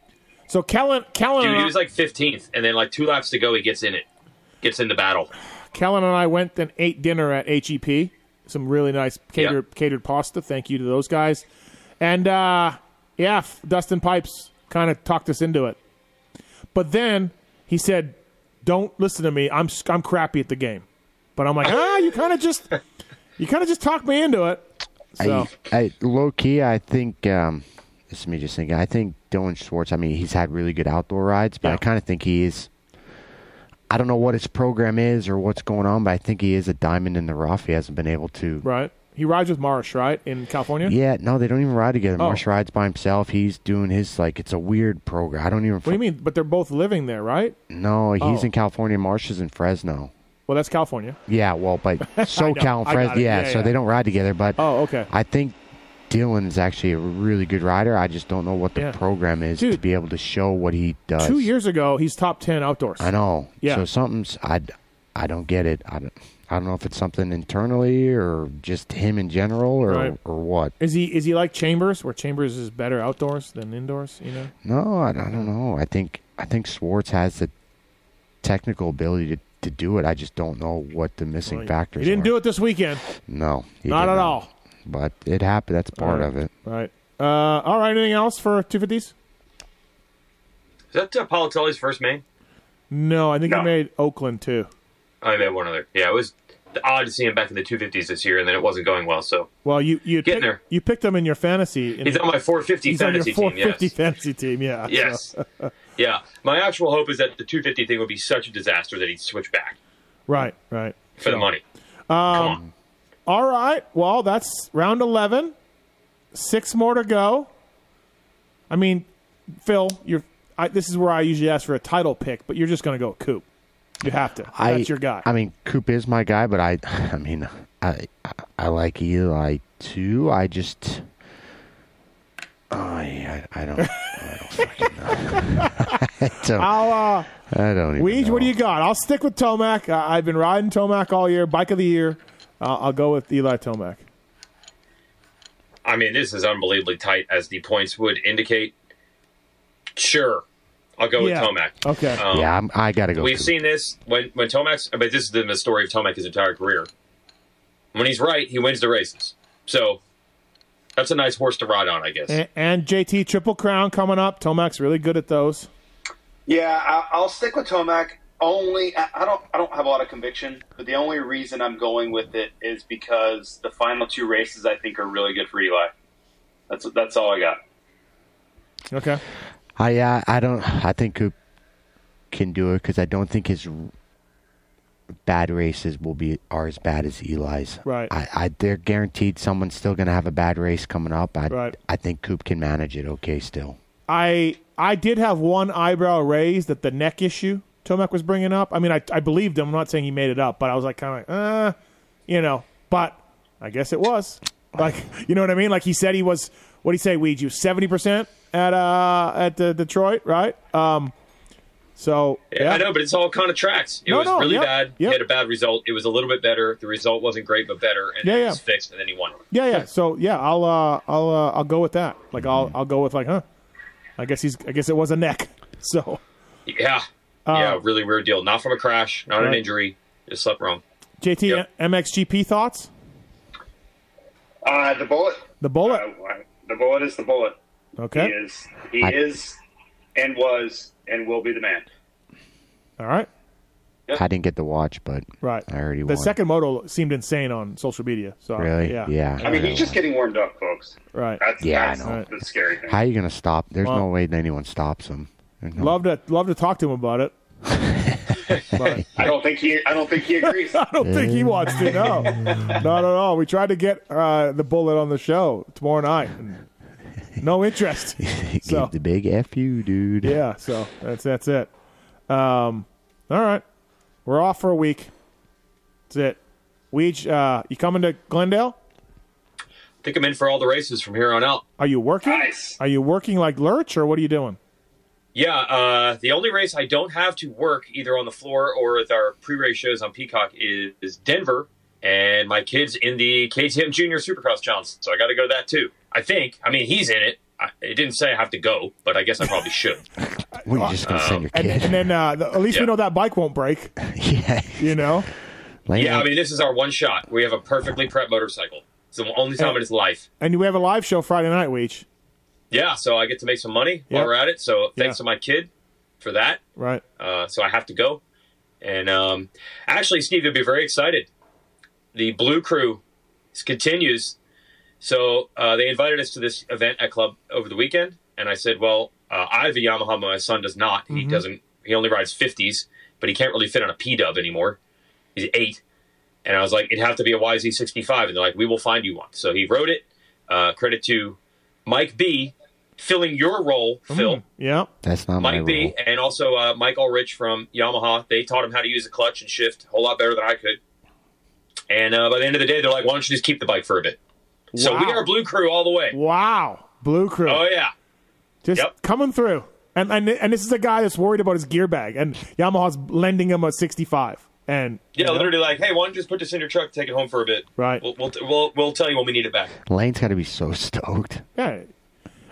Speaker 1: So Kellen, Kellen,
Speaker 4: Dude,
Speaker 1: and
Speaker 4: he
Speaker 1: I,
Speaker 4: was like 15th. And then like two laps to go, he gets in it, gets in the battle.
Speaker 1: Kellen and I went and ate dinner at HEP. Some really nice catered catered pasta. Thank you to those guys. And uh, yeah, F- Dustin Pipes kind of talked us into it. But then he said, "Don't listen to me. I'm s- I'm crappy at the game." But I'm like, ah, you kind of just you kind of just talked me into it. So
Speaker 6: I, I low key, I think um, this is me just thinking. I think Dylan Schwartz. I mean, he's had really good outdoor rides, but
Speaker 1: Yeah.
Speaker 6: I kind of think he is. I don't know what his program is or what's going on, but I think he is a diamond in the rough. He hasn't been able to.
Speaker 1: right, he rides with Marsh, right, in California.
Speaker 6: Yeah, no, they don't even ride together.
Speaker 1: Oh.
Speaker 6: Marsh rides by himself. He's doing his like it's a weird program. I don't even.
Speaker 1: What do you mean? But they're both living there, right?
Speaker 6: No, he's
Speaker 1: Oh.
Speaker 6: in California. Marsh is in Fresno.
Speaker 1: Well, that's California.
Speaker 6: Yeah, well, but SoCal and
Speaker 1: I got
Speaker 6: Fresno.
Speaker 1: it.
Speaker 6: Yeah,
Speaker 1: Yeah,
Speaker 6: so
Speaker 1: yeah.
Speaker 6: they don't ride together. But
Speaker 1: Oh, okay.
Speaker 6: I think Dylan is actually a really good rider. I just don't know what the
Speaker 1: Yeah.
Speaker 6: program is to
Speaker 1: Dude.
Speaker 6: be able to show what he does.
Speaker 1: Two years ago, he's top ten outdoors.
Speaker 6: I know.
Speaker 1: Yeah.
Speaker 6: So something's I, I don't get it. I don't, I don't know if it's something internally or just him in general or
Speaker 1: Right.
Speaker 6: or what.
Speaker 1: Is he is he like Chambers, where Chambers is better outdoors than indoors? You know,
Speaker 6: No, I, I don't know. I think I think Schwartz has the technical ability to to do it. I just don't know what the missing factors.
Speaker 1: He didn't
Speaker 6: were.
Speaker 1: do it this weekend.
Speaker 6: No, he
Speaker 1: Not
Speaker 6: did
Speaker 1: at all.
Speaker 6: But it happened. That's part of it.
Speaker 1: All right. Uh, all right. Anything else for 250s?
Speaker 4: Is that uh, Palatelli's first main?
Speaker 1: No, I think
Speaker 5: No.
Speaker 1: he made Oakland too.
Speaker 4: Oh, he made one other. Yeah, it was odd to see him back in the 250s this year, and then it wasn't going well. So
Speaker 1: Well, you you picked,
Speaker 4: Getting there.
Speaker 1: you picked him in your fantasy. in-
Speaker 4: he's on my 450
Speaker 1: he's on your
Speaker 4: fantasy
Speaker 1: 450
Speaker 4: team. Yes.
Speaker 1: fantasy team. Yeah. So-
Speaker 4: Yes. yeah. My actual hope is that the 250 thing would be such a disaster that he'd switch back
Speaker 1: right. Right.
Speaker 4: for the money. Come on.
Speaker 1: Um, All right. Well, that's round 11. Six more to go. I mean, Phil, you're. I, this is where I usually ask for a title pick, but you're just going to go Coop. You have to.
Speaker 6: I,
Speaker 1: That's your guy.
Speaker 6: I mean, Coop is my guy, but I, I mean, I, I, I like Eli too. I just, oh, I, I, I don't, I don't fucking know. I don't,
Speaker 1: I'll, uh,
Speaker 6: I don't even.
Speaker 1: Weege,
Speaker 6: know.
Speaker 1: what do you got? I'll stick with Tomac. I, I've been riding Tomac all year, bike of the year. Uh, I'll go with Eli Tomac.
Speaker 4: I mean, this is unbelievably tight, as the points would indicate. Sure, I'll go
Speaker 1: Yeah. Oh.
Speaker 4: with Tomac.
Speaker 1: Okay.
Speaker 4: Um,
Speaker 6: Yeah, I'm, I gotta go.
Speaker 4: we've
Speaker 6: Coop.
Speaker 4: seen this when when Tomac's. I mean, this has been the story of Tomac his entire career. When he's right, he wins the races. So that's a nice horse to ride on, I guess.
Speaker 1: And, and JT Triple Crown coming up. Tomac's really good at those.
Speaker 5: Yeah, I, I'll stick with Tomac. Only I I don't I don't have a lot of conviction, but the only reason I'm going with it is because the final two races I think are really good for Eli. That's that's all I got.
Speaker 1: Okay.
Speaker 6: I, yeah, I don't. I think Coop can do it because I don't think his r- bad races will be are as bad as Eli's.
Speaker 1: Right.
Speaker 6: I, I they're guaranteed someone's still gonna have a bad race coming up. I,
Speaker 1: Right.
Speaker 6: I think Coop can manage it. Okay, still.
Speaker 1: I I did have one eyebrow raised at the neck issue Tomac was bringing up. I mean, I, I believed him. I'm not saying he made it up, but I was like, kind of like, uh, you know, but I guess it was. Like, you know what I mean? Like he said he was, what do you say, Weege? You 70% at uh at the Detroit, right? Um, So, yeah.
Speaker 4: I know, but it's all kind of tracks. It
Speaker 1: No,
Speaker 4: was
Speaker 1: no,
Speaker 4: really
Speaker 1: yep,
Speaker 4: bad.
Speaker 1: yep.
Speaker 4: He had a bad result. It was a little bit better. The result wasn't great, but better, and
Speaker 1: Yeah,
Speaker 4: then
Speaker 1: yeah.
Speaker 4: it was fixed, and then he won.
Speaker 1: Yeah, yeah. So yeah, I'll uh, I'll uh, I'll go with that. Like I'll I'll go with like, huh? I guess he's I guess it was a neck. So
Speaker 4: Yeah, yeah, really weird deal. Not from a crash, not
Speaker 1: Uh,
Speaker 4: an
Speaker 1: right.
Speaker 4: injury. Just slept wrong.
Speaker 1: JT
Speaker 4: Yep.
Speaker 1: MXGP thoughts?
Speaker 5: Uh, the bullet.
Speaker 1: The bullet.
Speaker 5: Uh, why- the bullet is the bullet.
Speaker 1: Okay.
Speaker 5: He is. He
Speaker 6: I-
Speaker 5: is, and was, and will be the man.
Speaker 1: All right.
Speaker 6: I didn't get to watch, but
Speaker 1: Right.
Speaker 6: I already
Speaker 1: the
Speaker 6: won.
Speaker 1: second moto seemed insane on social media. So
Speaker 6: really,
Speaker 1: Yeah.
Speaker 6: yeah.
Speaker 5: I mean, he's just getting warmed up, folks.
Speaker 1: Right.
Speaker 5: That's,
Speaker 6: Yeah, I
Speaker 5: that's
Speaker 6: know.
Speaker 5: the scary thing.
Speaker 6: How you gonna stop? There's no
Speaker 1: Well-
Speaker 6: way that anyone stops him. There's no-
Speaker 1: Love to love to talk to him about it. but
Speaker 5: I don't think he. I don't think he agrees.
Speaker 1: I don't think he wants to know. Not at all. We tried to get uh, the bullet on the show tomorrow night. and No interest.
Speaker 6: He gave
Speaker 1: So-
Speaker 6: the big f you, dude.
Speaker 1: Yeah, so that's that's it. Um, all right, we're off for a week. That's it. Weege, uh, you coming to Glendale?
Speaker 4: I think I'm in for all the races from here on out.
Speaker 1: Are you working?
Speaker 5: Nice.
Speaker 1: Are you working like Lurch, or what are you doing?
Speaker 4: Yeah, uh, the only race I don't have to work either on the floor or with our pre-race shows on Peacock is, is Denver, and my kid's in the KTM Junior Supercross Challenge, so I got to go to that too. I think. I mean, he's in it. I, it didn't say I have to go, but I guess I probably should.
Speaker 6: What, you're just gonna send your
Speaker 1: And,
Speaker 6: kid?
Speaker 1: and then uh, the, at least we
Speaker 4: Yeah.
Speaker 1: know that bike won't break.
Speaker 6: yeah.
Speaker 1: You know,
Speaker 6: Lay
Speaker 4: yeah,
Speaker 6: out-
Speaker 4: I mean, this is our one shot. We have a perfectly prepped motorcycle. It's the only time in his life.
Speaker 1: and we have a live show Friday night, Weege.
Speaker 4: Yeah, so I get to make some money
Speaker 1: Yeah.
Speaker 4: while we're at it. So thanks
Speaker 1: Yeah.
Speaker 4: to my kid for that.
Speaker 1: Right?
Speaker 4: Uh, so I have to go. And um, actually, Steve, you'll be very excited. The Blue Crew s- continues. So uh, they invited us to this event at club over the weekend, and I said, "Well, uh, I have a Yamaha, but my son does not. He doesn't. He only rides 50s, but he can't really fit on a P Dub anymore. He's eight. And I was like, "It'd have to be a YZ65." And they're like, "We will find you one." So he wrote it. Uh, credit to Mike B, filling your role, Phil.
Speaker 1: Yeah.
Speaker 6: that's not my
Speaker 4: Mike B
Speaker 6: rule.
Speaker 4: and also uh, Mike Ulrich from Yamaha. They taught him how to use a clutch and shift a whole lot better than I could. And uh, by the end of the day, they're like, "Why don't you just keep the bike for a bit?" So we
Speaker 1: Wow.
Speaker 4: are Blue Crew all the way.
Speaker 1: Wow. Blue crew.
Speaker 4: Oh yeah,
Speaker 1: just
Speaker 4: Yep.
Speaker 1: coming through. And, and and this is a guy that's worried about his gear bag, and Yamaha's lending him a 65. And
Speaker 4: yeah.
Speaker 1: you know,
Speaker 4: Literally, like, hey, why don't you just put this in your truck, take it home for a bit?
Speaker 1: Right.
Speaker 4: We'll we'll, we'll, we'll tell you when we need it back.
Speaker 6: Lane's got to be so stoked.
Speaker 1: yeah.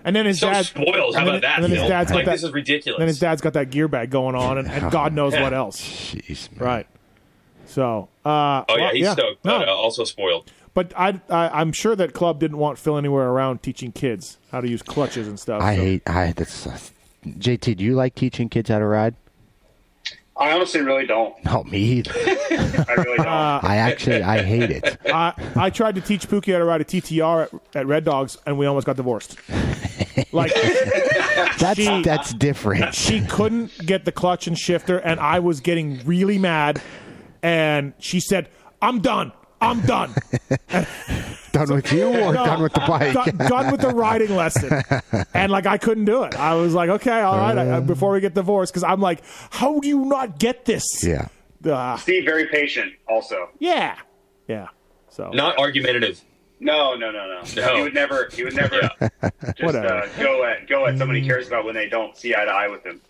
Speaker 1: And then his
Speaker 4: So
Speaker 1: dad
Speaker 4: spoiled. How
Speaker 1: and then-
Speaker 4: about that?
Speaker 1: and then his
Speaker 4: Phil?
Speaker 1: dad's got
Speaker 4: like
Speaker 1: that-
Speaker 4: this is ridiculous.
Speaker 1: Then his dad's got that gear bag going on, and, and God knows what else.
Speaker 6: Jeez, man.
Speaker 1: Right. So, uh,
Speaker 4: Oh yeah,
Speaker 1: well,
Speaker 4: he's stoked,
Speaker 1: no.
Speaker 4: but uh, also spoiled.
Speaker 1: But I, I, I'm sure that club didn't want Phil anywhere around teaching kids how to use clutches and stuff.
Speaker 6: I
Speaker 1: so-
Speaker 6: hate. I that's. Uh, JT, do you like teaching kids how to ride?
Speaker 5: I honestly really don't.
Speaker 6: Not me either.
Speaker 5: I really don't.
Speaker 1: Uh,
Speaker 6: I actually I hate it.
Speaker 1: I, I tried to teach Pookie how to ride a TTR at, at Red Dogs, and we almost got divorced. Like
Speaker 6: That's
Speaker 1: She-
Speaker 6: that's different.
Speaker 1: she couldn't get the clutch and shifter, and I was getting really mad. And she said, "I'm done. I'm done.
Speaker 6: Done with you or
Speaker 1: No.
Speaker 6: done with the bike?
Speaker 1: done, done with the riding lesson." And like I couldn't do it. I was like, "Okay, all right." I, I- before we get divorced, because I'm like, "How do you not get this?"
Speaker 6: yeah.
Speaker 1: Ah,
Speaker 5: Steve very patient. Also,
Speaker 1: yeah, yeah. So
Speaker 4: Not argumentative.
Speaker 5: no, no, no, no.
Speaker 4: No.
Speaker 5: He would never. He would never just uh,
Speaker 1: Whatever.
Speaker 5: go at go at somebody he cares about when they don't see eye to eye with him.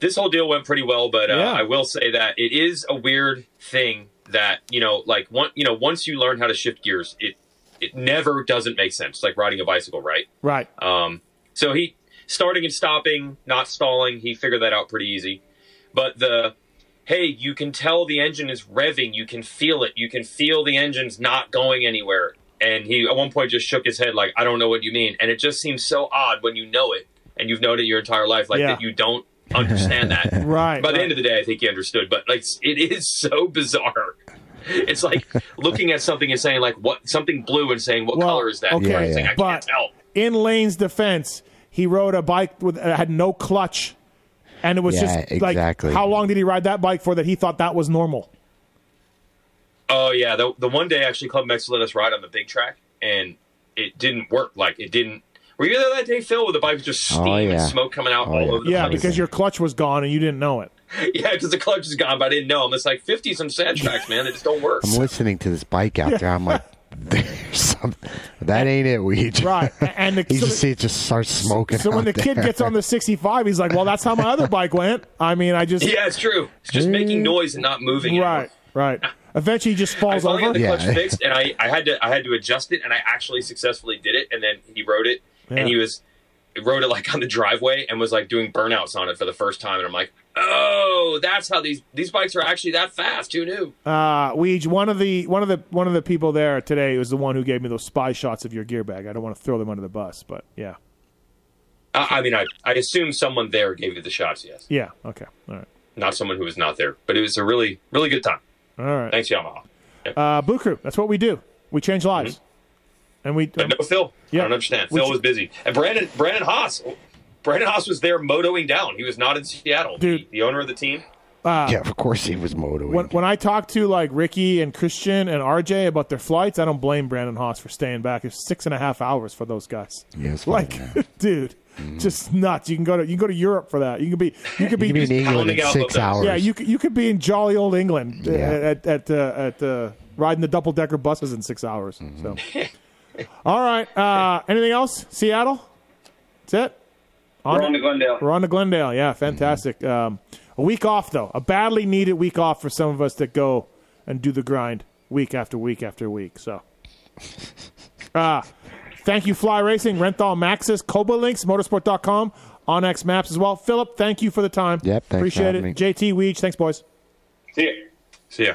Speaker 4: this whole deal went pretty well, but uh,
Speaker 1: Yeah.
Speaker 4: I will say that it is a weird thing that you know, like one, you know, once you learn how to shift gears, it it never doesn't make sense, like riding a bicycle, right?
Speaker 1: right,
Speaker 4: Um, so he starting and stopping, not stalling, he figured that out pretty easy. But the hey, you can tell the engine is revving, you can feel it, you can feel the engine's not going anywhere. And he at one point just shook his head like, I don't know what you mean. And it just seems so odd when you know it and you've known it your entire life, like
Speaker 1: Yeah.
Speaker 4: that you don't understand that.
Speaker 1: right.
Speaker 4: By the
Speaker 1: right.
Speaker 4: end of the day, I think he understood, but like it is so bizarre. It's like looking at something and saying like what something blue and saying what
Speaker 1: Well,
Speaker 4: color is that?
Speaker 1: okay,
Speaker 4: And it's like, I
Speaker 1: but-
Speaker 4: can't tell.
Speaker 1: in Lane's defense, he rode a bike with uh, had no clutch, and it was
Speaker 6: Yeah,
Speaker 1: just like
Speaker 6: exactly.
Speaker 1: how long did he ride that bike for that he thought that was normal?
Speaker 4: Oh yeah, the the one day actually Club Mex let us ride on the big track, and it didn't work. Like it didn't. Were you there that day, Phil? Where the bike was just steam
Speaker 6: Oh,
Speaker 4: and
Speaker 6: yeah.
Speaker 4: smoke coming out
Speaker 6: Oh,
Speaker 4: all
Speaker 6: yeah.
Speaker 4: over the
Speaker 1: Yeah,
Speaker 4: place.
Speaker 1: because your clutch was gone and you didn't know it.
Speaker 4: yeah, because the clutch is gone, but I didn't know. I'm just like 50s on sand tracks, man. They just don't work.
Speaker 6: I'm listening to this bike out there. I'm like, there's some. That ain't it, Weed.
Speaker 1: Right, a- and the,
Speaker 6: You
Speaker 1: so,
Speaker 6: just see it just starts smoking.
Speaker 1: so when
Speaker 6: out
Speaker 1: the kid
Speaker 6: there.
Speaker 1: gets on the sixty-five, he's like, "Well, that's how my other bike went." I mean, I just
Speaker 4: yeah, it's true. It's just making
Speaker 6: Mm.
Speaker 4: noise and not moving. anymore.
Speaker 1: right, right. Eventually, he just
Speaker 4: I
Speaker 1: falls
Speaker 4: finally got
Speaker 1: over.
Speaker 4: the clutch
Speaker 6: Yeah.
Speaker 4: fixed, and I, I had to I had to adjust it, and I actually successfully did it. And then he rode it,
Speaker 1: Yeah.
Speaker 4: and he was he rode it like on the driveway, and was like doing burnouts on it for the first time. And I'm like, oh, that's how these these bikes are actually that fast. Who knew?
Speaker 1: Uh, Weege, one of the one of the one of the people there today was the one who gave me those spy shots of your gear bag. I don't want to throw them under the bus, but yeah,
Speaker 4: I, I mean, I I assume someone there gave you the shots. Yes,
Speaker 1: yeah, okay, all right,
Speaker 4: not someone who was not there, but it was a really really good time.
Speaker 1: all right.
Speaker 4: Thanks, Yamaha.
Speaker 1: Uh, Blue Crew. That's what we do. We change lives,
Speaker 5: Mm-hmm.
Speaker 1: and we um,
Speaker 4: But no, Phil.
Speaker 1: Yeah.
Speaker 4: I don't understand.
Speaker 1: Which-
Speaker 4: Phil was busy, and Brandon Brandon Haas. Brandon Haas was there motoing down. He was not in Seattle. The-
Speaker 1: Dude.
Speaker 4: the owner of the team.
Speaker 6: yeah, of course he was motoring.
Speaker 1: when, when I talk to like Ricky and Christian and RJ about their flights, I don't blame Brandon Haas for staying back. It's six and a half hours for those guys.
Speaker 6: Yes,
Speaker 1: like
Speaker 6: yeah. Mm-hmm.
Speaker 1: dude, just nuts. You can go to you can go to Europe for that. You can be you could be,
Speaker 6: you could be in England
Speaker 4: pounding
Speaker 6: in
Speaker 4: out
Speaker 6: six
Speaker 4: those-
Speaker 6: hours.
Speaker 1: yeah you could, you could be in jolly old England uh,
Speaker 6: Yeah.
Speaker 1: at at uh, at uh, riding the double decker buses in six hours. So,
Speaker 6: Mm-hmm.
Speaker 1: all right. Uh, anything else? Seattle. That's it.
Speaker 5: We're on to Glendale.
Speaker 1: We're on to Glendale. Yeah, fantastic. Um, a week off though, a badly needed week off for some of us that go and do the grind week after week after week. So, uh, thank you, Fly Racing, Renthal Maxis, Coba Links, Motorsport.com, Onyx Maps as well. Philip, thank you for the time.
Speaker 6: Yep, thanks for
Speaker 1: appreciate it.
Speaker 6: having me.
Speaker 1: JT Weege, thanks, boys.
Speaker 5: See ya.
Speaker 4: See ya.